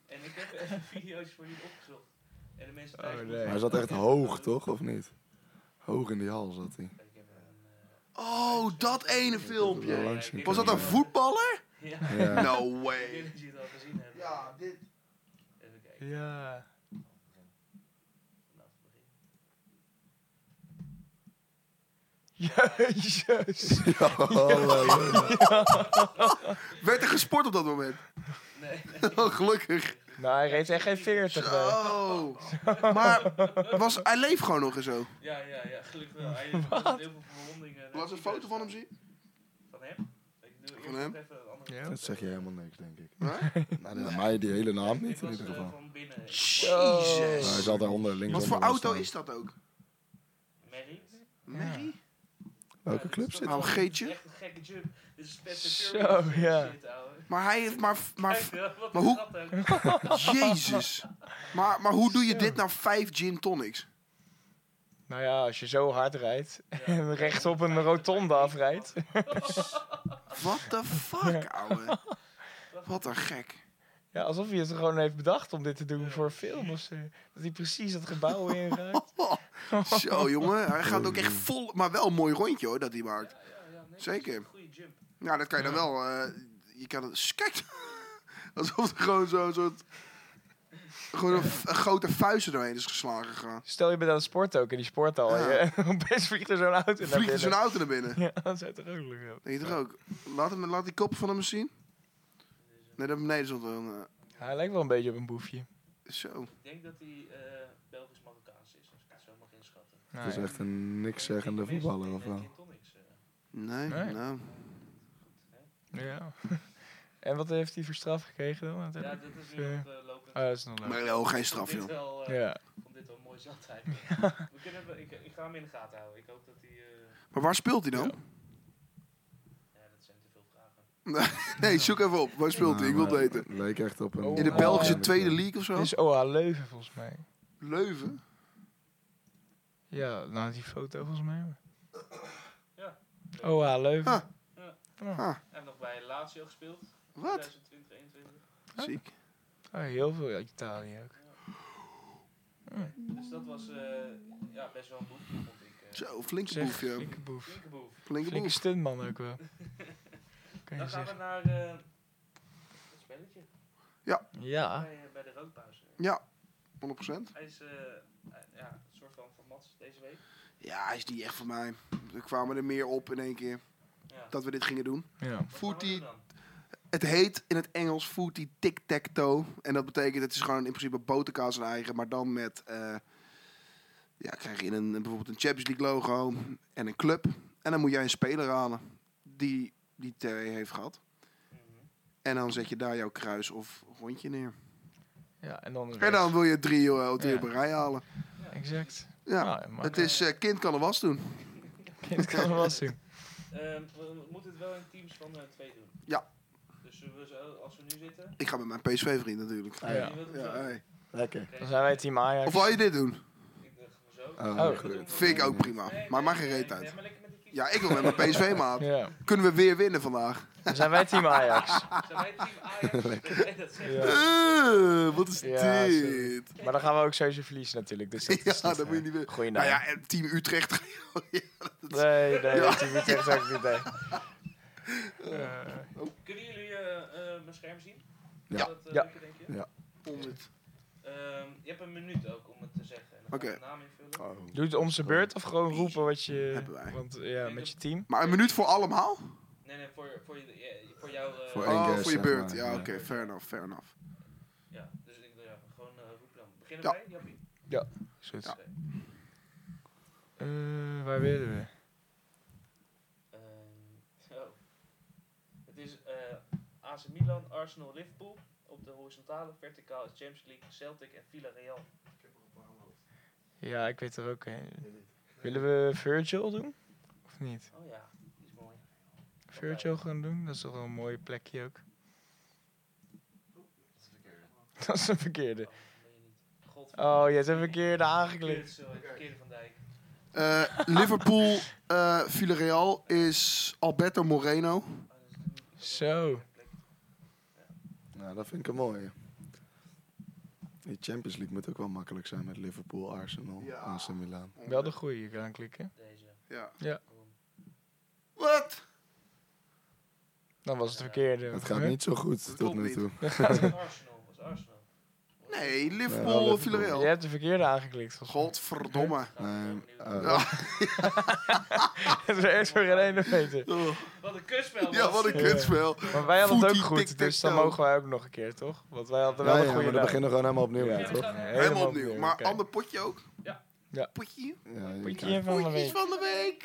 A: En ik heb
D: [laughs]
A: even video's voor jullie opgezocht. En de mensen
B: Oh,
A: thuis...
B: nee.
D: Maar
A: moeten-
D: hij zat echt hoog, toch? Of niet? Hoog in die hal
C: [laughs]
D: zat hij.
A: Ik heb een, eh,
C: Oh, dat ene
D: Ja,
C: filmpje.
D: langs zien
C: Was dat
D: komen.
C: een voetballer?
A: Ja.
D: Ja. [laughs]
C: No
A: Ik
C: way.
A: denk dat jullie het al gezien hebben.
C: dit.
A: Even kijken.
B: Ja. [laughs]
A: Vanaf het begin.
B: Jezus.
C: Werd er gesport op dat moment? [laughs]
A: Nee,
B: [laughs]
C: Oh, gelukkig.
B: Nou, hij reed echt geen eh. 40. wel.
C: Zo.
B: [laughs]
C: Maar was, hij leeft gewoon nog en zo.
A: Ja, ja, ja, gelukkig wel. Hij heeft heel veel verwondingen.
C: Laat eens een foto van hem zien.
A: Van hem? Ik doe
C: Van
A: eerst
C: hem?
A: nog even een andere
B: Ja.
A: foto.
D: Dat zeg je helemaal niks, denk ik.
C: Huh?
B: [laughs]
D: Nou, dit aan mij die hele naam
A: Ik
D: niet in
A: was,
D: ieder
A: eh,
D: geval.
A: van binnen. Ik
B: Oh.
C: Jezus.
D: Maar Nou, hij zat daaronder, links
C: Wat voor
D: onder
C: auto
D: staan.
C: is dat ook?
A: was Merrie.
C: Merrie?
D: Welke
A: Ja, dit
D: club
A: is
D: zit
A: toch
C: Oh,
A: wel
C: Geetje?
A: Echt een gekke jump. Dit is Fast and
B: Zo,
A: Furious shit,
B: ja.
A: shit, ouwe.
C: Maar hij heeft maar... maar
A: Kijk, eh, wat
C: maar
A: een
C: hoe-
A: gat ook.
C: Jezus. Maar, maar hoe doe je dit nou vijf gin tonics?
B: Nou ja, als je zo hard rijdt
A: Ja.
B: [laughs] en recht op een rotonde afrijdt.
C: What the fuck, ouwe. Wat een gek.
B: Ja, alsof hij het gewoon heeft bedacht om dit te doen
A: Ja.
B: voor een film of zo. Dat hij precies dat gebouw in raakt.
C: Zo, jongen. Hij gaat ook echt vol... Maar wel een mooi rondje, hoor, dat hij maakt.
A: Ja, ja, ja, nee,
C: Zeker.
A: dat is een Goede jump.
C: Nou, dat kan je dan wel... eh, je kan het... Kijk. [laughs] Alsof er gewoon zo'n soort... Gewoon een, een grote vuist er doorheen is geslagen. Gewoon.
B: Stel je bent aan het sporten ook in die sporthal.
C: Ja.
B: en je- [laughs] Opeens vliegt er zo'n auto naar
C: Vliegt er zo'n
B: binnen.
C: auto naar
B: [laughs]
C: binnen.
B: Ja, dat zou toch ook lukken.
C: Denk je toch ook? Laat, hem, laat die kop van hem eens zien. Nee, dat beneden stond wel een... eh,
B: Ja, Hij lijkt wel een beetje op een boefje.
C: zo.
A: Ik denk dat hij eh, Belgisch-Marokkaans is, als ik het zo mag inschatten.
B: Nou
D: Het is
B: ja.
D: echt een niks zeggende voetballer, of wel?
A: eh,
C: Nee,
B: Nee.
C: nou...
B: Ja. [laughs] En wat heeft hij voor straf gekregen dan?
A: Ja,
B: uiteindelijk?
A: dit is
B: Eh,
A: nu nog eh, lopend.
B: Oh, dat is nog leuk.
C: Maar joh, geen straf,
A: Ik vond
C: joh.
A: dit wel, eh,
B: Ja.
A: ik vond dit wel mooi zat
C: [laughs]
A: eigenlijk. We kunnen, wel- ik, ik ga hem in de gaten houden. Ik hoop dat hij... eh,
C: Maar waar speelt hij dan?
A: ja, dat zijn te veel vragen.
C: Nee, zoek even op. Waar speelt hij? Ik wil het
D: Nou,
C: weten.
D: maar Leek echt op een...
B: Oh,
C: In de
B: eh,
C: Belgische
B: eh,
C: tweede league of
B: Dit
C: zo?
B: is OH Leuven volgens mij.
C: Leuven?
B: Ja, nou die foto volgens mij.
A: Ja.
B: OH Leuven.
C: Ah.
A: Ja.
B: Oh.
C: Ah.
A: Hij heeft nog bij Lazio gespeeld.
C: Wat?
A: 2020, 2021.
C: Ziek.
B: Oh, heel veel uit Italië ook.
A: Dus dat was eh, ja, best wel een boekje, vond ik. eh
C: Zo, flinke
B: Zeg,
C: boefje.
B: flinke boef.
A: Flinke boef.
C: Flinke
B: Flinke
C: boef.
B: stuntman ook
A: [laughs]
B: wel.
A: Dan
B: Kan je
A: gaan we
B: zeggen.
A: naar eh, het spelletje.
C: Ah.
B: Ja.
A: Bij, eh, bij de rookpauze.
C: Ja, 100%.
A: Hij is eh, hij- ja, een soort van van Mats deze week.
C: Ja, hij is niet echt van mij. Er kwamen er meer op in één keer
A: Ja.
C: dat we dit gingen doen.
B: Ja.
A: Wat gaan
C: voert
A: we
C: hij-
A: doen dan?
C: Het heet in het Engels footy tic-tac-toe. En dat betekent, het is gewoon in principe boterkaas en eigen, maar dan met... eh, ja, krijg je een, bijvoorbeeld een Champions League logo en een club. En dan moet jij een speler halen die die twee heeft gehad.
A: Mhm.
C: En dan zet je daar jouw kruis of rondje neer.
B: ja, en dan...
C: En dan wil je drie, eh, drie
B: Ja.
C: op een rij halen.
B: Exact.
C: Ja,
B: Nou, maar
C: het is eh, kind kan de was doen.
B: [laughs] Kind kan wel eens doen.
A: Ehm, we, we moeten het wel in teams van eh, twee doen.
C: Ja.
A: Dus zullen we zo, als we nu zitten...
C: Ik ga met mijn PSV-vriend natuurlijk.
D: Ah, ja.
A: Je wilt hem
C: Ja, eh,
A: zo?
C: hey.
D: Lekker.
A: Oké,
B: Dan zijn wij team Ajax.
C: Of wil je dit doen?
A: Ik dacht gewoon zo.
D: Oh,
B: Oh.
D: goed.
C: Vind ik ook prima.
A: Nee,
C: Maar maakt
A: nee,
C: geen
A: nee,
C: reet
A: nee,
C: uit.
A: maar lekker met die kiezer.
C: Ja, ik wil
A: [laughs]
C: met mijn PSV, maat.
B: Ja.
C: Kunnen we weer winnen vandaag?
B: Dan zijn wij team
C: [laughs]
B: Ajax.
A: Zijn wij team Ajax? [laughs] Nee, dat zeg ik.
B: Ja.
C: Eh, wat is
B: Ja,
C: dit?
B: Maar dan gaan we ook sowieso verliezen natuurlijk. Dus dat
C: [laughs]
B: is
C: Ja, dat moet je niet willen.
B: Goeie naam.
C: Nou ja, en Team Utrecht.
B: Nee, nee, team Utrecht ook niet. Nee. Eh,
C: [laughs]
A: Kunnen jullie eh, eh, mijn scherm zien? Is
D: Ja.
A: dat, eh,
B: Ja.
A: lukken, denk je?
C: Om het.
A: Ehm, je hebt een minuut ook om het te zeggen. En dan
C: Oké.
A: ga je de naam invullen.
D: Oh.
B: Doe het om zijn beurt of gewoon roepen wat je...
C: Hebben wij.
B: Want ja, met je team.
C: Maar een minuut voor allemaal?
A: Nee, nee, voor, voor, je, ja, voor jou. eh,
D: Voor één
C: Oh,
D: guess,
C: voor je
D: zeg
C: beurt.
D: maar.
C: Ja,
D: Ja.
C: oké, fair enough, fair enough.
A: Ja, dus ik wil ja, gewoon eh roep dan. Beginnen
C: Ja.
A: wij, Jappie?
B: Is goed.
A: Oké.
B: Eh, waar willen
A: Ehm,
B: we?
A: oh. Het is eh AC Milan, Arsenal, Liverpool. Op de horizontale, verticaal is Champions League, Celtic en Villarreal.
B: Ja, ik weet er ook een. Willen we Virgil doen? Of niet?
A: Oh ja, die is mooi.
B: Virgil gaan doen? Dat is toch wel een mooi plekje ook. [laughs] Dat is een verkeerde.
A: Oh, meen je niet. God,
B: Oh, je hebt een verkeerde aangeklikt.
A: verkeerd, sorry, verkeerde van Dijk.
C: Eh, Liverpool, eh Villarreal is Alberto Moreno.
A: Oh, dat is niet- dat is
B: Zo.
A: een verkeerde plek.
D: Nou, dat vind ik een mooie. Die Champions League moet ook wel makkelijk zijn met Liverpool, Arsenal,
C: Ja.
D: AC Milan.
B: Wel de goede kan aanklikken.
A: Deze.
C: Ja.
B: [laughs]
A: Kom.
C: Wat?
B: Dan was het verkeerde.
D: Het
B: of
D: gaat
B: hè?
D: niet zo goed
C: Dat
D: tot
C: klopt
D: nu
C: niet.
D: toe.
A: Arsenal, was Arsenal.
C: Nee,
D: Ja,
C: Liverpool,
D: Liverpool.
B: Je
C: Villarreal.
B: hebt de verkeerde aangeklikt. volgens mij.
C: Godverdomme.
A: Nou, ik ben
D: Nee,
A: heel
D: eh,
A: benieuwd.
C: Ja.
B: [laughs] Het is echt voor geen ene beter.
A: Wat een kutspel.
C: Ja, wat een
B: Ja.
C: kutspel.
B: Maar wij hadden het ook
C: Footy,
B: goed, dus dan
C: tic-tac-toe.
B: mogen wij ook nog een keer, toch? Want wij hadden wel
D: Ja,
B: een
D: ja,
B: goede
D: maar we
B: naam.
D: beginnen gewoon helemaal opnieuw
A: Ja,
D: uit,
A: we
D: toch?
A: gaan-
C: Helemaal opnieuw. Maar
B: kijk.
C: ander potje ook?
A: Ja.
B: Ja.
C: Potje?
D: Ja, je
B: Potje
D: krijgt-
B: van de
C: Potjes
B: week.
C: van de week.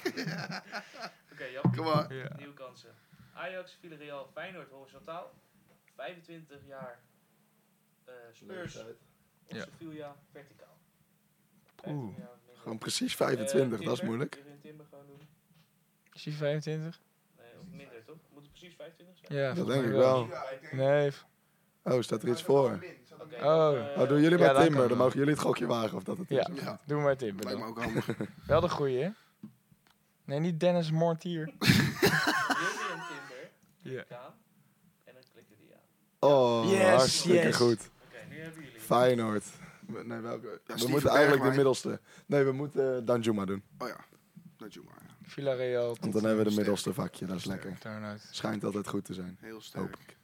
A: Oké, Jappie.
C: Kom maar.
B: Ja.
A: Nieuwe kansen. Ajax, Villarreal, Feyenoord horizontaal. 25 jaar eh Spurs of
B: Ja.
A: Sevilla verticaal.
B: Oeh,
A: 15 jaar minder.
D: Gewoon precies
A: Eh,
D: 25,
A: Timber,
D: dat is moeilijk.
A: Jurgen Timber gewoon doen.
B: Is hij 25?
A: Nee, of minder toch? Moet het precies 25 zijn?
B: Ja,
D: Dat
B: volgens
D: denk
B: mij
D: ik wel.
B: Nee.
D: Oh, staat er iets voor?
A: Oké,
B: Oh.
A: dan, eh,
D: Oh, doen jullie
B: Ja, dat
D: maar
B: kan
D: Timber. Dan
B: wel.
D: mogen jullie het gokje wagen of dat het
B: Ja.
D: is.
C: Ja,
B: Doe maar Tim.
C: dat lijkt me
B: bedoel.
C: ook handig.
B: Wel de goede, hè? Nee, niet Dennis Mortier.
A: Jurgen Timber,
B: Ja.
A: Kaan. En dan klikken die aan.
D: Oh,
B: Yes,
D: hartstikke
B: yes.
D: goed.
A: Oké, nu hebben jullie. het.
D: Feyenoord. We- Nee, welke? we
C: Steven
D: moeten eigenlijk de
C: Bergwijn.
D: middelste. Nee, we moeten eh, Danjuma doen.
C: Oh ja, dat doe maar. ja.
B: Villarreal.
D: Want dan hebben we de
C: sterk.
D: middelste vakje. Dat is lekker.
B: Daaruit.
D: Schijnt altijd goed te zijn.
C: Heel
D: Hoop
C: sterk.
D: ik.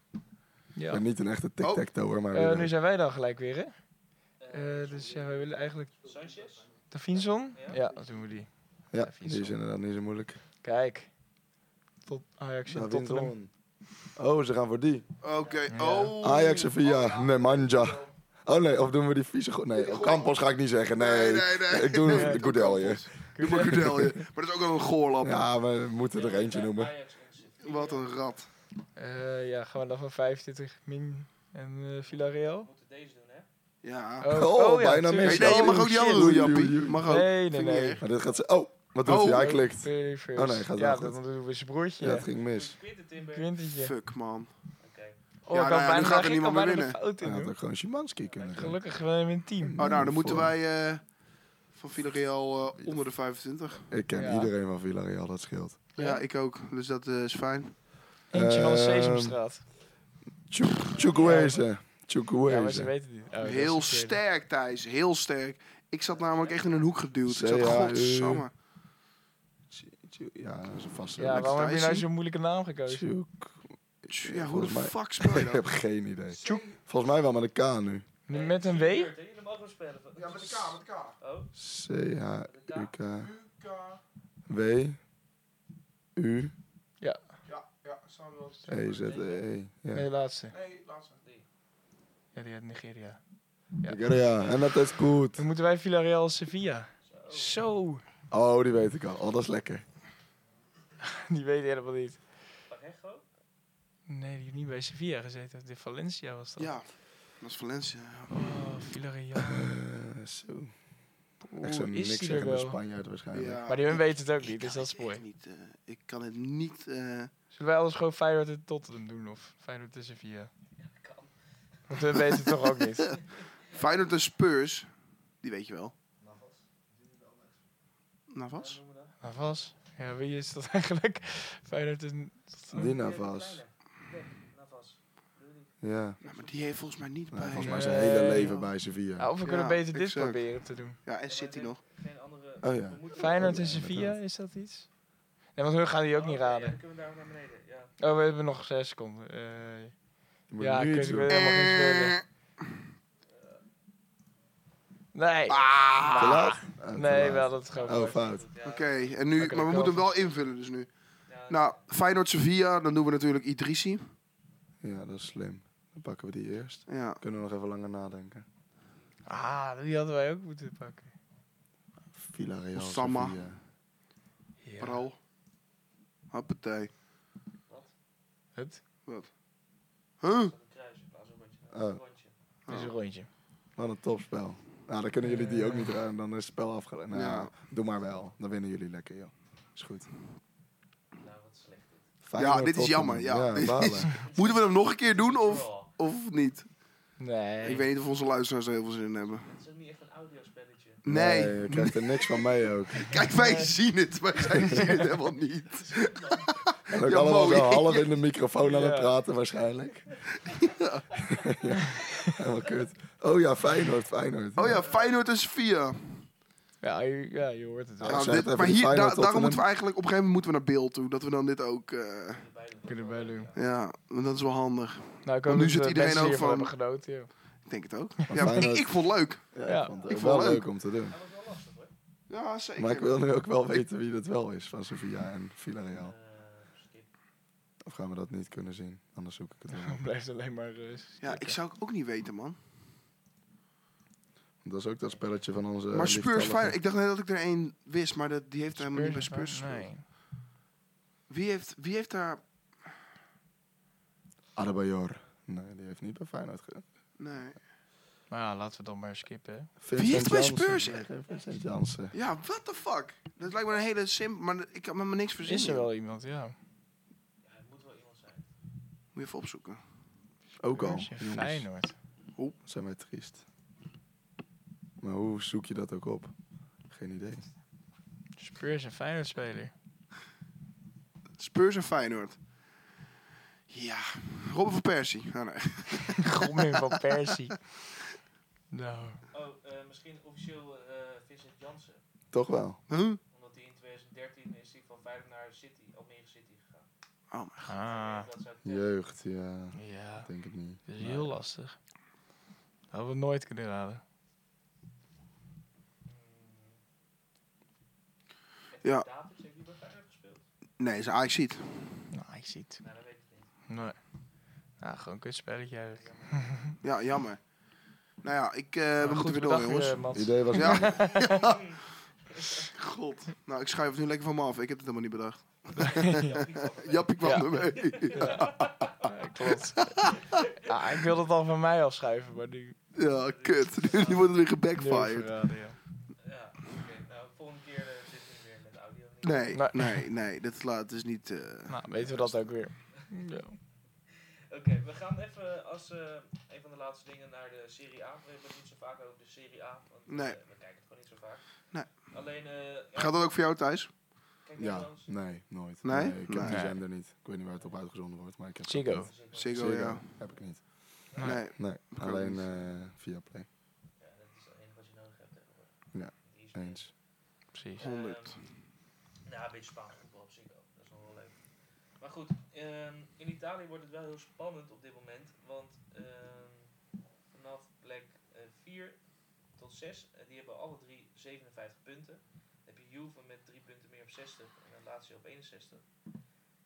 B: Ja.
D: En niet een echte tic-tac-toe, maar...
B: Eh,
D: weer
B: nu
D: een-
B: zijn wij dan gelijk weer, hè?
A: Eh,
B: Eh, dus ja, wij willen eigenlijk...
A: Sanchez?
B: Davinson?
A: Ja.
B: Ja, dan doen we die.
D: Ja,
B: Even iets
D: die is
B: om.
D: inderdaad niet zo moeilijk.
B: Kijk. Tot Ajax en
D: Nou,
B: Tottenham.
D: Winton. Oh, ze gaan voor die.
C: Oké,
B: Ja.
C: oh.
D: Ajax Sevilla. Nee, Manja. Oh nee, of doen we die vieze... go- Nee, Campos ga ik niet zeggen. Nee, ik doe
B: Nee.
D: Goedelje.
C: Doe maar Goedelje. Maar dat is ook wel een goorlap.
D: Ja, we moeten er eentje noemen.
A: Ajax en Sevilla.
C: Wat een rat.
B: Eh, ja, gaan we dan van 25 min en eh
A: We
B: Villarreal?
A: moeten deze doen, hè?
C: Ja.
B: Oh,
D: Oh,
B: oh, ja,
D: bijna
B: tuurlijk.
D: mis.
C: Nee, je mag ook
D: Oh,
C: die
D: shit.
C: andere doen,
D: Oei,
C: Jappie.
D: oei.
C: Mag ook.
B: Nee, nee,
C: Vind
B: nee.
C: ik
D: Maar dit gaat ze... Oh, wat doet
C: Oh.
D: hij? Hij klikt.
B: Very first.
D: Oh, nee, gaat
B: Ja,
D: wel
B: dan
D: goed.
B: doen we zijn
D: Ja,
B: broertje.
D: het ging mis.
A: Quinten Timber.
B: Quintetje.
C: Fuck, man.
A: Oké.
B: Oh,
C: Ja,
B: ik
C: nou
B: had
C: ja, nu
B: bijna,
C: gaat er
B: ik
C: niemand
B: had
C: meer
B: bijna de
C: in, hè?
B: fout
D: Hij
B: in,
D: had
B: hoor.
D: ook gewoon Szymanski kunnen gaan.
B: Gelukkig wel in een team.
C: Oh, nou, dan moeten
D: Voor-
C: wij eh, van Villarreal eh, onder de 25.
D: Ik ken
B: Ja.
D: iedereen van Villarreal, dat scheelt.
C: Ja, ik ook. Dus dat eh, is fijn.
B: Eentje van de
D: Ehm,
B: Sesamstraat.
D: Chuk- Chukwueze.
B: Ja, maar ze
D: Chukwueze.
B: weten het niet. Oh, dat is
C: Heel
B: de tweede.
C: sterk, Thijs. Heel sterk. Ik zat namelijk echt in een hoek geduwd. Ik zat,
D: Ja, eh,
C: godsamme.
D: Ja, dat is een vaste.
B: Ja,
C: Lekker
B: waarom heb je nou
C: Thijsie.
B: zo'n moeilijke naam gekozen?
D: Chuk-
C: Ja, hoe de
D: volgens mij-
C: fuck speel je
D: [laughs] Ik heb
C: dat?
D: geen idee. Volgens mij wel met een K nu.
A: Nee,
B: Met een W?
A: het is gebeurd, Eh, hè? Jullie mogen hem spelen.
C: met de K.
A: Oh,
D: C-H-U-K-W.
C: UK.
D: U.
C: Ja, ja, Samuel.
D: E. Z. E. Ja.
B: Nee, laatste.
C: Nee, laatste.
A: die.
B: Ja, die uit Nigeria.
D: Ja, ja, en dat is goed.
B: Dan moeten wij Villarreal Sevilla.
A: Zo.
B: Zo.
D: Oh, die weet ik al. Oh, dat is lekker.
B: Die weet helemaal niet.
A: Parejo?
B: Nee, die heeft niet bij Sevilla gezeten. De Valencia was dat.
C: Ja, dat is Valencia. ja.
B: Oh,
C: [laughs]
B: Villarreal.
D: Eh, zo. Echt zo'n
B: Oeh, is
D: niks
B: die er
D: zeggen
B: wel?
D: Spanjaard waarschijnlijk.
C: Ja,
B: Maar die hun
C: ik-
B: weten het ook
C: ik
B: niet, dus
C: kan
B: dat is
C: het echt
B: mooi.
C: niet, eh, ik kan het niet... eh,
B: Zullen wij alles gewoon Feyenoord en Tottenham doen? Of Feyenoord en Sevilla?
A: Ja, dat kan.
B: Want hun weten het toch ook
C: [laughs]
B: niet.
C: Feyenoord en Spurs, die weet je wel.
A: Ja,
C: Navas?
A: noemen we dat.
B: Navas. Ja, wie is dat eigenlijk? Feyenoord en...
D: Die
A: Die, eh, die
D: Navas.
A: kleine. Nee, Navas. Doe die.
D: Ja.
C: Nou, maar die heeft volgens mij niet
D: Nou,
C: bij...
D: volgens mij
C: eh,
D: zijn hele
B: Nee.
D: leven bij Sevilla.
B: Ja, Nou, of we
C: Ja,
B: kunnen beter dit
C: exact.
B: proberen te doen.
C: Ja, en City nog.
A: Geen andere.
D: Oh ja.
A: We moeten-
B: Feyenoord
D: Ja,
B: en Sevilla, is dat iets? Nee, want hun gaan die ook
A: Oh,
B: niet
A: oké, ja,
B: raden.
A: dan kunnen we daar naar beneden. Ja.
B: Oh, we hebben nog zes seconden. Eh,
D: Je moet
B: Ja,
D: nu
B: ik
D: iets
B: weet-
D: doen.
B: ik weet-
C: Eh,
B: helemaal geen zwemmen. Nee.
C: Ah!
D: Te laat? Ah, te
B: Nee,
D: laat.
B: wel dat gewoon.
D: Oh,
B: fout.
D: fout.
A: Ja,
C: Oké, en nu,
B: Oké,
C: maar we
B: ik
C: moeten hem
B: wel.
C: wel invullen dus nu.
A: ja,
C: Nou, Feyenoord Sevilla, dan doen we natuurlijk Idrissi.
D: Ja, dat is slim. Dan pakken we die eerst.
C: Ja.
D: Kunnen we nog even langer nadenken.
B: Ah, die hadden wij ook moeten pakken.
D: Villarreal.
C: Osama.
D: Sevilla.
B: Ja.
C: Paral. Hoppatee.
B: Het
C: Huh?
A: Een kruis in plaats van een rondje. Een
D: Oh.
A: rondje.
B: is een
C: Oh.
B: rondje.
D: Wat een topspel. Nou, dan kunnen jullie die ook niet ruimen. Dan is het spel afgelopen. Nou,
C: Eh. Ja.
D: doe maar wel. Dan winnen jullie lekker, joh. Is goed.
A: Nou, wat slecht.
D: Feyenoord,
C: dit is
D: Tottenham.
C: jammer, ja. [laughs]
D: ja balen.
C: Moeten we hem nog een keer doen of,
A: Bro,
C: of niet?
B: Nee.
C: Ik weet niet of onze luisteraars er heel veel zin in hebben.
A: Het is ook niet echt een audiospelletje.
C: Nee.
D: Je krijgt er niks van mee
C: [laughs]
D: ook.
C: Kijk, wij zien het, maar
B: [laughs]
C: zij zien het helemaal niet.
D: En ook
C: Ja,
D: allemaal
C: mooi.
D: zo half in de microfoon aan het
B: Ja.
D: praten
C: [laughs]
D: waarschijnlijk. [laughs] ja. Helemaal kut. Oh ja, Feyenoord, Feyenoord.
C: Oh ja, Feyenoord en Sevilla.
B: Ja, je, ja, je hoort het wel.
D: Ja,
C: Nou,
D: ik zei
C: dit-
D: het even,
C: maar
D: die
C: hier, da-
D: Feyenoord
C: daarom
D: Tottenham.
C: moeten we eigenlijk op een gegeven moment moeten we naar beeld toe. Dat we dan dit ook. eh,
B: Kunnen wij doen.
C: ja, want dat is wel handig.
B: Nou, ik
C: Want
B: hoop
C: nu
B: dat
C: zit
B: eh,
C: iedereen
B: mensen
C: ook
B: hiervan
C: van-
B: hebben genoten, joh. [laughs]
C: Ik denk het ook. Ja, maar ik,
D: Feyenoord-
C: ik vond het leuk.
B: Ja.
D: ik vond
C: Ik
D: het
C: vond
D: wel
C: het
D: leuk
C: leuk.
D: om te doen.
A: Dat was wel lastig hoor.
C: Ja, zeker.
D: Maar ik wil nu ook wel weten wie dat wel is van Sevilla en Villarreal.
A: Eh, skip.
D: Of gaan we dat niet kunnen zien? Anders zoek ik het wel.
B: Dan blijft alleen maar... eh,
C: Ja, ik
B: zitten.
C: zou het ook niet weten, man.
D: Dat is ook dat spelletje van
B: eh,
D: onze...
C: maar Spurs
D: lieftallige-
C: Feyenoord. Ik dacht net dat ik er één wist, maar dat, die heeft er helemaal niet bij
B: Spurs
C: Spurs.
B: ervan?
C: gespeeld.
B: Nee.
C: Wie, heeft, wie heeft daar.
D: Adebayor. Nee, die heeft niet bij Feyenoord ge...
C: Nee.
B: Maar Nou ja, laten we dan maar skippen. hè.
D: Vincent
C: heeft bij
D: Janssen.
C: Spurs?
D: Nee, geen Vincent Janssen.
C: Ja, what the fuck? Dat lijkt me een hele simpel. Maar ik kan me maar niks verzinnen.
B: Is er wel iemand, ja.
A: Ja, het moet wel iemand zijn.
C: Moet je even opzoeken.
D: Ook al.
B: Spurs en
D: Jongens,
B: Feyenoord.
D: zijn wij triest. Maar hoe zoek je dat ook op? Geen idee.
B: Spurs en Feyenoord
C: [laughs]
B: speler.
C: Spurs en Feyenoord. Ja, Robin van Persie. Ah, nee. [laughs]
B: Robin van Persie. Nou.
A: Oh, eh, misschien officieel eh Vincent Jansen.
D: Toch wel.
C: Huh?
A: Omdat hij in 2013 is hij van Feyenoord naar City, Almere City gegaan.
C: Oh,
B: Ah.
A: Dat zou ik tellen.
D: Jeugd, ja.
B: Ja,
D: Ik Denk het niet.
B: dat is heel lastig. Dat hadden we nooit kunnen raden.
A: Mm. Heeft
C: Ja.
A: Davids heeft hij bij Feyenoord gespeeld?
C: Nee, is Ajax ziet.
B: Nou, ik zie het.
A: Nou, dat weet ik niet.
B: Nee. Nou, gewoon een kutspelletje eigenlijk.
C: [laughs] Ja, jammer. Nou ja, ik, eh, we
B: Maar goed,
C: moeten weer door,
B: bedankt,
C: jongens.
B: eh, Mats. [laughs]
D: Het idee was...
C: Ja.
D: Ja.
C: [laughs] God. Nou, ik schuif het nu lekker van me af. Ik heb het helemaal niet bedacht.
A: Ja, die kwam erbij.
C: Jappie kwam
B: Ja.
C: ermee. [laughs]
B: Ja, [laughs] klopt. Ja, Ah, ik wilde het al van mij afschuiven, maar nu...
C: ja, kut. [laughs] Nu wordt het weer
B: nu
C: gebackfired.
B: verraden, ja.
A: Ja, oké. Nou, volgende keer eh, zitten we weer met audio. niet?
C: Nee,
B: Nee.
C: nee, nee. Dat laat dus niet... eh,
B: Nou, weten we dat ook weer. Ja.
A: Oké, we gaan even als eh, een van de laatste dingen naar de Serie A. We hebben het niet zo vaak over de Serie A. Want eh,
C: Nee.
A: we kijken het gewoon niet zo vaak.
C: Nee.
A: Alleen, eh ja,
C: Gaat dat ook voor jou thuis?
A: kijk naar
D: ja.
A: ons.
D: Nee, nooit.
C: Nee?
D: ik heb die
B: Nee.
D: zender niet. Ik weet niet waar het op uitgezonden wordt, maar ik heb...
B: Ziggo.
A: Dat is ook wel-
C: Ziggo,
D: Ziggo
C: ja.
D: heb ik niet.
B: Nee.
C: Nee.
D: Nee,
C: ook
D: alleen
C: niet.
D: eh via Play.
A: Ja, dat is het enige wat je nodig hebt tegenwoordig.
D: Ja,
A: Die is-
D: Eens. [laughs]
B: Precies.
C: 100.
A: Ehm, nou, een beetje Spaans voetbal op zich ook. Dat is nog wel leuk. Maar goed, ehm, in Italië wordt het wel heel spannend op dit moment. Want ehm, vanaf plek 4 tot 6, die hebben alle drie 57 punten. Dan heb je Juve met 3 punten meer op 60 en dan Lazio op 61.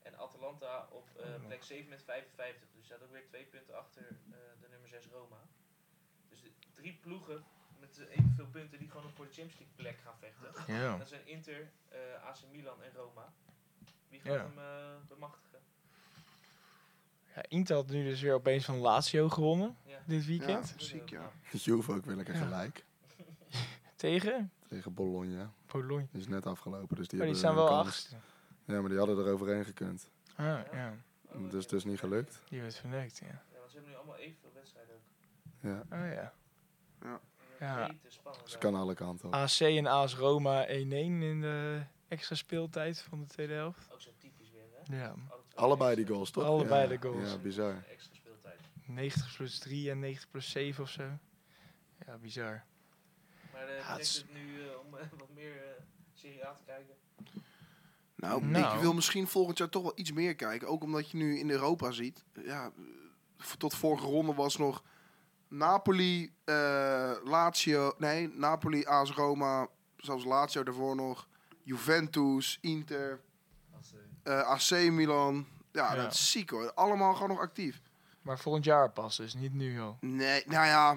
A: En Atalanta op eh, plek 7 met 55. Dus staat ook weer 2 punten achter eh, de nummer 6 Roma. Dus de drie ploegen met eh, evenveel punten die gewoon nog voor de Champions League plek gaan vechten.
B: Ja.
A: Dat zijn Inter, eh, AC Milan en Roma. Wie gaat
B: Ja.
A: hem eh, bemachtigen?
B: ja. Inter had nu dus weer opeens van Lazio gewonnen,
A: Ja.
B: dit weekend.
A: Dat is
C: Ziek,
A: heel
C: ja.
A: knap.
D: Juve ook weer lekker
B: Ja.
D: gelijk.
B: Tegen
D: Tegen Bologna.
B: Bologna.
D: Die is net afgelopen, dus die
B: Maar die
D: hebben
B: staan
D: hun
B: wel
D: kans.
B: achtste.
D: Ja, maar die hadden er overheen gekund.
B: Ah, ja.
A: Oh, oké.
D: Dus het is niet gelukt.
B: Die werd verneukt, ja.
A: Ja, want ze hebben nu allemaal evenveel wedstrijden ook.
D: Ja,
B: Oh ja. Ja.
A: Ja. Te spannend.
D: ze kan alle kanten op.
B: AC en AS Roma 1-1 in de extra speeltijd van de tweede helft.
A: Ook zo typisch weer, hè?
B: Ja.
A: Alle twee
D: Allebei die
A: extra-
D: goals, toch?
B: Allebei
D: Ja,
B: de goals.
D: Ja, bizar.
A: Extra speeltijd.
B: 90 plus 3 en 90 plus 7 of zo. Ja, bizar.
A: Maar eh
B: Ja, het
A: trekt
B: is-
A: het nu eh, om [laughs] eh, wat meer eh, Serie A te kijken.
C: Nou,
B: Nou.
C: ik wil misschien volgend jaar toch wel iets meer kijken. Ook omdat je nu in Europa ziet. Ja, eh, tot vorige ronde was nog Napoli, eh, Lazio, nee, Napoli, AS Roma, zelfs Lazio daarvoor nog, Juventus, Inter,
A: Als, eh,
C: eh, AC Milan. Ja,
B: Ja.
C: dat is ziek hoor. Allemaal gewoon nog actief.
B: Maar volgend jaar pas, dus niet nu al.
C: Nee, nou ja,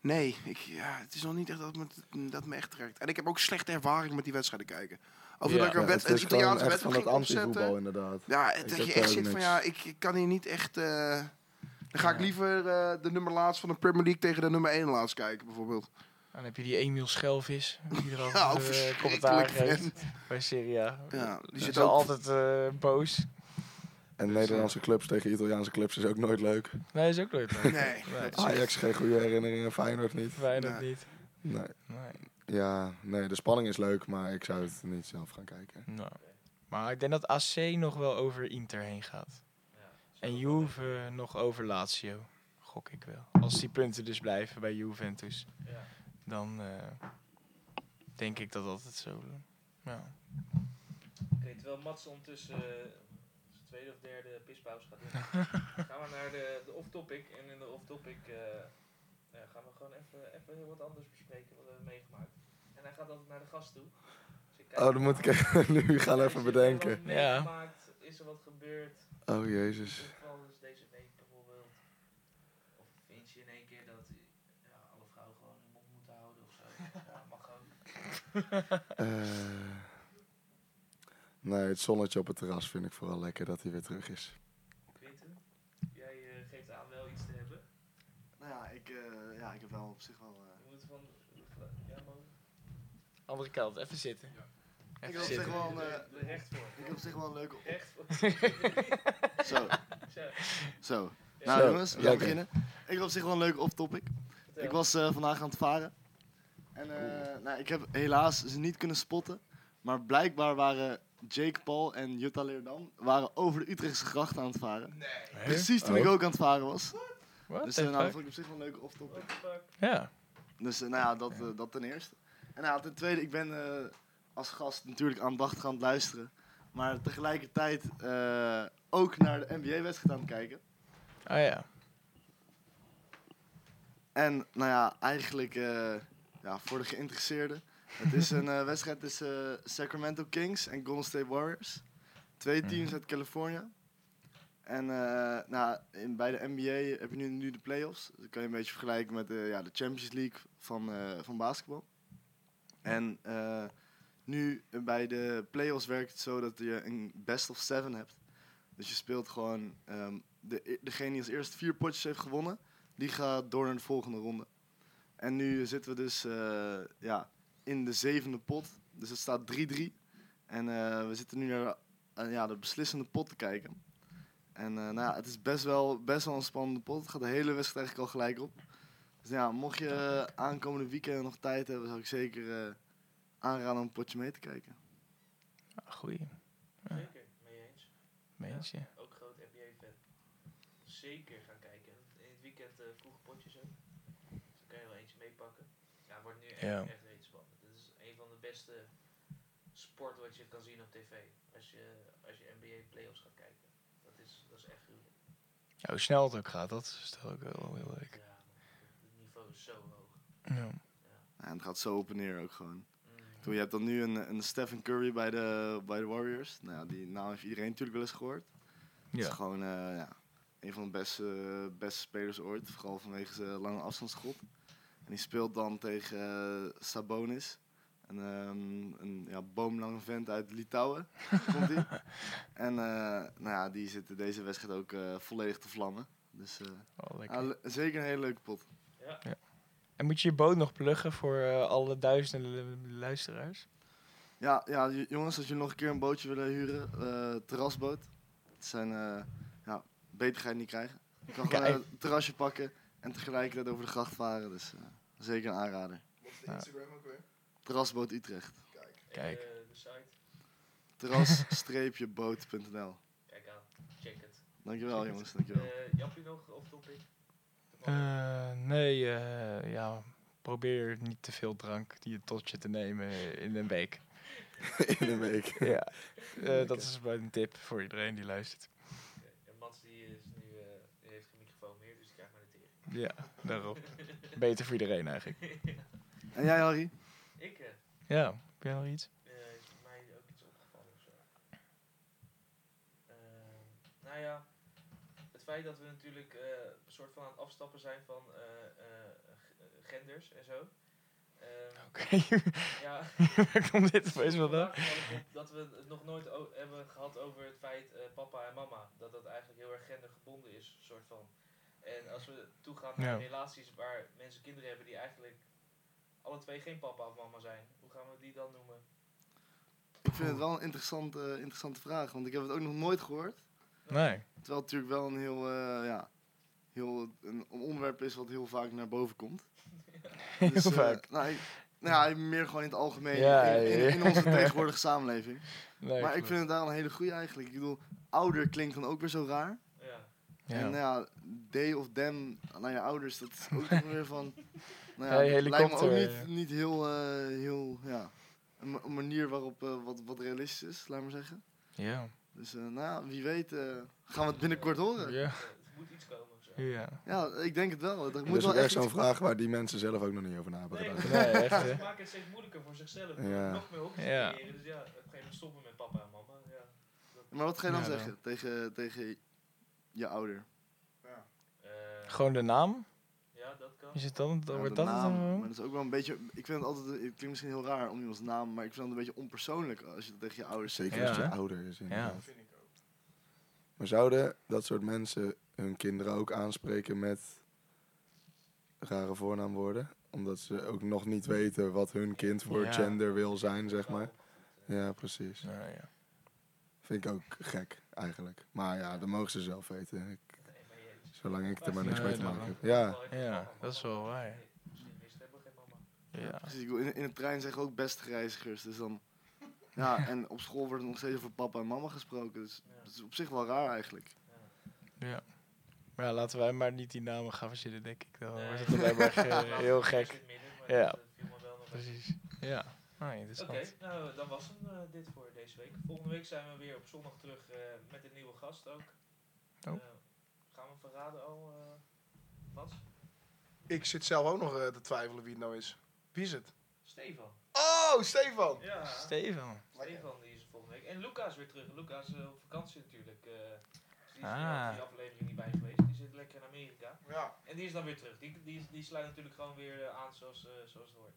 C: nee. Ik, ja, het is nog niet echt dat me, dat me echt trekt. En ik heb ook slechte ervaring met die wedstrijden kijken. Of
B: Ja.
C: dat ik
E: Ja,
C: een wed-
E: het is
C: een
E: gewoon
C: Italiaanse
E: echt van
C: wedstrijd
E: dat
C: ging opzetten.
E: anti-voetbal inderdaad.
C: Ja,
E: Ik
C: dat
E: heb
C: je
E: daar
C: echt
E: ook
C: zit van
E: niks.
C: ja, ik, ik kan hier niet echt. eh, dan ga ik
B: Ja.
C: liever eh, de nummer laatst van de Premier League tegen de nummer 1 laatst kijken, bijvoorbeeld.
B: Dan heb je die Emiel Schelvis, die
C: [laughs]
B: er
C: Ja,
B: altijd eh,
C: verschrikkelijk
B: commentaar geeft
C: vent.
B: bij Serie A.
C: Ja, die
B: Die
C: zit
B: is
C: ook.
B: altijd eh, boos.
E: En
C: Dus,
E: Nederlandse
C: eh,
E: clubs tegen Italiaanse clubs is ook nooit leuk.
B: Nee, is ook nooit leuk.
C: Nee,
B: Nee.
C: dat is echt-
E: Ajax geen goede herinneringen, Feyenoord niet.
B: Weinig
C: Nee.
B: niet.
E: Nee.
B: Nee.
E: Ja, nee, de spanning is leuk, maar ik zou het niet zelf gaan kijken.
B: Nou. Maar ik denk dat AC nog wel over Inter heen gaat.
A: ja, is
B: En
A: wel-
B: Juve nog over Lazio. Gok ik wel. Als die punten dus blijven bij Juventus,
A: Ja.
B: dan eh, denk ik dat dat het zo... Ja.
A: Oké, terwijl Mats ondertussen eh, zijn tweede of derde pispaus gaat doen, gaan we naar de, de off-topic. En in de off-topic eh, ja, gaan we gewoon even, even heel wat anders bespreken wat we hebben meegemaakt. En hij gaat altijd naar de gast toe. Dus ik kijk
E: Oh, dan moet ik echt- nu gaan
A: Is
E: even [laughs]
A: er wat
E: bedenken.
A: meegemaakt? Is er wat gebeurd?
E: Oh,
A: Dus
E: jezus.
A: geval is deze week bijvoorbeeld. Of vind je in één keer dat eh, ja, alle vrouwen gewoon hun mond moeten houden of zo. Ja, mag ook.
E: Eh, nee, het zonnetje op het terras vind ik vooral lekker dat hij weer terug is.
A: Quinten, jij eh, geeft aan wel iets te hebben.
D: Nou ja, ik, eh, ja, ik heb wel op zich wel... eh,
A: Je moet van. Ja, man.
B: Andere kant, even zitten.
D: ik
B: Even
D: wil op zich
B: zitten.
D: wel een,
A: Er
D: eh,
A: recht
D: ik
A: voor.
D: heb op zich wel een leuke... op-
A: Recht voor.
D: Zo,
A: Zo,
D: zo.
A: Ja.
D: [laughs] Nou
E: Zo,
D: jongens, we gaan
E: lekker.
D: beginnen. Ik heb op zich wel een leuke off-topic.
A: vertel.
D: Ik was eh, vandaag aan het varen. En eh, nou, ik heb helaas ze niet kunnen spotten. Maar blijkbaar waren Jake Paul en Jutta Leerdam waren over de Utrechtse gracht aan het varen. Precies toen ik
E: Oh.
D: ook aan het varen was.
B: What
D: Dus
B: the
D: eh, nou,
B: fuck?
D: dat vond ik op zich wel een leuke off-topic.
A: What the fuck?
B: Ja.
D: Dus eh, nou ja, dat, eh, dat ten eerste. En nou, ja, ten tweede, ik ben eh, als gast natuurlijk aandachtig aan het luisteren. Maar tegelijkertijd eh, ook naar de NBA-wedstrijd aan het kijken.
B: Oh ja.
D: En nou ja, eigenlijk eh, ja, voor de geïnteresseerden. Het is een eh, wedstrijd tussen eh, Sacramento Kings en Golden State Warriors. Twee teams uit Californië. En eh, nou, in, bij de NBA heb je nu, nu de playoffs. Dat kan je een beetje vergelijken met de, ja, de Champions League van, eh, van basketbal. En eh, nu eh, bij de playoffs werkt het zo dat je een best of seven hebt. Dus je speelt gewoon ehm, de, degene die als eerste vier potjes heeft gewonnen, die gaat door naar de volgende ronde. En nu zitten we dus eh, ja, in de zevende pot. Dus het staat 3-3. En eh, we zitten nu naar de, eh, ja, de beslissende pot te kijken. En eh, nou ja, het is best wel, best wel een spannende pot. Het gaat de hele wedstrijd eigenlijk al gelijk op. Dus ja, mocht je eh, aankomende weekend nog tijd hebben, zou ik zeker eh, aanraden om een potje mee te kijken.
B: Goeie. Ja.
A: Zeker, mee eens.
B: Meentje.
A: Ook groot NBA-fan. Zeker gaan kijken. In het weekend eh vroeg potjes ook. Dus dan kan je wel eentje meepakken. Ja, het wordt nu echt,
B: Ja.
A: echt reeds spannend. Dit is een van de beste sport wat je kan zien op tv. Als je, als je NBA playoffs gaat kijken. Dat is, dat is echt gruwelijk.
B: Ja, hoe snel het ook gaat, dat is toch ook wel heel leuk.
A: Ja, het niveau is zo hoog.
B: Ja.
D: En het gaat zo op en neer ook gewoon. Toen, je hebt dan nu een, een Stephen Curry bij de, bij de Warriors. Nou ja, die naam heeft iedereen natuurlijk wel eens gehoord. Het is
B: Ja.
D: gewoon eh,
B: [laughs]
D: ja, een van de beste, beste spelers ooit. Vooral vanwege zijn lange afstandsschot. En die speelt dan tegen eh, Sabonis. Een, ehm, een ja, boomlange vent uit Litouwen. komt die. En eh, nou ja, die zit deze wedstrijd ook eh, volledig te vlammen. Dus eh,
B: Wel lekker.
D: ja, le- zeker een hele leuke pot.
A: Ja,
B: En moet je je boot nog pluggen voor eh, alle duizenden lu- luisteraars?
D: Ja, ja, j- jongens, als jullie nog een keer een bootje willen huren, eh, terrasboot. Het zijn, eh ja, beter ga je het niet krijgen. Je kan gewoon
B: Kijk.
D: eh, het terrasje pakken en tegelijkertijd over de gracht varen. Dus eh, zeker een aanrader.
C: Wat is de
B: Ja.
C: Instagram ook weer?
D: Terrasboot Utrecht.
A: en,
B: Kijk.
A: eh, de site.
D: Terras-boot.nl
A: Kijk aan. Check het.
D: Dankjewel jongens, dankjewel.
A: Eh Jappie nog of topic?
B: Eh, nee, eh, ja. Probeer niet te veel drank die je tot je te nemen eh, in een week.
E: [laughs] In een week.
B: ja. Eh, dat is wel een tip voor iedereen die luistert.
A: Oké, En Mats die is nu, eh, die heeft geen microfoon
B: Ja, daarop. Beter voor iedereen eigenlijk.
C: En jij, Harry?
A: Ik eh,
B: Ja, heb jij nog iets?
A: eh, is mij ook iets opgevallen of zo. Ehm, nou ja, het feit dat we natuurlijk eh, een soort van aan het afstappen zijn van eh, eh, g- eh, genders en zo. Ehm,
B: Oké, [laughs]
A: ja,
B: waar [laughs] komt dit
A: het
B: opeens
A: is
B: vandaan?
A: vandaag wel op Dat we het nog nooit o- hebben gehad over het feit eh, papa en mama. Dat dat eigenlijk heel erg gendergebonden is, soort van. En als we toegaan naar
B: Ja.
A: relaties waar mensen kinderen hebben die eigenlijk alle twee geen papa of mama zijn. Hoe gaan we die dan noemen?
C: Ik vind het wel een interessante,
D: eh,
C: interessante vraag, want ik heb het ook nog nooit gehoord.
B: Nee.
C: Terwijl het natuurlijk wel een heel, eh, ja, heel een onderwerp is wat heel vaak naar boven komt.
B: [laughs]
C: Heel
D: Dus, eh,
B: vaak.
C: nou, ik- nou ja, meer gewoon in het algemeen,
B: Ja,
C: in, in-
B: ja.
C: in onze tegenwoordige samenleving.
B: nee
C: maar ik
B: klopt.
C: vind het daar een hele goede eigenlijk. Ik bedoel, ouder klinkt dan ook weer zo raar.
A: Ja.
C: En
B: Ja.
C: nou ja, they of them naar je ouders, dat is
B: [laughs]
C: ook nog weer van... Nou ja,
B: Hey,
C: dat lijkt me ook
B: helikopter,
C: niet,
B: ja.
C: niet heel, eh, heel ja, een, ma- een manier waarop eh, wat, wat realistisch is, laat maar zeggen.
B: Ja.
C: Dus eh, nou ja, wie weet eh, gaan we het binnenkort horen.
B: Ja.
A: Eh, Het moet iets komen of zo.
B: Ja.
C: Ja, ik denk het wel. Er
D: Er
C: moet
D: is ook
C: wel
D: echt
C: echt
D: zo'n
C: iets-
D: vraag waar die mensen zelf ook nog niet over na hebben
A: Nee,
D: gedacht.
B: Nee, echt, hè?
A: Ze maken [laughs] het steeds moeilijker voor zichzelf. door
D: Ja.
A: Nog meer hokjes
B: Ja.
A: te creëren. Dus ja, op een gegeven moment stoppen met papa en mama. Ja.
C: Maar wat ga je dan
B: Ja, dan.
C: zeggen tegen, tegen je ouder?
A: Eh,
B: Gewoon de naam?
A: ja, dat kan.
B: Is het dan? dan
C: Ja,
B: wordt
C: de
B: dat het dan
C: naam.
B: gewoon?
C: Maar dat is ook wel een beetje... Ik vind het altijd... Het klinkt misschien heel raar om iemands naam, maar ik vind het een beetje onpersoonlijk als je dat tegen je ouders zegt.
D: Zeker
B: Ja,
D: als je
B: hè?
D: ouder is
B: Ja.
D: inderdaad. Maar zouden dat soort mensen hun kinderen ook aanspreken met rare voornaamwoorden? Omdat ze ook nog niet weten wat hun kind voor
B: Ja.
D: gender wil zijn, zeg maar. Ja, precies.
B: Nou, ja.
D: Vind ik ook gek, eigenlijk. Maar ja, dat mogen ze zelf weten. Ik-
A: Nee, maar je-
D: zolang ik er maar niks
B: Nee,
D: mee te
B: dat
D: maken
B: wel.
D: heb. Ja,
A: Wel even
B: Ja,
A: papa,
B: dat is
A: mama.
B: wel waar.
A: Nee, Misschien is het helemaal geen mama.
B: Ja.
C: Precies, Dus ik bedoel, in, in de trein zeggen ook beste reizigers, dus dan... Ja, en op school wordt er nog steeds over papa en mama gesproken. Dus
A: Ja.
C: dat is op zich wel raar eigenlijk.
B: ja. Maar ja, laten wij maar niet die namen gaan verzinnen, denk ik. Dan
A: Nee.
B: wordt het alleen maar ge-
A: [laughs]
B: [laughs]
A: Nou,
B: heel
A: dat is
B: gek.
A: het midden, maar
B: Ja.
A: dat, eh, viel me wel nog even.
B: Precies. Ja. Ah,
A: Oké,
B: interessant.
A: nou dan was hem eh, dit voor deze week. Volgende week zijn we weer op zondag terug eh, met een nieuwe gast ook.
B: Oh.
A: Eh, gaan we verraden al, eh Mats?
F: Ik zit zelf ook nog eh, te twijfelen wie het nou is. Wie is het?
A: Stefan.
F: Oh, Stefan!
A: Ja,
B: Stefan.
A: Stefan die is er volgende week. En Luca is weer terug. Luca is eh, op vakantie natuurlijk. eh, dus die is
B: Ah.
A: ah. die aflevering niet bij geweest. Die zit lekker in Amerika.
F: Ja.
A: En die is dan weer terug. Die, die, die sluit natuurlijk gewoon weer eh, aan zoals, eh, zoals het hoort.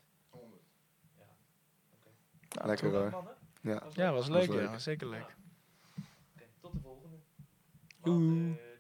D: lekker
A: Nou,
D: hoor.
A: mannen,
D: Ja.
A: was
B: Ja,
A: leuk.
B: was
D: Was
B: leuk. Ja,
D: leuk.
B: was zeker leuk.
A: Ja. Oké, tot de volgende. eh,
B: Doei.
A: Later.